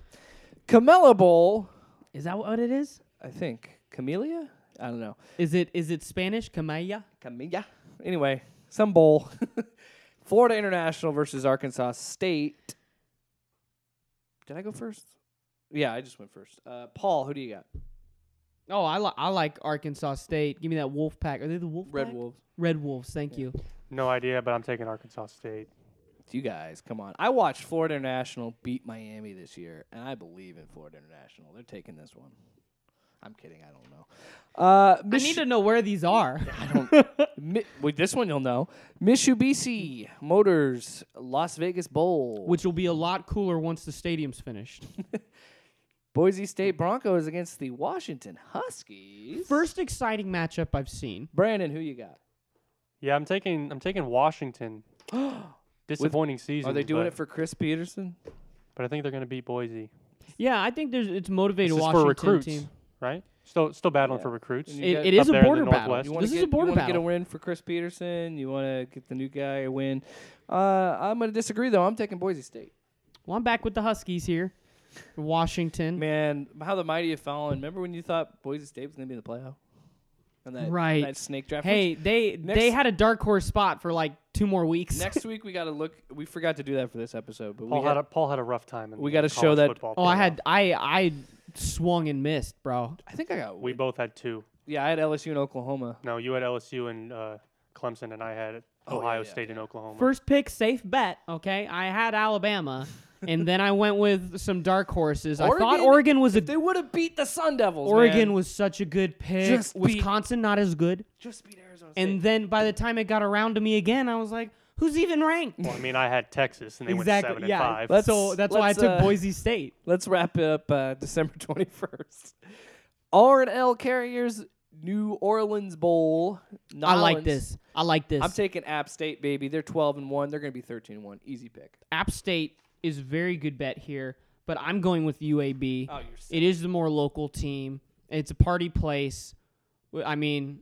[SPEAKER 1] Camilla Bowl.
[SPEAKER 2] Is that what it is?
[SPEAKER 1] I think Camellia. I don't know.
[SPEAKER 2] Is it is it Spanish? Camaya?
[SPEAKER 1] Camilla. Anyway, some bowl. Florida International versus Arkansas State. Did I go first? Yeah, I just went first. Uh, Paul, who do you got?
[SPEAKER 2] Oh, I, li- I like Arkansas State. Give me that Wolf Pack. Are they the Wolf
[SPEAKER 1] Red
[SPEAKER 2] Pack?
[SPEAKER 1] Wolves.
[SPEAKER 2] Red Wolves. Thank you.
[SPEAKER 3] No idea, but I'm taking Arkansas State.
[SPEAKER 1] You guys, come on. I watched Florida International beat Miami this year, and I believe in Florida International. They're taking this one. I'm kidding. I don't know. Uh,
[SPEAKER 2] I
[SPEAKER 1] Mich-
[SPEAKER 2] need to know where these are.
[SPEAKER 1] Mi- wait, this one you'll know. Mitsubishi Motors Las Vegas Bowl.
[SPEAKER 2] Which will be a lot cooler once the stadium's finished.
[SPEAKER 1] Boise State Broncos against the Washington Huskies.
[SPEAKER 2] First exciting matchup I've seen.
[SPEAKER 1] Brandon, who you got?
[SPEAKER 3] Yeah, I'm taking I'm taking Washington. Disappointing season.
[SPEAKER 1] Are they doing
[SPEAKER 3] but,
[SPEAKER 1] it for Chris Peterson?
[SPEAKER 3] But I think they're going to beat Boise.
[SPEAKER 2] Yeah, I think there's it's
[SPEAKER 3] This
[SPEAKER 2] motivated
[SPEAKER 3] is
[SPEAKER 2] Washington
[SPEAKER 3] for recruits,
[SPEAKER 2] team.
[SPEAKER 3] right? Still still battling
[SPEAKER 1] Yeah.
[SPEAKER 3] for recruits.
[SPEAKER 1] And you-
[SPEAKER 2] It,
[SPEAKER 1] got-
[SPEAKER 2] it
[SPEAKER 3] up
[SPEAKER 2] is a
[SPEAKER 3] there in the
[SPEAKER 2] border battle.
[SPEAKER 3] Northwest.
[SPEAKER 1] You wanna
[SPEAKER 2] This
[SPEAKER 1] get,
[SPEAKER 2] is a border
[SPEAKER 1] you wanna Get a
[SPEAKER 2] battle.
[SPEAKER 1] win for Chris Peterson. You want to get the new guy a win. Uh, I'm going to disagree though. I'm taking Boise State.
[SPEAKER 2] Well, I'm back with the Huskies here. Washington.
[SPEAKER 1] Man, how the mighty have fallen. Remember when you thought Boise State was going to be in the playoff? And that,
[SPEAKER 2] Right.
[SPEAKER 1] that snake draft.
[SPEAKER 2] Hey, they
[SPEAKER 1] Next-
[SPEAKER 2] they had a dark horse spot for like two more weeks.
[SPEAKER 1] next week we got to look. We forgot to do that for this episode, but
[SPEAKER 3] Paul
[SPEAKER 1] we
[SPEAKER 3] had
[SPEAKER 1] got.
[SPEAKER 3] a, Paul had a rough time. In
[SPEAKER 1] we
[SPEAKER 3] the
[SPEAKER 1] gotta show
[SPEAKER 3] college
[SPEAKER 1] that-
[SPEAKER 3] football
[SPEAKER 2] oh, I
[SPEAKER 3] playoff.
[SPEAKER 2] had I I swung and missed, bro.
[SPEAKER 1] I think I got.
[SPEAKER 3] We both had two.
[SPEAKER 1] yeah, I had LSU and Oklahoma.
[SPEAKER 3] No, you had LSU and uh, Clemson, and I had
[SPEAKER 1] Oh, yeah,
[SPEAKER 3] Ohio
[SPEAKER 1] yeah,
[SPEAKER 3] State and Oklahoma.
[SPEAKER 2] First pick, safe bet. Okay, I had Alabama, and then I went with some dark horses. I thought Oregon was a
[SPEAKER 1] If they would have beat the Sun Devils.
[SPEAKER 2] Oregon
[SPEAKER 1] man.
[SPEAKER 2] was such a good pick.
[SPEAKER 1] Just beat-
[SPEAKER 2] Wisconsin not as good.
[SPEAKER 1] just beat Arizona. State.
[SPEAKER 2] And then by the time it got around to me again, I was like, "Who's even ranked?"
[SPEAKER 3] Well, I mean, I had Texas, and they
[SPEAKER 2] exactly.
[SPEAKER 3] went seven
[SPEAKER 2] yeah.
[SPEAKER 3] and five.
[SPEAKER 1] Let's-
[SPEAKER 2] so that's why I
[SPEAKER 1] let's,
[SPEAKER 2] took
[SPEAKER 1] uh,
[SPEAKER 2] Boise State.
[SPEAKER 1] Let's wrap it up uh, December 21st. R&L Carriers New Orleans Bowl.
[SPEAKER 2] I
[SPEAKER 1] Nolens.
[SPEAKER 2] like this. I like this.
[SPEAKER 1] I'm taking App State, baby. They're 12 and 1. They're going to be 13 and 1. Easy pick.
[SPEAKER 2] App State is a very good bet here, but I'm going with UAB.
[SPEAKER 1] Oh, you're sick.
[SPEAKER 2] it is the more local team. It's a party place. W- I mean,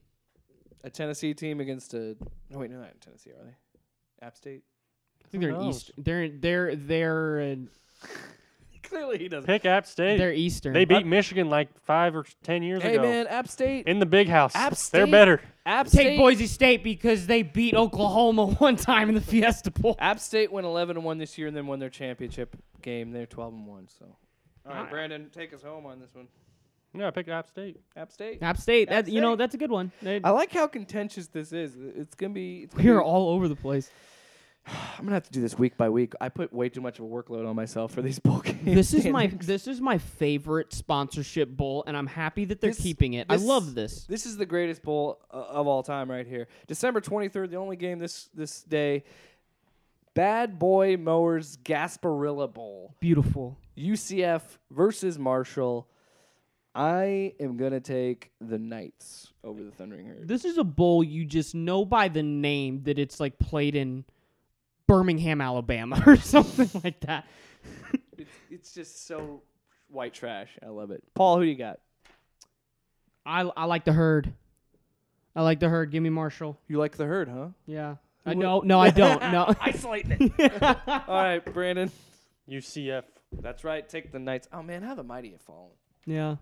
[SPEAKER 1] A Tennessee team against a No wait, no, not in Tennessee, are they? App State.
[SPEAKER 2] I think they're
[SPEAKER 3] Who
[SPEAKER 2] an
[SPEAKER 3] knows?
[SPEAKER 2] East. They're they're they're uh,
[SPEAKER 1] Clearly he doesn't.
[SPEAKER 3] Pick App
[SPEAKER 2] they're
[SPEAKER 3] State.
[SPEAKER 2] Eastern.
[SPEAKER 3] They beat Michigan like five or ten years
[SPEAKER 1] Hey
[SPEAKER 3] ago
[SPEAKER 1] man, App State.
[SPEAKER 3] in the Big House.
[SPEAKER 1] App
[SPEAKER 3] They're
[SPEAKER 1] State-
[SPEAKER 3] better.
[SPEAKER 1] App
[SPEAKER 2] Take
[SPEAKER 1] State.
[SPEAKER 2] Boise State because they beat Oklahoma one time in the Fiesta Bowl.
[SPEAKER 1] App State went 11 and 1 this year and then won their championship game. They're 12 and 1, so. All right,
[SPEAKER 2] Alright.
[SPEAKER 1] Brandon, take us home on this one.
[SPEAKER 3] No, I picked App State.
[SPEAKER 1] App State.
[SPEAKER 2] App State.
[SPEAKER 1] App
[SPEAKER 2] That you know
[SPEAKER 1] State.
[SPEAKER 2] that's a good one. They-
[SPEAKER 1] I like how contentious this is. It's gonna be. It's gonna
[SPEAKER 2] we are
[SPEAKER 1] be-
[SPEAKER 2] all over the place.
[SPEAKER 1] I'm gonna have to do this week by week. I put way too much of a workload on myself for these bowl games.
[SPEAKER 2] This is my
[SPEAKER 1] standings.
[SPEAKER 2] this is my favorite sponsorship bowl, and I'm happy that they're
[SPEAKER 1] This-
[SPEAKER 2] keeping it. I
[SPEAKER 1] this-
[SPEAKER 2] love this.
[SPEAKER 1] This is the greatest bowl uh, of all time, right here. December 23rd, the only game this this day. Bad Boy Mowers Gasparilla Bowl,
[SPEAKER 2] Beautiful.
[SPEAKER 1] UCF versus Marshall. I am gonna take the Knights over the Thundering Herd.
[SPEAKER 2] This is a bowl you just know by the name that it's like played in Birmingham, Alabama, or something like that.
[SPEAKER 1] It's, it's just so white trash. I love it. Paul, who you got?
[SPEAKER 2] I I like the herd. I like the herd. Give me Marshall.
[SPEAKER 1] You like the Herd, huh?
[SPEAKER 2] Yeah. I no no I don't no.
[SPEAKER 1] Isolating it. all right, Brandon.
[SPEAKER 3] UCF.
[SPEAKER 1] That's right. Take the Knights. Oh man, how the mighty have fallen.
[SPEAKER 2] yeah.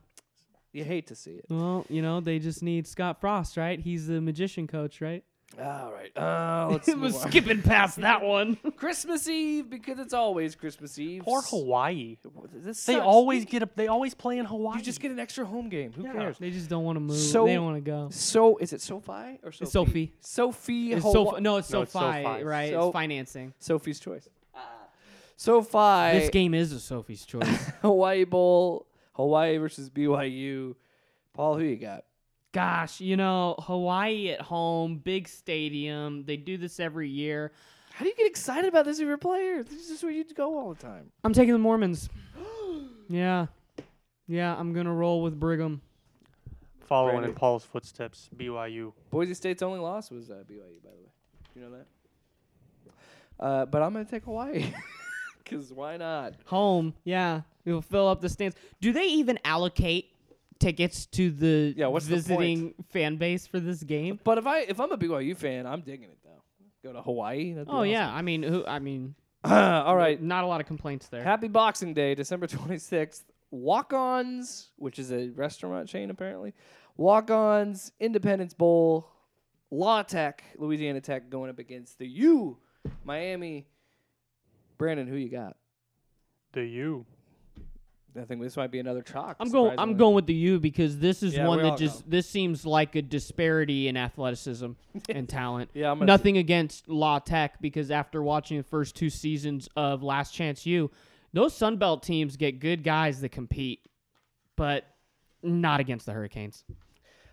[SPEAKER 1] You hate to see it.
[SPEAKER 2] Well, you know they just need Scott Frost, right? He's the magician coach, right?
[SPEAKER 1] All right. Uh, let's
[SPEAKER 2] It
[SPEAKER 1] move
[SPEAKER 2] was
[SPEAKER 1] on.
[SPEAKER 2] skipping past that one.
[SPEAKER 1] Christmas Eve because it's always Christmas Eve.
[SPEAKER 3] Or Hawaii.
[SPEAKER 1] This
[SPEAKER 3] They
[SPEAKER 1] sucks.
[SPEAKER 3] always get up. They always play in Hawaii.
[SPEAKER 1] You just get an extra home game. Who cares?
[SPEAKER 2] They just don't want to move.
[SPEAKER 1] So-
[SPEAKER 2] they don't want to go.
[SPEAKER 1] So is it SoFi or Sophie?
[SPEAKER 2] Sophie.
[SPEAKER 1] Sophie.
[SPEAKER 2] It's
[SPEAKER 1] Hawa-
[SPEAKER 2] so, no, it's
[SPEAKER 3] No,
[SPEAKER 2] so
[SPEAKER 3] it's
[SPEAKER 2] SoFi,
[SPEAKER 3] SoFi.
[SPEAKER 2] right?
[SPEAKER 1] So-
[SPEAKER 2] it's financing.
[SPEAKER 1] Sophie's choice. SoFi.
[SPEAKER 2] this game is a Sophie's choice.
[SPEAKER 1] Hawaii Bowl. Hawaii versus BYU. Paul, who you got?
[SPEAKER 2] Gosh, you know Hawaii at home, big stadium. They do this every year.
[SPEAKER 1] How do you get excited about this if you're a player? This is where you go all the time.
[SPEAKER 2] I'm taking the Mormons. yeah, yeah. I'm gonna roll with Brigham.
[SPEAKER 3] following
[SPEAKER 1] Brandon.
[SPEAKER 3] in Paul's footsteps. BYU.
[SPEAKER 1] Boise State's only loss was uh, BYU, by the way. Do you know that? Uh, but I'm going to take Hawaii. Because why not?
[SPEAKER 2] Home. Yeah, we'll fill up the stands. Do they even allocate tickets to the
[SPEAKER 1] Yeah, what's the point?
[SPEAKER 2] visiting fan base for this game?
[SPEAKER 1] But if I if I'm a BYU fan, I'm digging it though. Go to Hawaii. that'd be
[SPEAKER 2] Oh yeah, I mean, who? I mean,
[SPEAKER 1] awesome. all right.
[SPEAKER 2] not a lot of complaints there.
[SPEAKER 1] Happy Boxing Day, December 26th. Walk-ons, which is a restaurant chain apparently. Walk-ons, Independence Bowl, Law Tech, Louisiana Tech going up against the U, Miami. Brandon, who you got?
[SPEAKER 3] The U.
[SPEAKER 1] I think this might be another chalk.
[SPEAKER 2] I'm going. I'm
[SPEAKER 1] surprisingly.
[SPEAKER 2] going with the U because this is
[SPEAKER 1] Yeah,
[SPEAKER 2] one
[SPEAKER 1] we all
[SPEAKER 2] that just
[SPEAKER 1] go.
[SPEAKER 2] this seems like a disparity in athleticism and talent.
[SPEAKER 1] Yeah, I'm gonna
[SPEAKER 2] Nothing against La Tech because after watching the first two seasons of Last Chance U, those Sun Belt teams get good guys that compete, but not against the Hurricanes.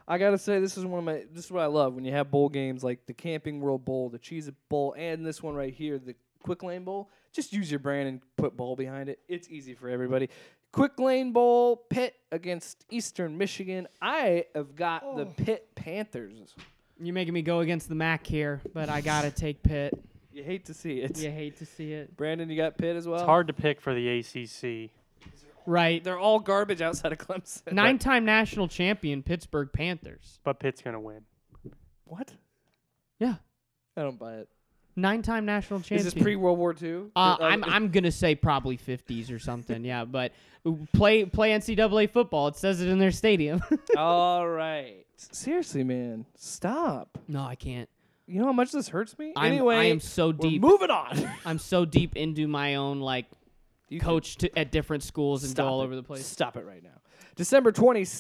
[SPEAKER 1] I gotta say, this is one of my. This is what I love when you have bowl games like the Camping World Bowl, the Cheez It Bowl, and this one right here, the Quick Lane Bowl. Just use your brand and put bowl behind it. It's easy for everybody. Quick Lane Bowl, Pitt against Eastern Michigan. I have got the
[SPEAKER 2] Oh.
[SPEAKER 1] Pitt Panthers.
[SPEAKER 2] You're making me go against the Mac here, but I gotta take Pitt.
[SPEAKER 1] You hate to see it.
[SPEAKER 2] You hate to see it,
[SPEAKER 1] Brandon, you got Pitt as well.
[SPEAKER 3] It's hard to pick for the ACC.
[SPEAKER 2] right?
[SPEAKER 1] They're all garbage outside of Clemson.
[SPEAKER 2] Nine-time national champion Pittsburgh Panthers.
[SPEAKER 3] But Pitt's gonna win.
[SPEAKER 1] What?
[SPEAKER 2] Yeah,
[SPEAKER 1] I don't buy it.
[SPEAKER 2] nine-time national
[SPEAKER 1] Is
[SPEAKER 2] champion.
[SPEAKER 1] this pre World War II?
[SPEAKER 2] Uh, I'm I'm gonna say probably 50s or something. Yeah, but play play NCAA football. It says it in their stadium.
[SPEAKER 1] all right. Seriously, man, stop.
[SPEAKER 2] no, I can't.
[SPEAKER 1] You know how much this hurts me.
[SPEAKER 2] I'm,
[SPEAKER 1] anyway,
[SPEAKER 2] I am so
[SPEAKER 1] we're
[SPEAKER 2] deep.
[SPEAKER 1] moving on.
[SPEAKER 2] I'm so deep into my own like
[SPEAKER 1] You can
[SPEAKER 2] coach to, at different schools and go all
[SPEAKER 1] it.
[SPEAKER 2] over the place.
[SPEAKER 1] Stop it right now. December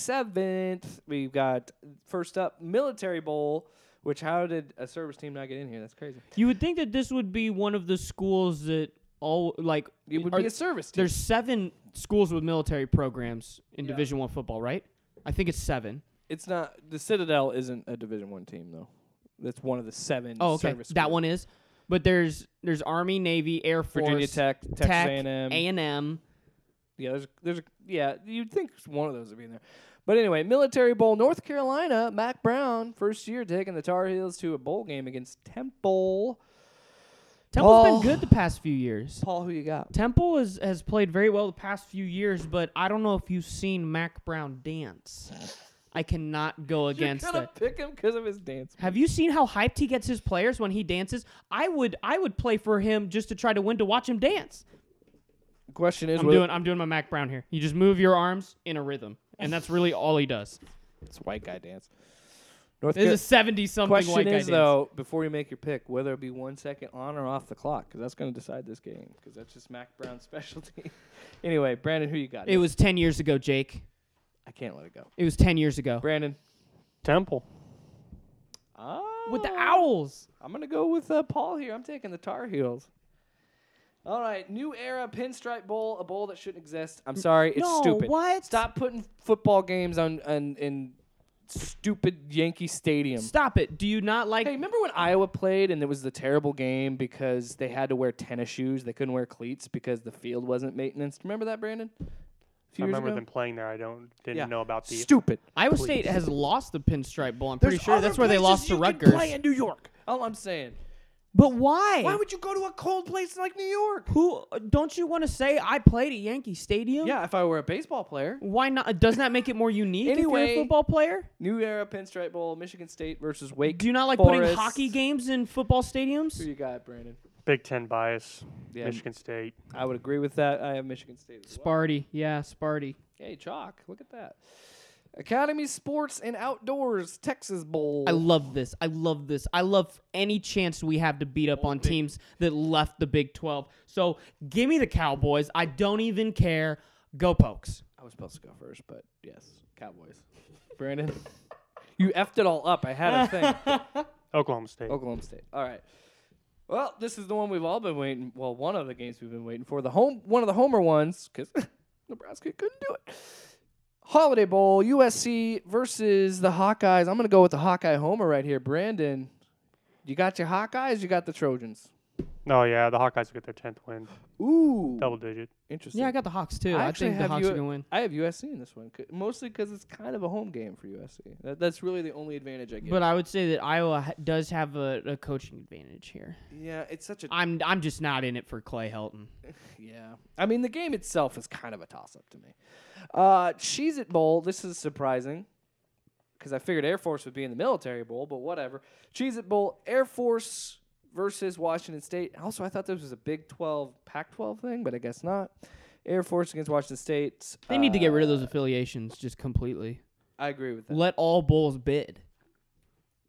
[SPEAKER 1] 27th, we've got first up Military Bowl, which how did a service team not get in here? That's crazy.
[SPEAKER 2] You would think that this would be one of the schools that all like
[SPEAKER 1] It would
[SPEAKER 2] are-
[SPEAKER 1] be a service team.
[SPEAKER 2] there's seven schools with military programs in Division One football, right? I think it's seven.
[SPEAKER 1] It's not the Citadel isn't a Division 1 team though. That's one of the seven
[SPEAKER 2] Oh, okay,
[SPEAKER 1] service
[SPEAKER 2] that
[SPEAKER 1] schools.
[SPEAKER 2] one is. But there's there's Army, Navy, Air Force,
[SPEAKER 1] Virginia Tech, Texas A&M.
[SPEAKER 2] A&M.
[SPEAKER 1] Yeah, there's there's a, yeah, you'd think one of those would be in there. But anyway, Military Bowl, North Carolina, Mac Brown, first year taking the Tar Heels to a bowl game against Temple.
[SPEAKER 2] Temple's
[SPEAKER 1] Paul.
[SPEAKER 2] been good the past few years.
[SPEAKER 1] Paul, who you got?
[SPEAKER 2] Temple is, has played very well the past few years, but I don't know if you've seen Mac Brown dance. I cannot go against
[SPEAKER 1] You're gonna
[SPEAKER 2] that.
[SPEAKER 1] pick him because of his dance.
[SPEAKER 2] Have you seen how hyped he gets his players when he dances? I would I would play for him just to try to win to watch him dance.
[SPEAKER 1] Question is,
[SPEAKER 2] I'm doing I'm doing my Mac Brown here. You just move your arms in a rhythm, and that's really all he does.
[SPEAKER 1] It's white guy dance. North
[SPEAKER 2] This
[SPEAKER 1] Car-
[SPEAKER 2] is seventy something
[SPEAKER 1] question
[SPEAKER 2] white guy
[SPEAKER 1] is
[SPEAKER 2] dance.
[SPEAKER 1] though, before you make your pick, whether it be one second on or off the clock, because that's going to decide this game. Because that's just Mac Brown's specialty. anyway, Brandon, who you got?
[SPEAKER 2] It was ten years ago, Jake.
[SPEAKER 1] I can't let it go.
[SPEAKER 2] It was ten years ago
[SPEAKER 1] Brandon.
[SPEAKER 3] Temple.
[SPEAKER 1] Oh,
[SPEAKER 2] with the Owls.
[SPEAKER 1] I'm gonna go with uh, Paul here. I'm taking the Tar Heels. All right, new era pinstripe bowl, a bowl that shouldn't exist. I'm sorry, it's
[SPEAKER 2] no,
[SPEAKER 1] stupid.
[SPEAKER 2] what?
[SPEAKER 1] Stop putting football games on, on in stupid Yankee Stadium.
[SPEAKER 2] Stop it! Do you not like?
[SPEAKER 1] Hey, remember when Iowa played and it was the terrible game because they had to wear tennis shoes? They couldn't wear cleats because the field wasn't maintenance. Remember that, Brandon? A
[SPEAKER 3] I
[SPEAKER 1] few years
[SPEAKER 3] remember
[SPEAKER 1] ago?
[SPEAKER 3] them playing there. I don't didn't
[SPEAKER 1] Yeah.
[SPEAKER 3] know about the
[SPEAKER 1] Stupid.
[SPEAKER 2] Iowa
[SPEAKER 1] Please.
[SPEAKER 2] State has lost the Pinstripe Bowl. I'm pretty
[SPEAKER 1] There's
[SPEAKER 2] sure
[SPEAKER 1] other
[SPEAKER 2] that's where they
[SPEAKER 1] places
[SPEAKER 2] lost to
[SPEAKER 1] you can
[SPEAKER 2] Rutgers.
[SPEAKER 1] Play in New York. All I'm saying.
[SPEAKER 2] But why?
[SPEAKER 1] Why would you go to a cold place like New York?
[SPEAKER 2] Who don't you want to say I played at Yankee Stadium?
[SPEAKER 1] Yeah, if I were a baseball player.
[SPEAKER 2] Why not? Doesn't that make it more unique if
[SPEAKER 1] Anyway.
[SPEAKER 2] you're a football player?
[SPEAKER 1] New Era Pinstripe Bowl, Michigan State versus Wake.
[SPEAKER 2] Do you not like putting
[SPEAKER 1] Forest.
[SPEAKER 2] hockey games in football
[SPEAKER 1] Who
[SPEAKER 2] stadiums?
[SPEAKER 1] you got, Brandon?
[SPEAKER 3] Big Ten bias.
[SPEAKER 1] Yeah.
[SPEAKER 3] Michigan State.
[SPEAKER 1] I would agree with that. I have Michigan State as well.
[SPEAKER 2] Sparty, yeah, Sparty.
[SPEAKER 1] Hey, chalk. Look at that. Academy Sports and Outdoors Texas Bowl.
[SPEAKER 2] I love this. I love this. I love any chance we have to beat up on teams that left the Big 12. So give me the Cowboys. I don't even care. Go Pokes.
[SPEAKER 1] I was supposed to go first, but yes, Cowboys. Brandon, you effed it all up. I had a thing.
[SPEAKER 3] Oklahoma State.
[SPEAKER 1] Oklahoma State. All right. Well, this is the one we've all been waiting. Well, one of the games we've been waiting for. The home, one of the Homer ones, because Nebraska couldn't do it. Holiday Bowl, USC versus the Hawkeyes. I'm gonna go with the Hawkeye Homer right here, Brandon. You got your Hawkeyes. You got the Trojans.
[SPEAKER 3] No, Oh, yeah, the Hawkeyes will get their tenth win.
[SPEAKER 1] Ooh,
[SPEAKER 3] Double digit.
[SPEAKER 1] interesting.
[SPEAKER 2] Yeah, I got the Hawks too. I,
[SPEAKER 1] actually
[SPEAKER 2] think the
[SPEAKER 1] have
[SPEAKER 2] Hawks
[SPEAKER 1] U-
[SPEAKER 2] are gonna win.
[SPEAKER 1] I have USC in this one, c- mostly because it's kind of a home game for USC. That, that's really the only advantage I get.
[SPEAKER 2] But I would say that Iowa ha- does have a, a coaching advantage here.
[SPEAKER 1] yeah, it's such a
[SPEAKER 2] I'm I'm just not in it for Clay Helton.
[SPEAKER 1] yeah. I mean, the game itself is kind of a toss-up to me. Uh, Cheez It Bowl. This is surprising because I figured Air Force would be in the Military Bowl, but whatever. Cheez It Bowl, Air Force versus Washington State. Also, I thought this was a Big 12, Pac-12 thing, but I guess not. Air Force against Washington State.
[SPEAKER 2] They need to get rid of
[SPEAKER 1] Uh,
[SPEAKER 2] those affiliations just completely.
[SPEAKER 1] I agree with that.
[SPEAKER 2] Let all bowls bid.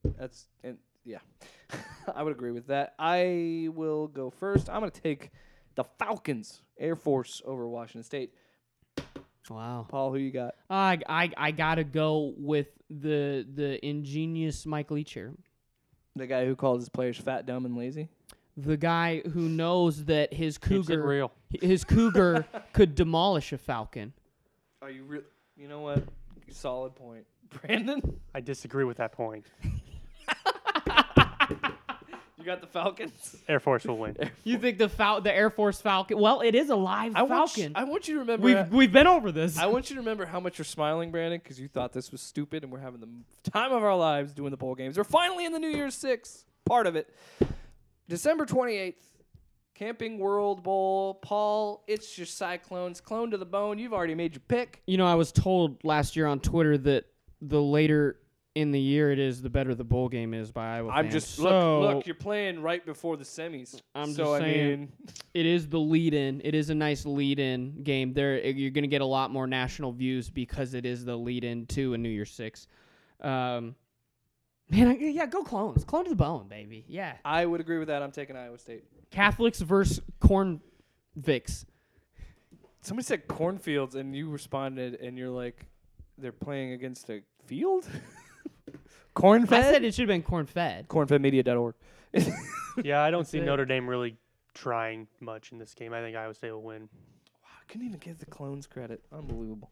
[SPEAKER 1] That's and yeah, I would agree with that. I will go first. I'm gonna take the Falcons Air Force over Washington State.
[SPEAKER 2] Wow.
[SPEAKER 1] Paul, who you got?
[SPEAKER 2] I I I gotta go with the the ingenious Mike Leacher,
[SPEAKER 1] The guy who calls his players fat, dumb, and lazy.
[SPEAKER 2] the guy who knows that his
[SPEAKER 3] Keeps it
[SPEAKER 2] cougar
[SPEAKER 3] real.
[SPEAKER 2] his cougar could demolish a falcon.
[SPEAKER 1] Are you real? You know what? Solid point, Brandon.
[SPEAKER 3] I disagree with that point.
[SPEAKER 1] You You got the Falcons.
[SPEAKER 3] Air Force will win.
[SPEAKER 2] You think the Fal- the Air Force Falcon? Well, it is a live
[SPEAKER 1] I want, you,
[SPEAKER 2] Falcon.
[SPEAKER 1] I want you to remember.
[SPEAKER 2] we've we've been over this.
[SPEAKER 1] I want you to remember how much you're smiling, Brandon, because you thought this was stupid, and we're having the time of our lives doing the bowl games. We're finally in the New Year's Six part of it. December 28th, Camping World Bowl. Paul, it's your Cyclones, clone to the bone. You've already made your pick.
[SPEAKER 2] you know, I was told last year on Twitter that the later in the year it is, the better the bowl game is by Iowa
[SPEAKER 1] I'm
[SPEAKER 2] fans.
[SPEAKER 1] just
[SPEAKER 2] So,
[SPEAKER 1] look, look. You're playing right before the semis.
[SPEAKER 2] I'm
[SPEAKER 1] so
[SPEAKER 2] just
[SPEAKER 1] I
[SPEAKER 2] saying.
[SPEAKER 1] mean,
[SPEAKER 2] it is the lead-in. It is a nice lead-in game. There, you're gonna get a lot more national views because it is the lead-in to a New Year's Six. Um, man, I, yeah, go clones, clone to the bone, baby. Yeah,
[SPEAKER 1] I would agree with that. I'm taking Iowa State.
[SPEAKER 2] Catholics versus Corn Vicks.
[SPEAKER 1] Somebody said cornfields, and you responded, and you're like, they're playing against a field. Cornfed.
[SPEAKER 2] I said it should have been corn fed.
[SPEAKER 1] cornfedmedia.org.
[SPEAKER 3] yeah, I don't see
[SPEAKER 2] it.
[SPEAKER 3] Notre Dame really trying much in this game. I think Iowa State will win.
[SPEAKER 1] I couldn't even give the clones credit. Unbelievable.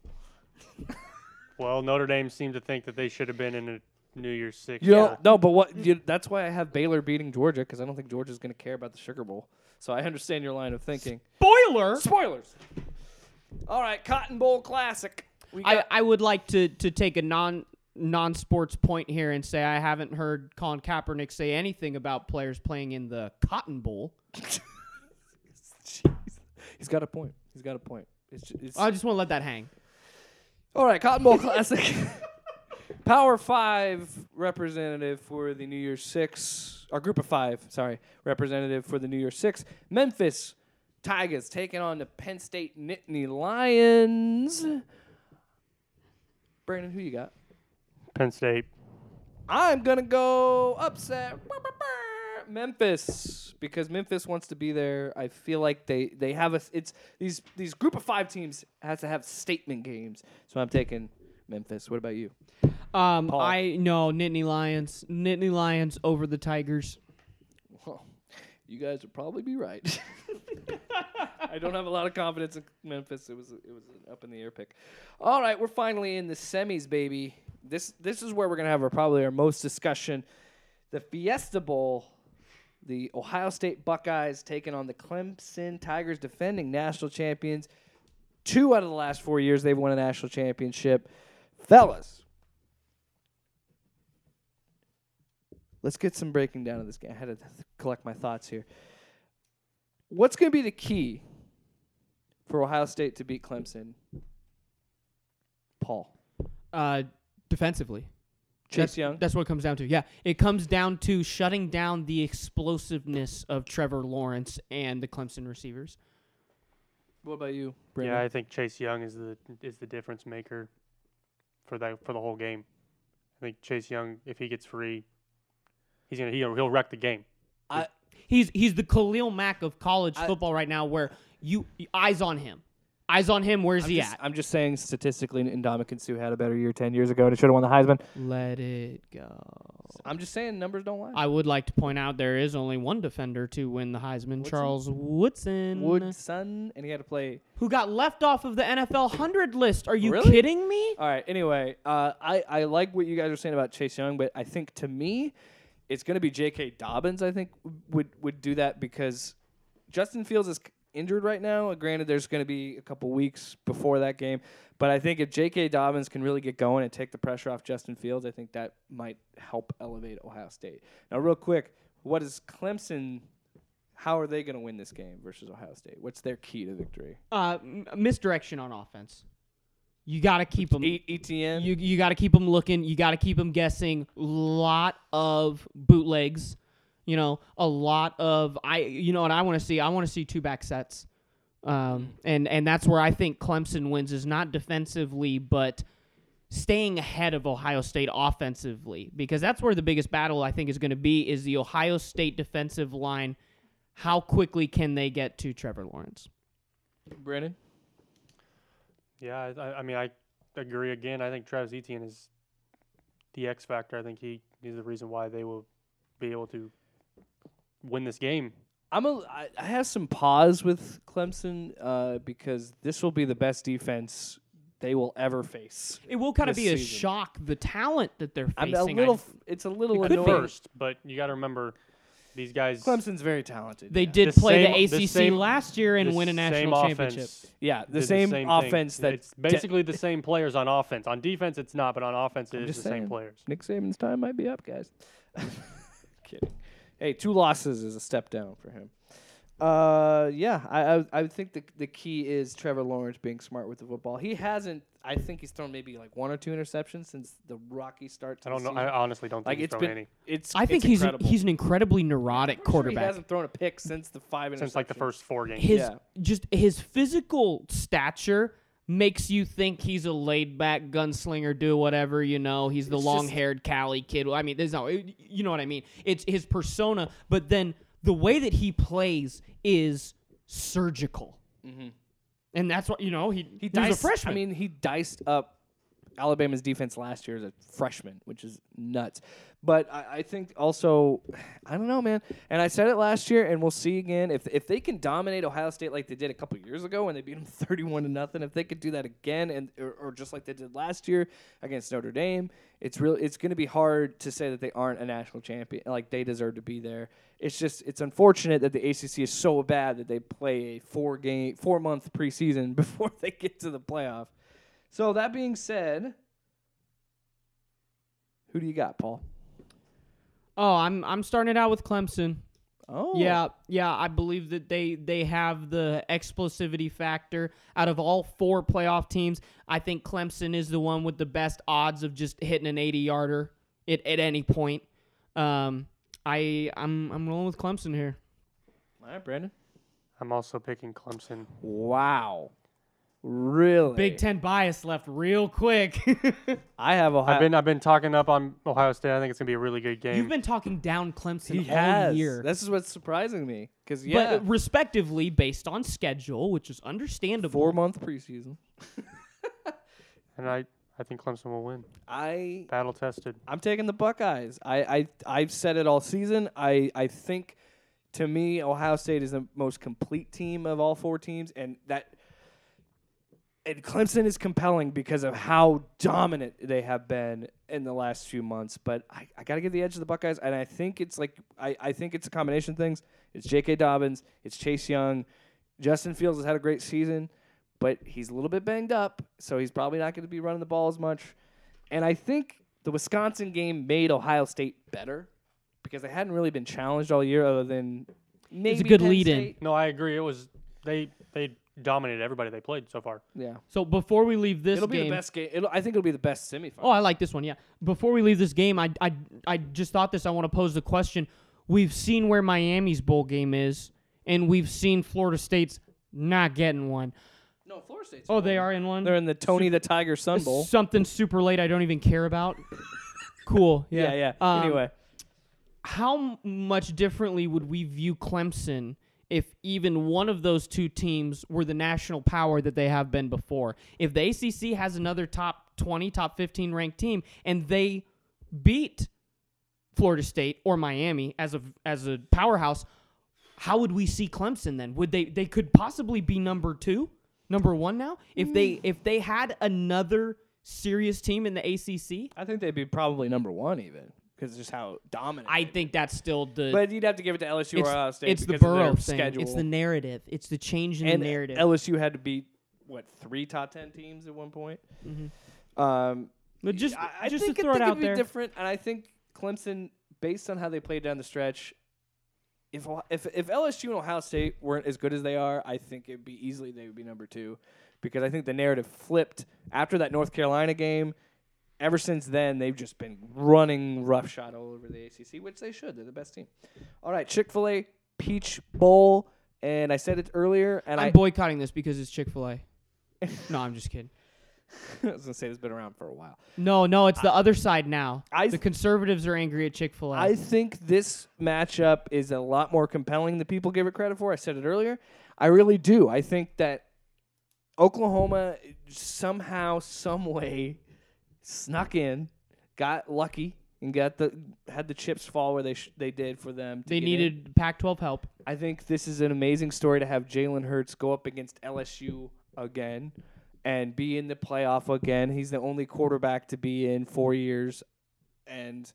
[SPEAKER 3] Well, Notre Dame seemed to think that they should have been in a New Year's Six.
[SPEAKER 1] You
[SPEAKER 3] Yeah.
[SPEAKER 1] know, no, but what? You, that's why I have Baylor beating Georgia because I don't think Georgia's going to care about the Sugar Bowl. So I understand your line of thinking.
[SPEAKER 2] Boiler.
[SPEAKER 1] Spoilers. All right, Cotton Bowl Classic. We got,
[SPEAKER 2] I, I would like to to take a non non sports point here and say I haven't heard Colin Kaepernick say anything about players playing in the Cotton Bowl.
[SPEAKER 1] Jeez. He's got a point. He's got a point. It's, ju- it's,
[SPEAKER 2] I just want to let that hang.
[SPEAKER 1] all right, Cotton Bowl Classic. Power Five representative for the New Year's Six, or Group of Five, sorry, representative for the New Year's Six, Memphis Tigers taking on the Penn State Nittany Lions. Brandon, who you got?
[SPEAKER 3] Penn State.
[SPEAKER 1] I'm gonna go upset Memphis because Memphis wants to be there. I feel like they they have a it's these these group of five teams has to have statement games. So I'm taking Memphis. What about you?
[SPEAKER 2] Um,
[SPEAKER 1] Paul.
[SPEAKER 2] I no Nittany Lions, Nittany Lions over the Tigers.
[SPEAKER 1] Well, you guys would probably be right. I don't have a lot of confidence in Memphis. It was it was an up in the air pick. All right, we're finally in the semis, baby. This this is where we're gonna have our probably our most discussion. The Fiesta Bowl, the Ohio State Buckeyes taking on the Clemson Tigers, defending national champions. Two out of the last four years they've won a national championship, fellas. Let's get some breaking down of this game. I had to collect my thoughts here. What's going to be the key for Ohio State to beat Clemson? Paul.
[SPEAKER 2] Uh, defensively,
[SPEAKER 1] Chase
[SPEAKER 2] that's,
[SPEAKER 1] Young.
[SPEAKER 2] That's what it comes down to. Yeah, it comes down to shutting down the explosiveness of Trevor Lawrence and the Clemson receivers.
[SPEAKER 1] What about you,
[SPEAKER 3] Yeah, I think Chase Young is the is the difference maker for that for the whole game. I think Chase Young, if he gets free, he's gonna he'll, he'll wreck the game.
[SPEAKER 1] I,
[SPEAKER 2] He's he's the Khalil Mack of college
[SPEAKER 1] I-
[SPEAKER 2] football right now, where you eyes on him, eyes on him. Where's
[SPEAKER 1] I'm,
[SPEAKER 2] he
[SPEAKER 1] just,
[SPEAKER 2] at?
[SPEAKER 1] I'm just saying statistically, Indomitian Sue had a better year 10 years ago and it should have won the Heisman.
[SPEAKER 2] Let it go.
[SPEAKER 1] I'm just saying numbers don't lie.
[SPEAKER 2] I would like to point out there is only one defender to win the Heisman, Charles Woodson,
[SPEAKER 1] Woodson, and he had to play
[SPEAKER 2] who got left off of the NFL 100 list. Are you
[SPEAKER 1] Really?
[SPEAKER 2] kidding me?
[SPEAKER 1] All right. Anyway, uh, I I like what you guys are saying about Chase Young, but I think to me, it's going to be J.K. Dobbins. I think would would do that because Justin Fields is injured right now. Granted, there's going to be a couple weeks before that game, but I think if J.K. Dobbins can really get going and take the pressure off Justin Fields, I think that might help elevate Ohio State. Now, real quick, what is Clemson? How are they going to win this game versus Ohio State? What's their key to victory?
[SPEAKER 2] Uh, m- misdirection on offense. You got to keep them.
[SPEAKER 1] Eight ETN.
[SPEAKER 2] You you got to keep them looking. You got to keep them guessing. Lot of bootlegs. You know, a lot of I. You know what I want to see? I want to see two back sets. Um, and and that's where I think Clemson wins is not defensively, but staying ahead of Ohio State offensively because that's where the biggest battle I think is going to be is the Ohio State defensive line. How quickly can they get to Trevor Lawrence?
[SPEAKER 1] Brandon.
[SPEAKER 3] Yeah, I, I- I mean I agree again. I think Travis Etienne is the X factor. I think he is the reason why they will be able to win this game.
[SPEAKER 1] I'm a. I, I have some pause with Clemson uh, because this will be the best defense they will ever face.
[SPEAKER 2] It will kind of
[SPEAKER 1] This
[SPEAKER 2] be a
[SPEAKER 1] season.
[SPEAKER 2] shock the talent that they're
[SPEAKER 1] I'm
[SPEAKER 2] facing.
[SPEAKER 1] a
[SPEAKER 2] I
[SPEAKER 1] little. f- It's a little
[SPEAKER 2] It could be.
[SPEAKER 1] annoying.
[SPEAKER 3] First, but you got to remember These guys.
[SPEAKER 1] Clemson's very talented.
[SPEAKER 2] They
[SPEAKER 1] yeah.
[SPEAKER 2] did
[SPEAKER 3] The
[SPEAKER 2] play
[SPEAKER 3] same- the
[SPEAKER 2] the ACC
[SPEAKER 3] same-
[SPEAKER 2] last year and
[SPEAKER 3] the
[SPEAKER 2] win a
[SPEAKER 3] same
[SPEAKER 2] national championship.
[SPEAKER 3] offense
[SPEAKER 1] yeah, the
[SPEAKER 3] did
[SPEAKER 1] same,
[SPEAKER 3] thing.
[SPEAKER 1] offense that
[SPEAKER 3] it's basically the same players on offense. On defense, it's not, but on offense, it is
[SPEAKER 1] just
[SPEAKER 3] the
[SPEAKER 1] saying.
[SPEAKER 3] same players.
[SPEAKER 1] Nick Saban's time might be up, guys. Kidding. Hey, two losses is a step down for him. Uh, yeah, I I, I think the the key is Trevor Lawrence being smart with the football. He hasn't. I think he's thrown maybe like one or two interceptions since the rocky start. To
[SPEAKER 3] I don't
[SPEAKER 1] the
[SPEAKER 3] know. I
[SPEAKER 1] season.
[SPEAKER 3] honestly don't think
[SPEAKER 1] like
[SPEAKER 3] he's
[SPEAKER 1] it's
[SPEAKER 3] thrown
[SPEAKER 1] been.
[SPEAKER 3] any
[SPEAKER 1] It's.
[SPEAKER 2] I think
[SPEAKER 1] it's
[SPEAKER 2] he's
[SPEAKER 1] incredible.
[SPEAKER 2] he's an incredibly neurotic
[SPEAKER 1] I'm sure He
[SPEAKER 2] quarterback.
[SPEAKER 1] hasn't thrown a pick since the five interceptions.
[SPEAKER 3] since like the first four games.
[SPEAKER 2] his
[SPEAKER 1] Yeah.
[SPEAKER 2] just his physical stature makes you think he's a laid back gunslinger, do whatever you know. He's the
[SPEAKER 1] It's
[SPEAKER 2] long haired Cali kid. I mean, there's no, you know what I mean. It's his persona, but then the way that he plays is surgical, and that's what you know. He he, was a
[SPEAKER 1] diced-
[SPEAKER 2] freshman.
[SPEAKER 1] I mean, he diced up Alabama's defense last year as a freshman, which is nuts. But I, I think also, I don't know, man. And I said it last year, and we'll see again if if they can dominate Ohio State like they did a couple years ago when they beat them thirty-one to nothing. If they could do that again, and or, or just like they did last year against Notre Dame, it's real. It's going to be hard to say that they aren't a national champion. Like they deserve to be there. It's just it's unfortunate that the ACC is so bad that they play a four game, four month preseason before they get to the playoff. So that being said, who do you got, Paul?
[SPEAKER 2] oh, I'm I'm starting it out with Clemson.
[SPEAKER 1] Oh,
[SPEAKER 2] Yeah, yeah, I believe that they they have the explosivity factor out of all four playoff teams. I think Clemson is the one with the best odds of just hitting an 80-yarder at, at any point. Um, I I'm I'm rolling with Clemson here.
[SPEAKER 1] All right, Brandon.
[SPEAKER 3] I'm also picking Clemson.
[SPEAKER 1] Wow. Really?
[SPEAKER 2] Big 10 bias left real quick.
[SPEAKER 1] I have Ohio.
[SPEAKER 3] I've been I've been talking up on Ohio State. I think it's gonna be a really good game.
[SPEAKER 2] You've been talking down Clemson
[SPEAKER 1] he
[SPEAKER 2] all
[SPEAKER 1] has.
[SPEAKER 2] year.
[SPEAKER 1] This is what's surprising me. Because, yeah,
[SPEAKER 2] But respectively based on schedule, which is understandable.
[SPEAKER 1] four month preseason.
[SPEAKER 3] and I I think Clemson will win.
[SPEAKER 1] I
[SPEAKER 3] Battle tested.
[SPEAKER 1] I'm taking the Buckeyes. I, I I've said it all season. I, I think to me Ohio State is the most complete team of all four teams, and that and Clemson is compelling because of how dominant they have been in the last few months. But I, I got to give the edge to the Buckeyes, and I think it's like I, I think it's a combination of things. It's J.K. Dobbins, it's Chase Young, Justin Fields has had a great season, but he's a little bit banged up, so he's probably not going to be running the ball as much. And I think the Wisconsin game made Ohio State better because they hadn't really been challenged all year, other than maybe
[SPEAKER 2] good
[SPEAKER 1] Penn
[SPEAKER 2] lead-in.
[SPEAKER 1] State.
[SPEAKER 3] No, I agree. It was they they dominated everybody they played so far.
[SPEAKER 1] Yeah,
[SPEAKER 2] So before we leave this
[SPEAKER 1] it'll be
[SPEAKER 2] game,
[SPEAKER 1] the best game. It'll, I think it'll be the best semifinal.
[SPEAKER 2] Oh, I like this one. Yeah. Before we leave this game, I I I just thought this. I want to pose the question. We've seen where Miami's bowl game is, and we've seen Florida State's not getting one.
[SPEAKER 1] no, Florida State's.
[SPEAKER 2] Oh, they are in one.
[SPEAKER 1] They're in the Tony the Tiger Sun Bowl.
[SPEAKER 2] Something super late. I don't even care about. cool. Yeah.
[SPEAKER 1] Yeah, yeah.
[SPEAKER 2] Um,
[SPEAKER 1] anyway,
[SPEAKER 2] how m- much differently would we view Clemson if even one of those two teams were the national power that they have been before? If the ACC has another top 20, top 15 ranked team and they beat Florida State or Miami as a as a powerhouse, how would we see Clemson then? Would they they could possibly be number 2, number 1 now if they if they had another serious team in the ACC?
[SPEAKER 1] I think they'd be probably number one even because just how dominant.
[SPEAKER 2] I think that's still the
[SPEAKER 1] but you'd have to give it to LSU or Ohio State.
[SPEAKER 2] the
[SPEAKER 1] because of
[SPEAKER 2] Burrow
[SPEAKER 1] their
[SPEAKER 2] thing.
[SPEAKER 1] Schedule.
[SPEAKER 2] It's the narrative. It's the change in
[SPEAKER 1] and
[SPEAKER 2] the narrative.
[SPEAKER 1] LSU had to beat what three top ten teams at one point.
[SPEAKER 2] Mm-hmm.
[SPEAKER 1] Um,
[SPEAKER 2] but just,
[SPEAKER 1] I, I
[SPEAKER 2] just
[SPEAKER 1] think
[SPEAKER 2] to
[SPEAKER 1] it-
[SPEAKER 2] throw it
[SPEAKER 1] think it'd
[SPEAKER 2] out
[SPEAKER 1] be
[SPEAKER 2] there,
[SPEAKER 1] different, and I think Clemson, based on how they played down the stretch, if Ohio- if if LSU and Ohio State weren't as good as they are, I think it'd be easily they would be number two, because I think the narrative flipped after that North Carolina game. Ever since then, they've just been running roughshod all over the ACC, which they should. They're the best team. All right, Chick Fil A Peach Bowl, and I said it earlier, and
[SPEAKER 2] I'm
[SPEAKER 1] I,
[SPEAKER 2] boycotting this because it's Chick Fil A. no, I'm just kidding.
[SPEAKER 1] I was gonna say it's been around for a while.
[SPEAKER 2] No, no, it's the other side now.
[SPEAKER 1] I-
[SPEAKER 2] the conservatives are angry at Chick Fil A.
[SPEAKER 1] I think this matchup is a lot more compelling than people give it credit for. I said it earlier. I really do. I think that Oklahoma somehow, some way, snuck in, got lucky, and got the had the chips fall where they sh- they did for them. to
[SPEAKER 2] They
[SPEAKER 1] get in.
[SPEAKER 2] needed Pac-12 help.
[SPEAKER 1] I think this is an amazing story to have Jalen Hurts go up against LSU again and be in the playoff again. He's the only quarterback to be in four years, and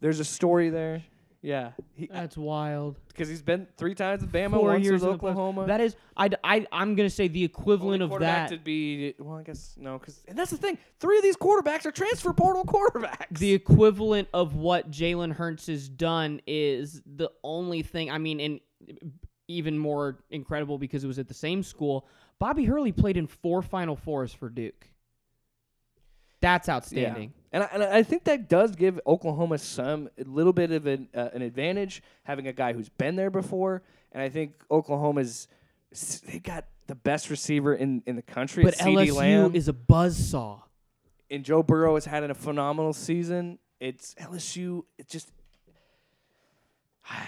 [SPEAKER 1] there's a story there. Yeah, because
[SPEAKER 2] That's wild.
[SPEAKER 1] he, has been three times in Bama,
[SPEAKER 2] Four
[SPEAKER 1] once with
[SPEAKER 2] years in the playoffs.
[SPEAKER 1] Oklahoma.
[SPEAKER 2] That is, I, I, I'm gonna say the equivalent
[SPEAKER 1] Only
[SPEAKER 2] of
[SPEAKER 1] quarterback
[SPEAKER 2] that.
[SPEAKER 1] to be well, I guess no, because and that's the thing. Three of these quarterbacks are transfer portal quarterbacks.
[SPEAKER 2] the equivalent of what Jalen Hurts has done is the only thing. I mean, and even more incredible because it was at the same school. Bobby Hurley played in four Final Fours for Duke. That's outstanding.
[SPEAKER 1] And I, and I think that does give Oklahoma some a little bit of an, uh, an advantage having a guy who's been there before. And I think Oklahoma's s- they got the best receiver in, in the country,
[SPEAKER 2] But
[SPEAKER 1] CD
[SPEAKER 2] LSU
[SPEAKER 1] Lamb,
[SPEAKER 2] is a buzzsaw.
[SPEAKER 1] and Joe Burrow has had a phenomenal season. It's LSU. It just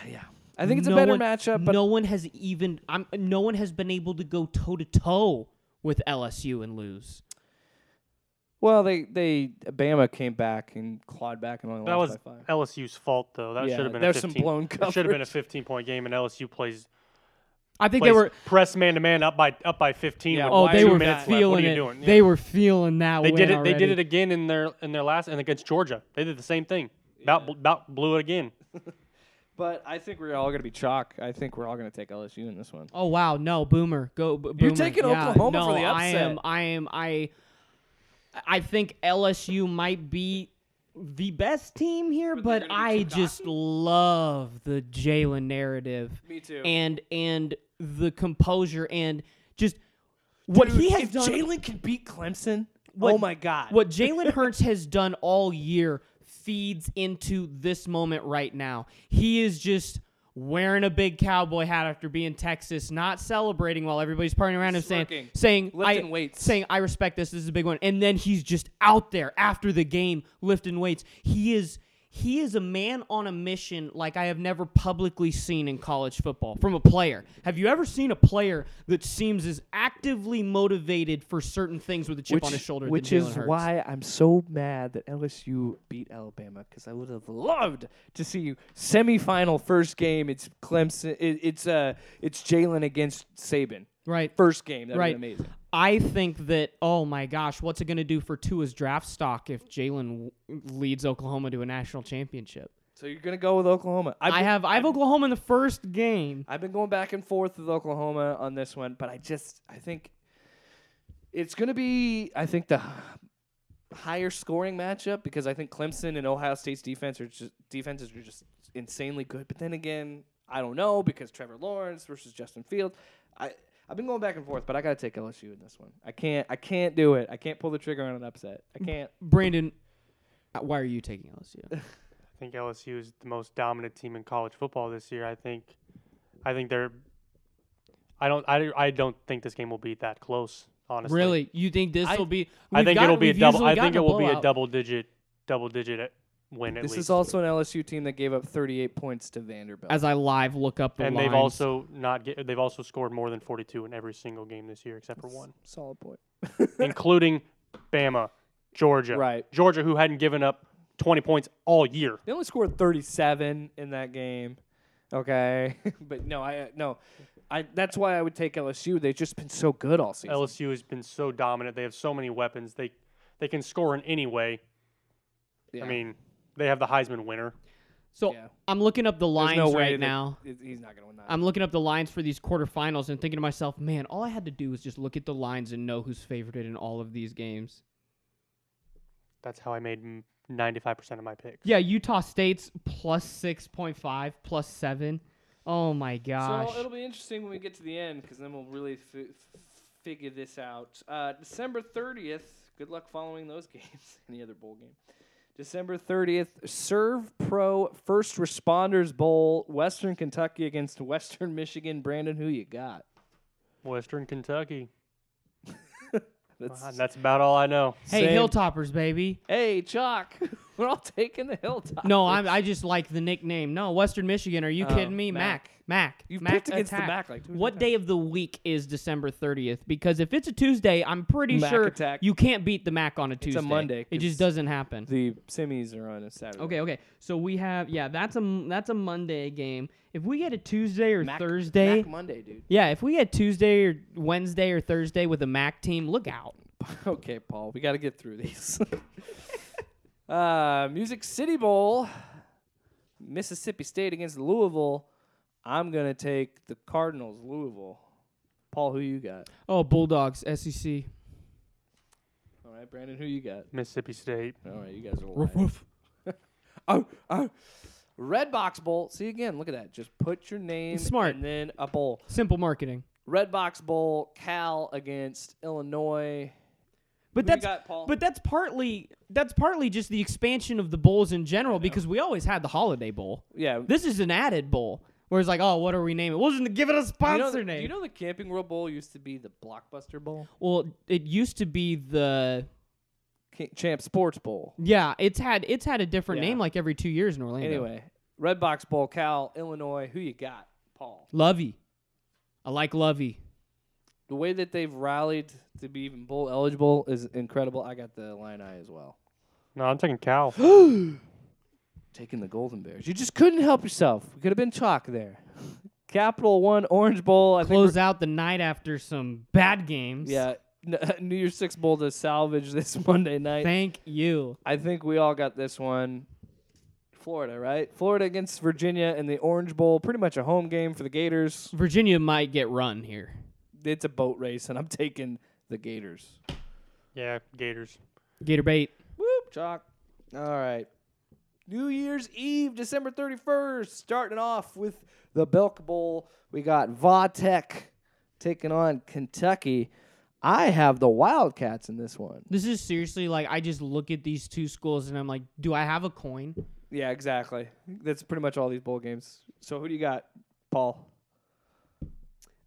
[SPEAKER 1] yeah, I think it's a
[SPEAKER 2] No
[SPEAKER 1] better
[SPEAKER 2] one-
[SPEAKER 1] matchup. But
[SPEAKER 2] no one has even. I'm, no one has been able to go toe to toe with LSU and lose.
[SPEAKER 1] well, they they Bama came back and clawed back and only
[SPEAKER 3] That was
[SPEAKER 1] lost by five.
[SPEAKER 3] LSU's fault, though. That
[SPEAKER 1] Yeah,
[SPEAKER 3] should have been.
[SPEAKER 1] there's
[SPEAKER 3] a
[SPEAKER 1] some
[SPEAKER 3] 15,
[SPEAKER 1] blown
[SPEAKER 3] It should have been a
[SPEAKER 1] coverage.
[SPEAKER 3] 15 point game, and LSU plays.
[SPEAKER 2] I think
[SPEAKER 3] plays
[SPEAKER 2] they were.
[SPEAKER 3] press man to man up by up by 15.
[SPEAKER 1] Yeah,
[SPEAKER 3] with
[SPEAKER 2] Oh,
[SPEAKER 1] why
[SPEAKER 2] they
[SPEAKER 3] two
[SPEAKER 2] were
[SPEAKER 3] minutes
[SPEAKER 2] feeling
[SPEAKER 3] left. What are you
[SPEAKER 2] it.
[SPEAKER 3] doing? Yeah.
[SPEAKER 2] They were feeling that.
[SPEAKER 3] They
[SPEAKER 2] win
[SPEAKER 3] did it. They
[SPEAKER 2] already.
[SPEAKER 3] did it again in their in their last and against Georgia. They did the same thing. About about blew it again.
[SPEAKER 1] But I think we're all going to be chalk. I think we're all going to take LSU in this one.
[SPEAKER 2] Oh wow, no, boomer, go. B-
[SPEAKER 1] You're
[SPEAKER 2] boomer.
[SPEAKER 1] taking
[SPEAKER 2] Yeah,
[SPEAKER 1] Oklahoma
[SPEAKER 2] no,
[SPEAKER 1] for the
[SPEAKER 2] I
[SPEAKER 1] upset.
[SPEAKER 2] am. I am. I. I think LSU might be the best team here, but, I just love the Jalen narrative.
[SPEAKER 1] Me too.
[SPEAKER 2] And and the composure and just what he has
[SPEAKER 1] if
[SPEAKER 2] done.
[SPEAKER 1] Jalen can beat Clemson,
[SPEAKER 2] What-
[SPEAKER 1] oh my God!
[SPEAKER 2] What Jalen Hurts has done all year feeds into this moment right now. He is just wearing a big cowboy hat after being Texas, not celebrating while everybody's partying around him, saying,
[SPEAKER 1] Smirking.
[SPEAKER 2] saying, I,
[SPEAKER 1] Lifting weights.
[SPEAKER 2] saying, I respect this. This is a big one. And then he's just out there after the game lifting weights. He is. He is a man on a mission like I have never publicly seen in college football from a player. Have you ever seen a player that seems as actively motivated for certain things with a chip on his shoulder? than
[SPEAKER 1] which
[SPEAKER 2] Jalen
[SPEAKER 1] is
[SPEAKER 2] Hurts?
[SPEAKER 1] why I'm so mad that LSU beat Alabama because I would have loved to see semifinal first game. It's Clemson. It, it's uh, it's Jalen against Saban.
[SPEAKER 2] Right.
[SPEAKER 1] First game. That'd
[SPEAKER 2] Right.
[SPEAKER 1] be amazing.
[SPEAKER 2] I think that oh my gosh, what's it going to do for Tua's draft stock if Jalen w- leads Oklahoma to a national championship?
[SPEAKER 1] So you're gonna go with Oklahoma. I've
[SPEAKER 2] I
[SPEAKER 1] been,
[SPEAKER 2] have I have Oklahoma in the first game.
[SPEAKER 1] I've been going back and forth with Oklahoma on this one, but I just I think it's gonna be I think the higher scoring matchup because I think Clemson and Ohio State's defense are just defenses are just insanely good. But then again, I don't know because Trevor Lawrence versus Justin Fields. I I've been going back and forth, but I gotta take LSU in this one. I can't I can't do it. I can't pull the trigger on an upset.
[SPEAKER 3] Mm.
[SPEAKER 1] I can't.
[SPEAKER 2] Brandon, uh, why are you taking LSU?
[SPEAKER 3] I think LSU is the most dominant team in college football this year. I think, I think they're. I don't. I, I don't think this game will be that close. Honestly,
[SPEAKER 2] really, you think this
[SPEAKER 1] I-
[SPEAKER 2] will be?
[SPEAKER 3] I
[SPEAKER 2] we've
[SPEAKER 3] think
[SPEAKER 2] got-
[SPEAKER 3] it'll be a
[SPEAKER 2] we've
[SPEAKER 3] double.
[SPEAKER 2] usually
[SPEAKER 3] I think
[SPEAKER 2] gotten
[SPEAKER 3] it
[SPEAKER 2] a
[SPEAKER 3] will be a
[SPEAKER 2] blowout.
[SPEAKER 3] double digit, double digit win at
[SPEAKER 1] This
[SPEAKER 3] least.
[SPEAKER 1] is also an LSU team that gave up 38 points to Vanderbilt.
[SPEAKER 2] As I live look up the
[SPEAKER 3] and they've
[SPEAKER 2] lines.
[SPEAKER 3] also not get, they've also scored more than 42 in every single game this year except for one,
[SPEAKER 1] Solid point.
[SPEAKER 3] including Bama, Georgia.
[SPEAKER 1] Right.
[SPEAKER 3] Georgia who hadn't given up 20 points all year.
[SPEAKER 1] They only scored 37 in that game. Okay, but no, I uh, no, I. That's why I would take LSU. They've just been so good all season.
[SPEAKER 3] LSU has been so dominant. They have so many weapons. They they can score in any way.
[SPEAKER 1] Yeah.
[SPEAKER 3] I mean, they have the Heisman winner.
[SPEAKER 2] So
[SPEAKER 1] Yeah.
[SPEAKER 2] I'm looking up the
[SPEAKER 1] There's
[SPEAKER 2] lines
[SPEAKER 1] no way
[SPEAKER 2] right
[SPEAKER 1] that-
[SPEAKER 2] now.
[SPEAKER 1] it- he's not gonna win that.
[SPEAKER 2] I'm looking up the lines for these quarterfinals and thinking to myself, man, all I had to do was just look at the lines and know who's favored in all of these games.
[SPEAKER 3] That's how I made m- 95% of my picks.
[SPEAKER 2] Yeah, Utah State's plus six point five, plus seven. Oh my gosh.
[SPEAKER 1] So it'll be interesting when we get to the end because then we'll really f- f- figure this out. Uh, December 30th, good luck following those games. Any other bowl game? December 30th, Serve Pro First Responders Bowl, Western Kentucky against Western Michigan. Brandon, who you got?
[SPEAKER 3] Western Kentucky.
[SPEAKER 1] That's,
[SPEAKER 3] Ah, That's about all I know.
[SPEAKER 2] hey,
[SPEAKER 1] Same.
[SPEAKER 2] Hilltoppers, baby.
[SPEAKER 1] Hey, Chalk, we're all taking the hilltop.
[SPEAKER 2] No, I'm, I just like the nickname. No, Western Michigan. Are you
[SPEAKER 1] Oh,
[SPEAKER 2] kidding me? Mac.
[SPEAKER 1] Mac.
[SPEAKER 2] Mac.
[SPEAKER 1] You've
[SPEAKER 2] Mac
[SPEAKER 1] picked against the
[SPEAKER 2] attack.
[SPEAKER 1] Mac like two or
[SPEAKER 2] What
[SPEAKER 1] three
[SPEAKER 2] day of the week is December 30th? Because if it's a Tuesday, I'm pretty
[SPEAKER 1] Mac
[SPEAKER 2] sure
[SPEAKER 1] attack.
[SPEAKER 2] you can't beat the Mac on a Tuesday.
[SPEAKER 1] Monday,
[SPEAKER 2] It
[SPEAKER 1] 'cause
[SPEAKER 2] just doesn't happen.
[SPEAKER 1] The semis are on a Saturday.
[SPEAKER 2] Okay, okay. So we have yeah, that's a m- that's a Monday game. If we get a Tuesday or
[SPEAKER 1] Mac-
[SPEAKER 2] Thursday,
[SPEAKER 1] Mac Monday, dude.
[SPEAKER 2] yeah, if we get Tuesday or Wednesday or Thursday with a Mac team, look out.
[SPEAKER 1] okay, Paul, we got to get through these. uh, Music City Bowl, Mississippi State against Louisville. I'm gonna take the Cardinals, Louisville. Paul, who you got?
[SPEAKER 2] Oh, Bulldogs, SEC.
[SPEAKER 1] All right, Brandon, who you got?
[SPEAKER 3] Mississippi State.
[SPEAKER 1] All right, you guys are lying. Oh, oh. Red Box Bowl. See again. Look at that. Just put your name
[SPEAKER 2] Smart.
[SPEAKER 1] and then a bowl.
[SPEAKER 2] Simple marketing.
[SPEAKER 1] Red Box Bowl. Cal against Illinois.
[SPEAKER 2] But
[SPEAKER 1] Who you
[SPEAKER 2] that's
[SPEAKER 1] got, Paul?
[SPEAKER 2] but that's partly that's partly just the expansion of the bowls in general because we always had the Holiday Bowl.
[SPEAKER 1] Yeah.
[SPEAKER 2] This is an added bowl where it's like, oh, what are we naming? We'll just give it a
[SPEAKER 1] Do you
[SPEAKER 2] sponsor
[SPEAKER 1] know the-
[SPEAKER 2] name.
[SPEAKER 1] Do you know the Camping World Bowl used to be the Blockbuster Bowl?
[SPEAKER 2] well, it used to be the
[SPEAKER 1] Ca- Champ Sports Bowl.
[SPEAKER 2] yeah. It's had it's had a different
[SPEAKER 1] Yeah.
[SPEAKER 2] name like every two years in Orlando.
[SPEAKER 1] Anyway, Red Box Bowl, Cal, Illinois. Who you got, Paul?
[SPEAKER 2] Lovey, I like Lovey.
[SPEAKER 1] The way that they've rallied to be even bowl eligible is incredible. I got the line eye as well.
[SPEAKER 3] No, I'm taking Cal.
[SPEAKER 1] Taking the Golden Bears. You just couldn't help yourself. We could have been chalk there. Capital One Orange Bowl. I think
[SPEAKER 2] Close out the night after some bad games.
[SPEAKER 1] we're- yeah, N- New Year's Six Bowl to salvage this Monday night.
[SPEAKER 2] Thank you.
[SPEAKER 1] I think we all got this one. Florida, right? Florida against Virginia in the Orange Bowl. Pretty much a home game for the Gators.
[SPEAKER 2] Virginia might get run here.
[SPEAKER 1] It's a boat race, and I'm taking the Gators.
[SPEAKER 3] yeah, Gators.
[SPEAKER 2] Gator bait.
[SPEAKER 1] Whoop, chalk. All right. New Year's Eve, December 31st, starting off with the Belk Bowl. We got Vautech taking on Kentucky. I have the Wildcats in this one.
[SPEAKER 2] This is seriously like I just look at these two schools and I'm like, do I have a coin?
[SPEAKER 1] Yeah, exactly. That's pretty much all these bowl games. So who do you got, Paul?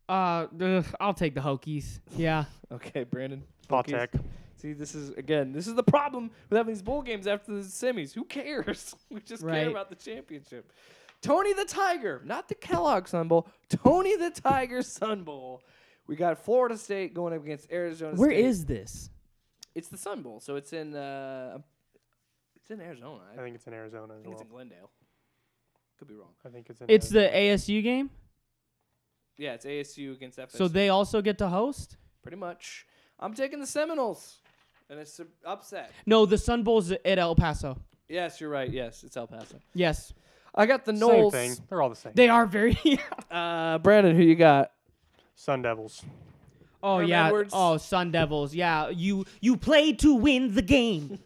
[SPEAKER 2] Uh, ugh, I'll take the Hokies. Yeah,
[SPEAKER 1] Okay, Brandon.
[SPEAKER 3] Vautech.
[SPEAKER 1] Hokies. See, this is again, this is the problem with having these bowl games after the semis. Who cares? We just
[SPEAKER 2] Right.
[SPEAKER 1] care about the championship. Tony the Tiger, not the Kellogg Sun Bowl. Tony the Tiger Sun Bowl. We got Florida State going up against Arizona.
[SPEAKER 2] where
[SPEAKER 1] State.
[SPEAKER 2] is this?
[SPEAKER 1] it's the Sun Bowl? So it's in uh, it's in Arizona. I
[SPEAKER 3] I think it's in Arizona as
[SPEAKER 1] think it's
[SPEAKER 3] well.
[SPEAKER 1] in Glendale. Could be wrong.
[SPEAKER 3] I think it's in.
[SPEAKER 2] It's
[SPEAKER 3] Arizona.
[SPEAKER 2] the ASU game,
[SPEAKER 1] Yeah, it's ASU against FSU.
[SPEAKER 2] so they also get to host.
[SPEAKER 1] pretty much. I'm taking the Seminoles, and it's a upset.
[SPEAKER 2] No, the Sun Bowl's at El Paso.
[SPEAKER 1] Yes, you're right. Yes, it's El Paso.
[SPEAKER 2] Yes,
[SPEAKER 1] I got the
[SPEAKER 3] same
[SPEAKER 1] Knowles.
[SPEAKER 3] thing. They're all the same.
[SPEAKER 2] they are very.
[SPEAKER 1] Uh, Brandon, who you got?
[SPEAKER 3] Sun Devils.
[SPEAKER 2] oh
[SPEAKER 1] Herm
[SPEAKER 2] yeah.
[SPEAKER 1] Edwards.
[SPEAKER 2] Oh Sun Devils. Yeah, you you play to win the game.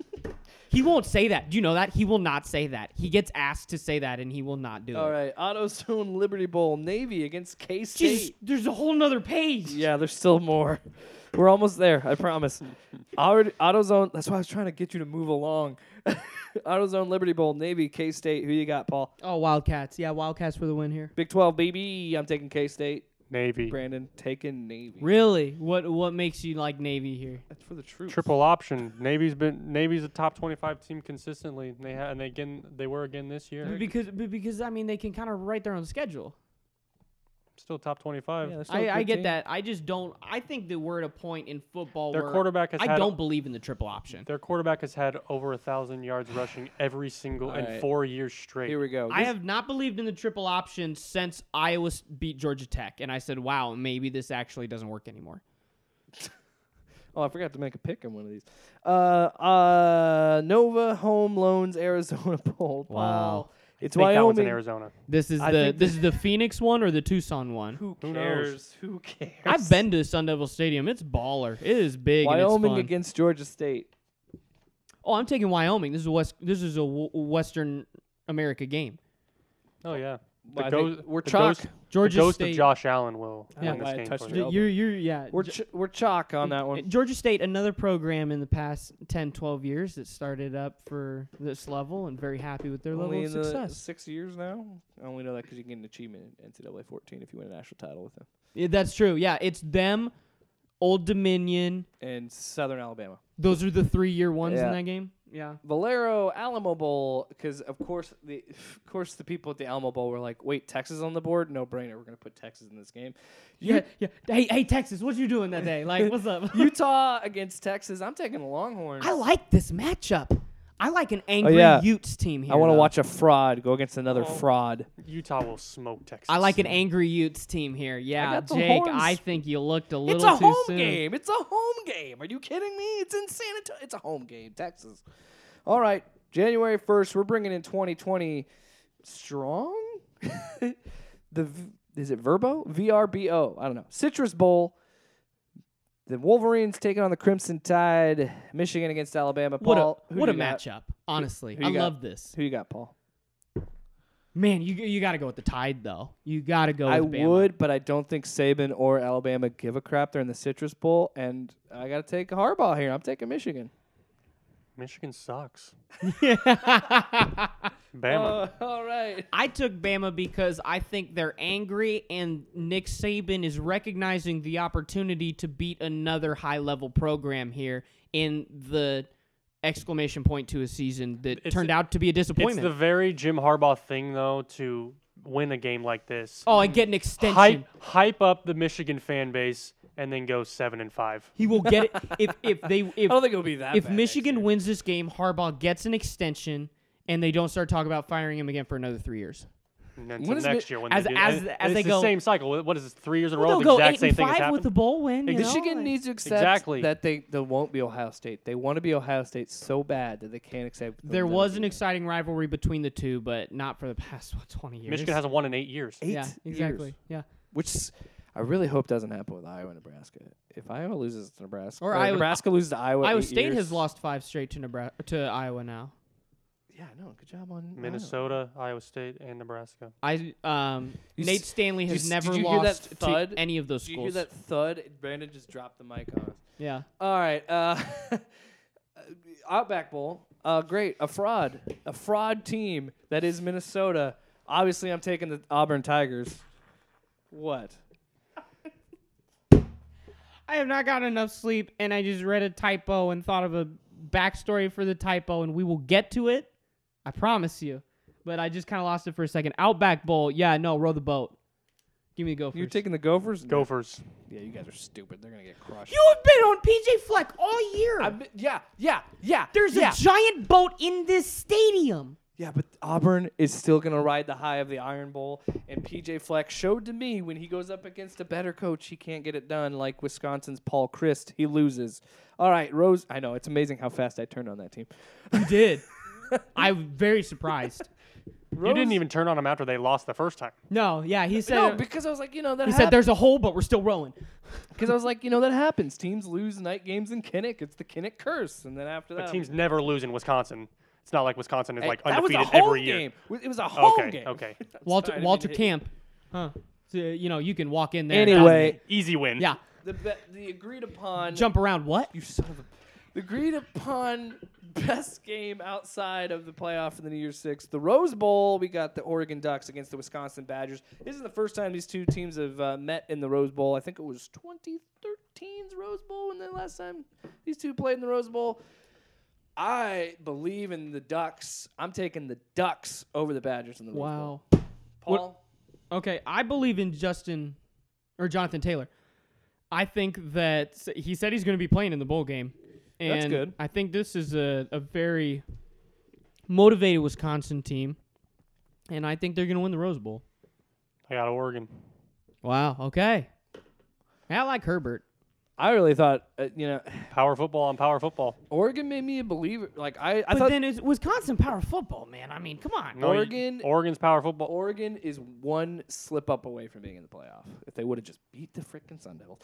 [SPEAKER 2] he won't say that. Do you know that? He will not say that. He gets asked to say that, and he will not do
[SPEAKER 1] All
[SPEAKER 2] it.
[SPEAKER 1] right, AutoZone Liberty Bowl Navy against K
[SPEAKER 2] Jesus,
[SPEAKER 1] State.
[SPEAKER 2] there's a whole nother page.
[SPEAKER 1] Yeah, there's still more. We're almost there, I promise. Already, AutoZone. That's why I was trying to get you to move along. AutoZone Liberty Bowl Navy K State. Who you got, Paul?
[SPEAKER 2] Oh, Wildcats. Yeah, Wildcats for the win here.
[SPEAKER 1] Big Twelve, baby. I'm taking K State.
[SPEAKER 3] Navy.
[SPEAKER 1] Brandon taking Navy.
[SPEAKER 2] Really? What what makes you like Navy here?
[SPEAKER 1] That's for the truth.
[SPEAKER 3] Triple option. Navy's been Navy's a top 25 team consistently. And they ha- and they again they were again this year.
[SPEAKER 2] Because but because I mean they can kind of write their own schedule.
[SPEAKER 3] Still top 25.
[SPEAKER 1] Yeah, they're still a
[SPEAKER 2] I,
[SPEAKER 1] good
[SPEAKER 2] I get
[SPEAKER 1] team.
[SPEAKER 2] that. I just don't. I think that we're at a point in football
[SPEAKER 3] Their
[SPEAKER 2] where
[SPEAKER 3] quarterback has
[SPEAKER 2] I
[SPEAKER 3] had-
[SPEAKER 2] don't believe in the triple option.
[SPEAKER 3] Their quarterback has had over a thousand yards rushing every single and
[SPEAKER 1] right.
[SPEAKER 3] four years straight.
[SPEAKER 1] Here we go.
[SPEAKER 2] I
[SPEAKER 1] This-
[SPEAKER 2] have not believed in the triple option since Iowa s- beat Georgia Tech, and I said, "Wow, maybe this actually doesn't work anymore."
[SPEAKER 1] Oh, I forgot to make a pick in one of these. Uh, uh, Nova Home Loans Arizona Bowl. Paul.
[SPEAKER 2] Wow.
[SPEAKER 1] It's
[SPEAKER 3] I think that
[SPEAKER 1] Wyoming.
[SPEAKER 3] one's in Arizona.
[SPEAKER 2] This is
[SPEAKER 1] I
[SPEAKER 2] the
[SPEAKER 1] think
[SPEAKER 2] this is the Phoenix one or the Tucson one.
[SPEAKER 1] Who
[SPEAKER 3] Who
[SPEAKER 1] cares? Who cares?
[SPEAKER 2] I've been to Sun Devil Stadium. It's baller. It is big. and it's
[SPEAKER 1] Wyoming
[SPEAKER 2] fun.
[SPEAKER 1] against Georgia State.
[SPEAKER 2] Oh, I'm taking Wyoming. This is a west. This is a w- Western America game.
[SPEAKER 3] Oh yeah.
[SPEAKER 1] Well, I
[SPEAKER 3] ghost-
[SPEAKER 1] think we're
[SPEAKER 3] the
[SPEAKER 1] chalk.
[SPEAKER 3] ghost-
[SPEAKER 2] Georgia
[SPEAKER 3] the ghost
[SPEAKER 2] State.
[SPEAKER 3] of Josh Allen will
[SPEAKER 1] I don't
[SPEAKER 3] win
[SPEAKER 1] know
[SPEAKER 3] this
[SPEAKER 1] why I
[SPEAKER 3] game.
[SPEAKER 1] touched
[SPEAKER 3] for
[SPEAKER 1] it.
[SPEAKER 3] them.
[SPEAKER 1] Elbow.
[SPEAKER 2] you're, you're, yeah.
[SPEAKER 1] We're
[SPEAKER 2] Jo-
[SPEAKER 1] ch- we're chalk on that one.
[SPEAKER 2] Georgia State, another program in the past 10, 12 years that started up for this level and very happy with their
[SPEAKER 1] Only
[SPEAKER 2] level
[SPEAKER 1] in
[SPEAKER 2] of
[SPEAKER 1] the
[SPEAKER 2] success.
[SPEAKER 1] six years now. I only know that because you can get an achievement in NCAA 14 if you win a national title with them.
[SPEAKER 2] Yeah, that's true. Yeah, it's them, Old Dominion.
[SPEAKER 1] And Southern Alabama,
[SPEAKER 2] Those are the three year ones
[SPEAKER 1] Yeah.
[SPEAKER 2] in that game. Yeah.
[SPEAKER 1] Valero Alamo Bowl, because of course the of course the people at the Alamo Bowl were like, wait, Texas on the board, no brainer, we're gonna put Texas in this game.
[SPEAKER 2] Yeah, yeah. Hey, hey, Texas, what you doing that day? Like, what's up?
[SPEAKER 1] Utah against Texas, I'm taking the Longhorns.
[SPEAKER 2] I like this matchup. I like an angry
[SPEAKER 1] Oh, yeah.
[SPEAKER 2] Utes team here.
[SPEAKER 1] I want to
[SPEAKER 2] though.
[SPEAKER 1] watch a fraud go against another
[SPEAKER 3] Oh.
[SPEAKER 1] fraud.
[SPEAKER 3] Utah will smoke Texas.
[SPEAKER 2] I like an angry Utes team here. Yeah,
[SPEAKER 1] got the
[SPEAKER 2] Jake,
[SPEAKER 1] horns.
[SPEAKER 2] I think you looked a
[SPEAKER 1] It's
[SPEAKER 2] little
[SPEAKER 1] a
[SPEAKER 2] too
[SPEAKER 1] home
[SPEAKER 2] soon.
[SPEAKER 1] game. It's a home game. Are you kidding me? It's in San Antonio. It's a home game, Texas. All right, January first, we're bringing in 2020. strong. the v- is it Verbo? V R B O. I don't know. Citrus Bowl. The Wolverines taking on the Crimson Tide. Michigan against Alabama.
[SPEAKER 2] What
[SPEAKER 1] Paul,
[SPEAKER 2] a
[SPEAKER 1] who
[SPEAKER 2] what
[SPEAKER 1] do
[SPEAKER 2] a
[SPEAKER 1] you got?
[SPEAKER 2] matchup. Honestly,
[SPEAKER 1] who you
[SPEAKER 2] I
[SPEAKER 1] got?
[SPEAKER 2] love this.
[SPEAKER 1] Who you got, Paul?
[SPEAKER 2] Man, you you got to go with the Tide though. You got to go. With
[SPEAKER 1] I
[SPEAKER 2] Bama.
[SPEAKER 1] would, but I don't think Saban or Alabama give a crap. They're in the Citrus Bowl, and I got to take Harbaugh here. I'm taking Michigan.
[SPEAKER 3] Michigan sucks.
[SPEAKER 2] I
[SPEAKER 3] Bama.
[SPEAKER 1] Uh, all right.
[SPEAKER 2] took Bama because I think they're angry, and Nick Saban is recognizing the opportunity to beat another high level program here in the exclamation point to a season that
[SPEAKER 3] It's-
[SPEAKER 2] turned out to be a
[SPEAKER 3] it's
[SPEAKER 2] disappointment.
[SPEAKER 3] the very Jim Harbaugh thing though to win a game like this.
[SPEAKER 2] oh, and get an extension.
[SPEAKER 3] hype hype up the Michigan fan base and then go seven and five.
[SPEAKER 2] He will get it if if they if
[SPEAKER 1] I don't think it'll be that.
[SPEAKER 2] if
[SPEAKER 1] bad
[SPEAKER 2] Michigan wins this game, Harbaugh gets an extension, and they don't start talking about firing him again for another three years.
[SPEAKER 3] And then to
[SPEAKER 1] When is
[SPEAKER 3] next
[SPEAKER 1] Mi-
[SPEAKER 3] year when
[SPEAKER 2] as-
[SPEAKER 3] they do
[SPEAKER 2] as-
[SPEAKER 3] that.
[SPEAKER 2] as
[SPEAKER 3] And it's
[SPEAKER 2] they
[SPEAKER 3] the
[SPEAKER 2] go-
[SPEAKER 3] same cycle. What is this? Three years in a row,
[SPEAKER 2] They'll
[SPEAKER 3] the
[SPEAKER 2] go
[SPEAKER 3] exact
[SPEAKER 2] eight
[SPEAKER 3] same
[SPEAKER 2] and
[SPEAKER 3] thing has
[SPEAKER 2] five with the
[SPEAKER 3] happened.
[SPEAKER 2] bowl win. You know?
[SPEAKER 1] Michigan
[SPEAKER 2] Like-
[SPEAKER 1] needs to accept
[SPEAKER 3] Exactly.
[SPEAKER 1] that they they won't be Ohio State. They want to be Ohio State so bad that they can't accept. them
[SPEAKER 2] There
[SPEAKER 1] not
[SPEAKER 2] was an
[SPEAKER 1] being
[SPEAKER 2] exciting rivalry between the two, but not for the past what twenty years.
[SPEAKER 3] Michigan hasn't won in eight years.
[SPEAKER 1] eight
[SPEAKER 2] yeah, exactly.
[SPEAKER 1] years,
[SPEAKER 2] Yeah,
[SPEAKER 1] which s- I really hope doesn't happen with Iowa and Nebraska. If Iowa loses to Nebraska,
[SPEAKER 2] Or Iowa-
[SPEAKER 1] Nebraska loses to Iowa,
[SPEAKER 2] Iowa
[SPEAKER 1] eight
[SPEAKER 2] State
[SPEAKER 1] years-
[SPEAKER 2] has lost five straight to Nebraska to Iowa now.
[SPEAKER 1] Yeah, no, good job on Iowa.
[SPEAKER 3] Minnesota, Iowa State, and Nebraska.
[SPEAKER 2] I um,
[SPEAKER 1] You
[SPEAKER 2] Nate
[SPEAKER 1] s-
[SPEAKER 2] Stanley
[SPEAKER 1] you
[SPEAKER 2] has
[SPEAKER 1] s-
[SPEAKER 2] never
[SPEAKER 1] did you hear that
[SPEAKER 2] lost
[SPEAKER 1] thud?
[SPEAKER 2] to any of those
[SPEAKER 1] Did you hear
[SPEAKER 2] schools.
[SPEAKER 1] that thud? Brandon just dropped the mic on us.
[SPEAKER 2] Yeah,
[SPEAKER 1] All right. Uh, Outback Bowl. Uh, great. A fraud. A fraud team that is Minnesota. Obviously, I'm taking the Auburn Tigers. What?
[SPEAKER 2] I have not gotten enough sleep, and I just read a typo and thought of a backstory for the typo, and we will get to it. I promise you. But I just kind of lost it for a second. Outback Bowl. Yeah, no, row the boat. Give me the go first.
[SPEAKER 1] You're taking the Gophers?
[SPEAKER 3] Gophers.
[SPEAKER 1] Yeah, you guys are stupid. They're going to get crushed.
[SPEAKER 2] You have been on PJ Fleck all year.
[SPEAKER 1] I mean, yeah, yeah, yeah.
[SPEAKER 2] There's
[SPEAKER 1] yeah.
[SPEAKER 2] a giant boat in this stadium.
[SPEAKER 1] Yeah, but Auburn is still going to ride the high of the Iron Bowl. And PJ Fleck showed to me when he goes up against a better coach, he can't get it done. Like Wisconsin's Paul Christ, he loses. All right, Rose. I know, it's amazing how fast I turned on that team.
[SPEAKER 2] You did. I'm very surprised.
[SPEAKER 3] You didn't even turn on them after they lost the first time.
[SPEAKER 2] No, yeah, he said. uh,
[SPEAKER 1] No, because I was like, you know, that
[SPEAKER 2] he said
[SPEAKER 1] happens.
[SPEAKER 2] there's a hole, but we're still rowing.
[SPEAKER 1] Because I was like, you know, that happens. Teams lose night games in Kinnick. It's the Kinnick curse. And then after that,
[SPEAKER 3] But teams never lose in Wisconsin. It's not like Wisconsin is like
[SPEAKER 1] Um, that was a
[SPEAKER 3] undefeated
[SPEAKER 1] home
[SPEAKER 3] every year.
[SPEAKER 1] game. It was a home
[SPEAKER 3] Okay,
[SPEAKER 1] game.
[SPEAKER 3] okay.
[SPEAKER 2] Walter
[SPEAKER 1] Sorry, I didn't mean
[SPEAKER 2] Walter
[SPEAKER 1] to hit you.
[SPEAKER 2] Camp, huh? So, you know, you can walk in there. and
[SPEAKER 1] Anyway,
[SPEAKER 2] dominate.
[SPEAKER 3] Easy win.
[SPEAKER 2] yeah,
[SPEAKER 1] the be- the agreed upon
[SPEAKER 2] jump around. What?
[SPEAKER 1] You son of a. The agreed upon best game outside of the playoff for the New Year's Six, the Rose Bowl. We got the Oregon Ducks against the Wisconsin Badgers. This is the first time these two teams have uh, met in the Rose Bowl. I think it was 2013's Rose Bowl when the last time these two played in the Rose Bowl. I believe in the Ducks. I'm taking the Ducks over the Badgers in the Rose Bowl.
[SPEAKER 2] Wow.
[SPEAKER 1] Paul,
[SPEAKER 2] Okay, I believe in Justin or Jonathan Taylor. I think that s- he said he's going to be playing in the bowl game. And
[SPEAKER 1] That's good.
[SPEAKER 2] I think this is a, a very motivated Wisconsin team. And I think they're going to win the Rose Bowl.
[SPEAKER 3] I got Oregon.
[SPEAKER 2] Wow. Okay. I like Herbert.
[SPEAKER 1] I really thought uh, you know
[SPEAKER 3] Power football on power football.
[SPEAKER 1] Oregon made me a believer. Like I, I
[SPEAKER 2] but
[SPEAKER 1] thought
[SPEAKER 2] then it's Wisconsin power football, man. I mean, come on.
[SPEAKER 3] No, you-
[SPEAKER 1] Oregon-
[SPEAKER 3] Oregon's power football.
[SPEAKER 1] Oregon is one slip up away from being in the playoff. If they would have just beat the freaking Sun Devils.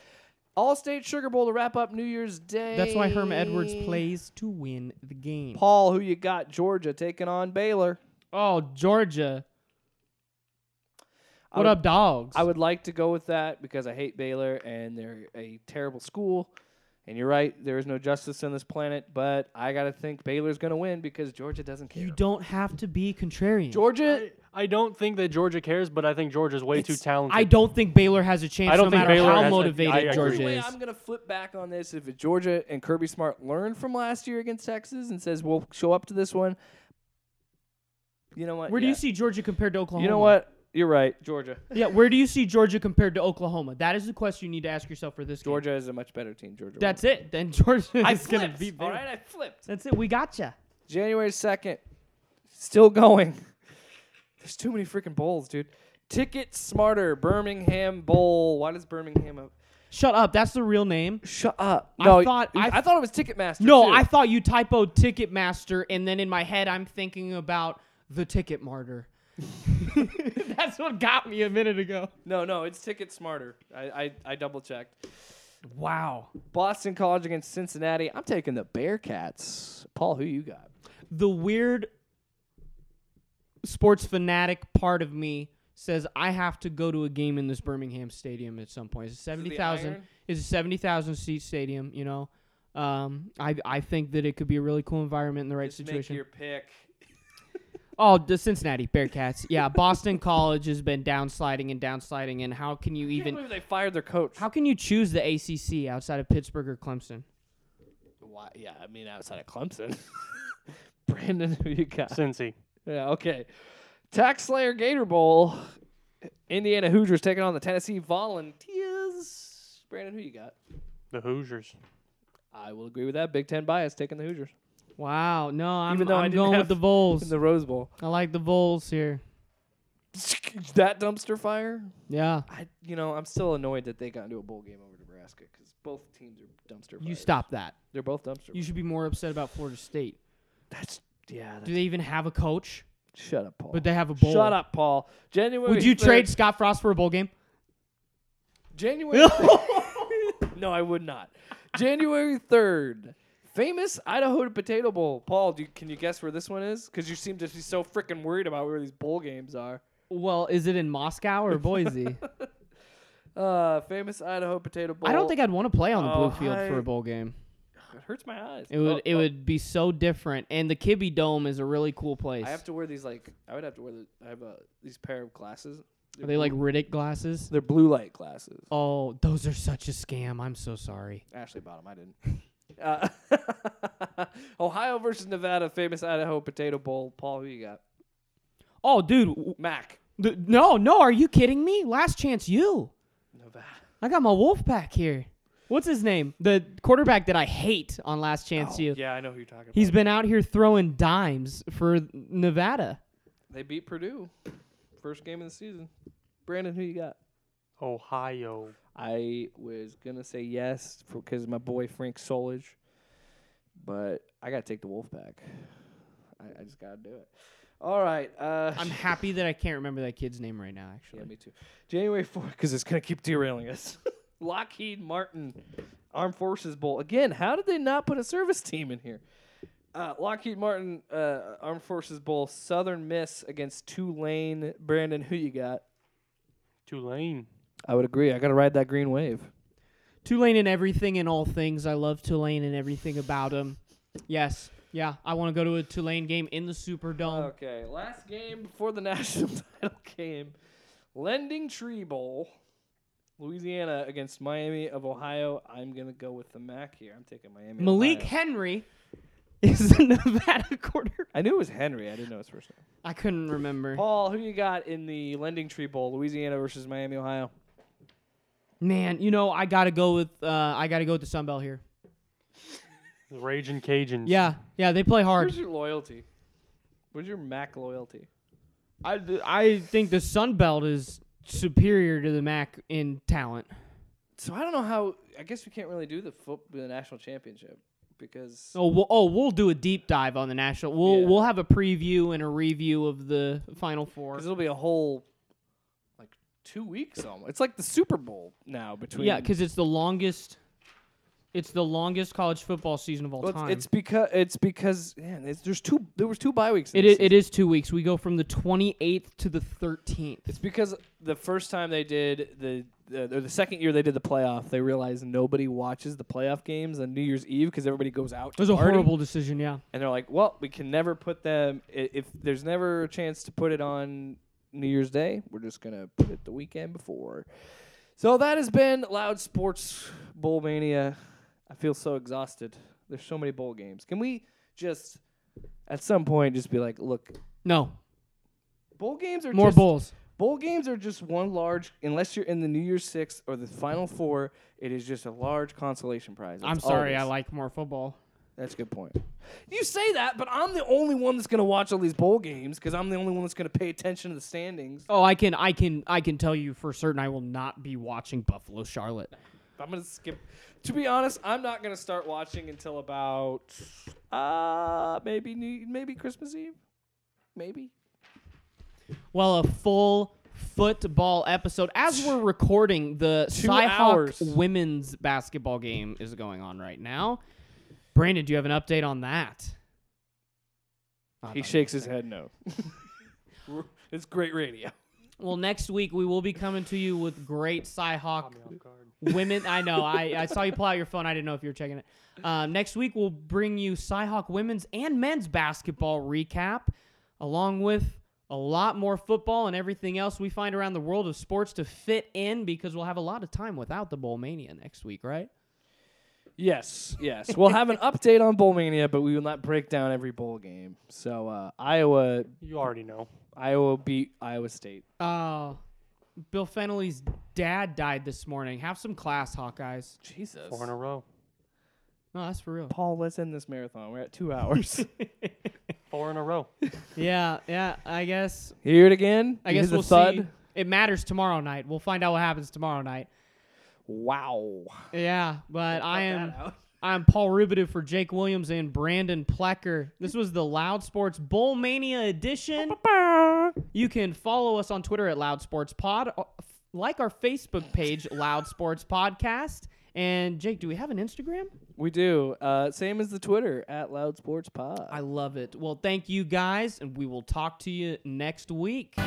[SPEAKER 1] All State Sugar Bowl to wrap up New Year's Day.
[SPEAKER 2] That's why Herm Edwards plays to win the game.
[SPEAKER 1] Paul, who you got? Georgia taking on Baylor.
[SPEAKER 2] Oh, Georgia. What
[SPEAKER 1] I would,
[SPEAKER 2] up, dogs?
[SPEAKER 1] I would like to go with that because I hate Baylor and they're a terrible school. And you're right, there is no justice on this planet, but I got to think Baylor's going to win because Georgia doesn't care.
[SPEAKER 2] you don't have to be contrarian.
[SPEAKER 1] Georgia,
[SPEAKER 3] I don't think that Georgia cares, but I think Georgia's way too
[SPEAKER 2] It's-
[SPEAKER 3] talented.
[SPEAKER 2] I don't think Baylor has a chance.
[SPEAKER 3] I don't
[SPEAKER 2] no
[SPEAKER 3] think
[SPEAKER 2] matter
[SPEAKER 3] Baylor
[SPEAKER 2] how
[SPEAKER 3] has a- I
[SPEAKER 2] motivated
[SPEAKER 3] agree.
[SPEAKER 2] Georgia
[SPEAKER 1] way
[SPEAKER 2] is.
[SPEAKER 1] I'm gonna flip back on this. If Georgia and Kirby Smart learn from last year against Texas and says we'll show up to this one, you know what?
[SPEAKER 2] Where do you
[SPEAKER 1] Yeah.
[SPEAKER 2] see Georgia compared to Oklahoma?
[SPEAKER 1] You know what? You're right. Georgia.
[SPEAKER 2] Yeah, where do you see Georgia compared to Oklahoma? That is the question you need to ask yourself for this game.
[SPEAKER 1] Georgia is a much better team. Georgia.
[SPEAKER 2] That's it. Then Georgia
[SPEAKER 1] won. I
[SPEAKER 2] is going
[SPEAKER 1] flipped.
[SPEAKER 2] to beat
[SPEAKER 1] All
[SPEAKER 2] Baylor.
[SPEAKER 1] right, I flipped.
[SPEAKER 2] That's it. We gotcha.
[SPEAKER 1] January second, still going. There's too many freaking bowls, dude. Ticket smarter Birmingham Bowl. Why does Birmingham? Have...
[SPEAKER 2] Shut up. That's the real name.
[SPEAKER 1] Shut up.
[SPEAKER 2] I
[SPEAKER 1] No,
[SPEAKER 2] thought-
[SPEAKER 1] I,
[SPEAKER 2] I-
[SPEAKER 1] thought it was Ticketmaster.
[SPEAKER 2] No,
[SPEAKER 1] too.
[SPEAKER 2] I thought you typoed Ticketmaster, and then in my head I'm thinking about the Ticket Martyr. That's what got me a minute ago.
[SPEAKER 1] No, no, it's Ticket Smarter. I, I, I double checked.
[SPEAKER 2] Wow.
[SPEAKER 1] Boston College against Cincinnati. I'm taking the Bearcats. Paul, who you got?
[SPEAKER 2] The weird sports fanatic part of me says I have to go to a game in this Birmingham stadium at some point. It's a
[SPEAKER 1] it the
[SPEAKER 2] 70,000
[SPEAKER 1] Iron?
[SPEAKER 2] it's a 70,000 seat stadium, you know. Um, I I think that it could be a really cool environment in the right
[SPEAKER 1] Just
[SPEAKER 2] situation.
[SPEAKER 1] Make your pick.
[SPEAKER 2] Oh, the Cincinnati Bearcats. Yeah, Boston College has been downsliding and downsliding, and how can you
[SPEAKER 1] I can't
[SPEAKER 2] even
[SPEAKER 1] believe they fired their coach.
[SPEAKER 2] how can you choose the ACC outside of Pittsburgh or Clemson?
[SPEAKER 1] Why? Yeah, I mean outside of Clemson. Brandon, who you got?
[SPEAKER 3] Cincy.
[SPEAKER 1] Yeah, okay. Tax Slayer Gator Bowl. Indiana Hoosiers taking on the Tennessee Volunteers. Brandon, who you got?
[SPEAKER 3] The Hoosiers.
[SPEAKER 1] I will agree with that. Big Ten bias taking the Hoosiers
[SPEAKER 2] Wow, no, I'm,
[SPEAKER 1] Even though I
[SPEAKER 2] I'm
[SPEAKER 1] didn't
[SPEAKER 2] going
[SPEAKER 1] have-
[SPEAKER 2] with the Vols.
[SPEAKER 1] in the Rose Bowl.
[SPEAKER 2] I like the Vols here.
[SPEAKER 1] That dumpster fire.
[SPEAKER 2] Yeah,
[SPEAKER 1] I, you know, I'm still annoyed that they got into a bowl game over Nebraska because both teams are dumpster.
[SPEAKER 2] you
[SPEAKER 1] fires.
[SPEAKER 2] stop that.
[SPEAKER 1] They're both dumpster.
[SPEAKER 2] You should be more upset about Florida State.
[SPEAKER 1] that's yeah.
[SPEAKER 2] Do
[SPEAKER 1] That's,
[SPEAKER 2] they even have a coach?
[SPEAKER 1] shut up, Paul.
[SPEAKER 2] But they have a bowl.
[SPEAKER 1] Shut up, Paul. January.
[SPEAKER 2] Would you
[SPEAKER 1] 3rd
[SPEAKER 2] trade Scott Frost for a bowl game?
[SPEAKER 1] January. no, I would not. January third, famous Idaho Potato Bowl. Paul, do you, can you guess where this one is? Because you seem to be so freaking worried about where these bowl games are.
[SPEAKER 2] Well, is it in Moscow or Boise?
[SPEAKER 1] Uh, famous Idaho Potato Bowl.
[SPEAKER 2] I don't think I'd want to play on the
[SPEAKER 1] Oh,
[SPEAKER 2] blue field for
[SPEAKER 1] hi.
[SPEAKER 2] a bowl game.
[SPEAKER 1] it hurts my eyes.
[SPEAKER 2] It would
[SPEAKER 1] Oh,
[SPEAKER 2] it
[SPEAKER 1] oh.
[SPEAKER 2] would be so different. And the Kibbe Dome is a really cool place.
[SPEAKER 1] I have to wear these like I would have to wear the, I have a, these pair of glasses.
[SPEAKER 2] Are they like Riddick glasses?
[SPEAKER 1] They're blue light glasses.
[SPEAKER 2] Oh, those are such a scam. I'm so sorry.
[SPEAKER 1] Ashley bought 'em, I didn't. Uh, Ohio versus Nevada, famous Idaho Potato Bowl. Paul, who you got?
[SPEAKER 2] Oh, dude. w-
[SPEAKER 1] Mac.
[SPEAKER 2] th- no, no. Are you kidding me? Last chance, you.
[SPEAKER 1] Nevada.
[SPEAKER 2] I got my wolf pack here. What's his name? The quarterback that I hate on Last Chance U.
[SPEAKER 1] Yeah, I know who you're talking
[SPEAKER 2] He's
[SPEAKER 1] about.
[SPEAKER 2] been out here throwing dimes for Nevada.
[SPEAKER 1] They beat Purdue, first game of the season. Brandon, who you got?
[SPEAKER 3] Ohio.
[SPEAKER 1] I was gonna say yes because my boy Frank Solage, but I gotta take the Wolfpack. I, I just gotta do it. All right. Uh,
[SPEAKER 2] I'm happy that I can't remember that kid's name right now, actually.
[SPEAKER 1] Yeah, me too. January 4th, because it's going to keep derailing us. Lockheed Martin Armed Forces Bowl. Again, how did they not put a service team in here? Uh, Lockheed Martin uh, Armed Forces Bowl, Southern Miss against Tulane. Brandon, who you got?
[SPEAKER 3] Tulane.
[SPEAKER 1] I would agree. I got to ride that green wave.
[SPEAKER 2] Tulane and everything and all things. I love Tulane and everything about him. Yes. Yeah, I want to go to a Tulane game in the Superdome.
[SPEAKER 1] Oh, Okay, last game before the national title game Lending Tree Bowl. Louisiana against Miami of Ohio. I'm going to go with the Mac here. I'm taking Miami. of
[SPEAKER 2] Malik
[SPEAKER 1] Ohio.
[SPEAKER 2] Henry is the Nevada quarterback.
[SPEAKER 1] I knew it was Henry. I didn't know his first name.
[SPEAKER 2] I couldn't remember.
[SPEAKER 1] Paul, who you got in the Lending Tree Bowl, Louisiana versus Miami, Ohio?
[SPEAKER 2] Man, you know I gotta go with uh, I gotta go with the Sun Belt here.
[SPEAKER 3] The Raging Cajuns.
[SPEAKER 2] Yeah, yeah, they play hard.
[SPEAKER 1] Where's your loyalty? Where's your Mac loyalty?
[SPEAKER 2] I, I think the Sun Belt is superior to the MAC in talent.
[SPEAKER 1] So I don't know how. I guess we can't really do the foot the national championship because
[SPEAKER 2] Oh, we'll, oh, we'll do a deep dive on the national. We'll
[SPEAKER 1] Yeah.
[SPEAKER 2] we'll have a preview and a review of the Final Four.
[SPEAKER 1] 'cause it'll be a whole like two weeks almost. It's like the Super Bowl now between.
[SPEAKER 2] Yeah, because it's the longest. It's the longest college football season of all
[SPEAKER 1] Well, it's-
[SPEAKER 2] time.
[SPEAKER 1] it's because it's because man, it's, there's two there was two bye weeks. in
[SPEAKER 2] it,
[SPEAKER 1] this
[SPEAKER 2] is, it is two weeks. We go from the twenty eighth to the thirteenth.
[SPEAKER 1] It's because the first time they did the, the or the second year they did the playoff, they realized nobody watches the playoff games on New Year's Eve because everybody goes out.
[SPEAKER 2] It
[SPEAKER 1] To
[SPEAKER 2] was a
[SPEAKER 1] party.
[SPEAKER 2] horrible decision. Yeah,
[SPEAKER 1] And they're like, well, we can never put them i- if there's never a chance to put it on New Year's Day. We're just gonna put it the weekend before. So that has been Loud Sports Bowl Mania. I feel so exhausted. There's so many bowl games. Can we just at some point just be like, look,
[SPEAKER 2] no
[SPEAKER 1] bowl games are
[SPEAKER 2] more
[SPEAKER 1] just,
[SPEAKER 2] bowls.
[SPEAKER 1] Bowl games are just one large, unless you're in the New Year's Six or the Final Four, it is just a large consolation prize.
[SPEAKER 2] I'm
[SPEAKER 1] It's
[SPEAKER 2] sorry. I
[SPEAKER 1] always-
[SPEAKER 2] like more football.
[SPEAKER 1] That's a good point. You say that, but I'm the only one that's going to watch all these bowl games because I'm the only one that's going to pay attention to the standings.
[SPEAKER 2] Oh, I can, I can, I can tell you for certain. I will not be watching Buffalo Charlotte.
[SPEAKER 1] I'm going to skip. To be honest, I'm not going to start watching until about uh maybe New, maybe Christmas Eve, maybe.
[SPEAKER 2] Well, a full football episode. As we're recording, the
[SPEAKER 1] Two
[SPEAKER 2] Cyhawk
[SPEAKER 1] hours.
[SPEAKER 2] women's basketball game is going on right now. Brandon, do you have an update on that? Oh, I
[SPEAKER 1] He
[SPEAKER 2] thought-
[SPEAKER 1] shakes his head no. it's great radio.
[SPEAKER 2] Well, next week we will be coming to you with great Cyhawk
[SPEAKER 3] Oh,
[SPEAKER 2] women. I know. I, I saw you pull out your phone. I didn't know if you were checking it. Um, next week we'll bring you Cyhawk women's and men's basketball recap, along with a lot more football and everything else we find around the world of sports to fit in because we'll have a lot of time without the bowl mania next week, right?
[SPEAKER 1] Yes, yes. we'll have an update on bowl mania, but we will not break down every bowl game. So uh, Iowa,
[SPEAKER 3] You already know.
[SPEAKER 1] Iowa beat Iowa State.
[SPEAKER 2] Oh, Bill Fennelly's dad died this morning. Have some class, Hawkeyes.
[SPEAKER 1] Jesus,
[SPEAKER 3] Four in a row.
[SPEAKER 2] No, that's for real.
[SPEAKER 1] Paul, let's end this marathon. We're at two hours.
[SPEAKER 3] Four in a row.
[SPEAKER 2] yeah, yeah. I guess
[SPEAKER 1] Hear it again.
[SPEAKER 2] I
[SPEAKER 1] You
[SPEAKER 2] guess
[SPEAKER 1] hear the
[SPEAKER 2] we'll
[SPEAKER 1] thud.
[SPEAKER 2] see. It matters tomorrow night. We'll find out what happens tomorrow night.
[SPEAKER 1] Wow.
[SPEAKER 2] Yeah, but I am
[SPEAKER 1] that out.
[SPEAKER 2] I'm Paul Rubidoux for Jake Williams and Brandon Plecker. This was the Loud Sports Bowl Mania edition. You can follow us on Twitter at Loud Sports Pod, uh, f- like our Facebook page, Loud Sports Podcast. And Jake, do we have an Instagram?
[SPEAKER 1] We do. Uh, same as the Twitter at Loud Sports Pod.
[SPEAKER 2] I love it. Well, thank you guys, and we will talk to you next week.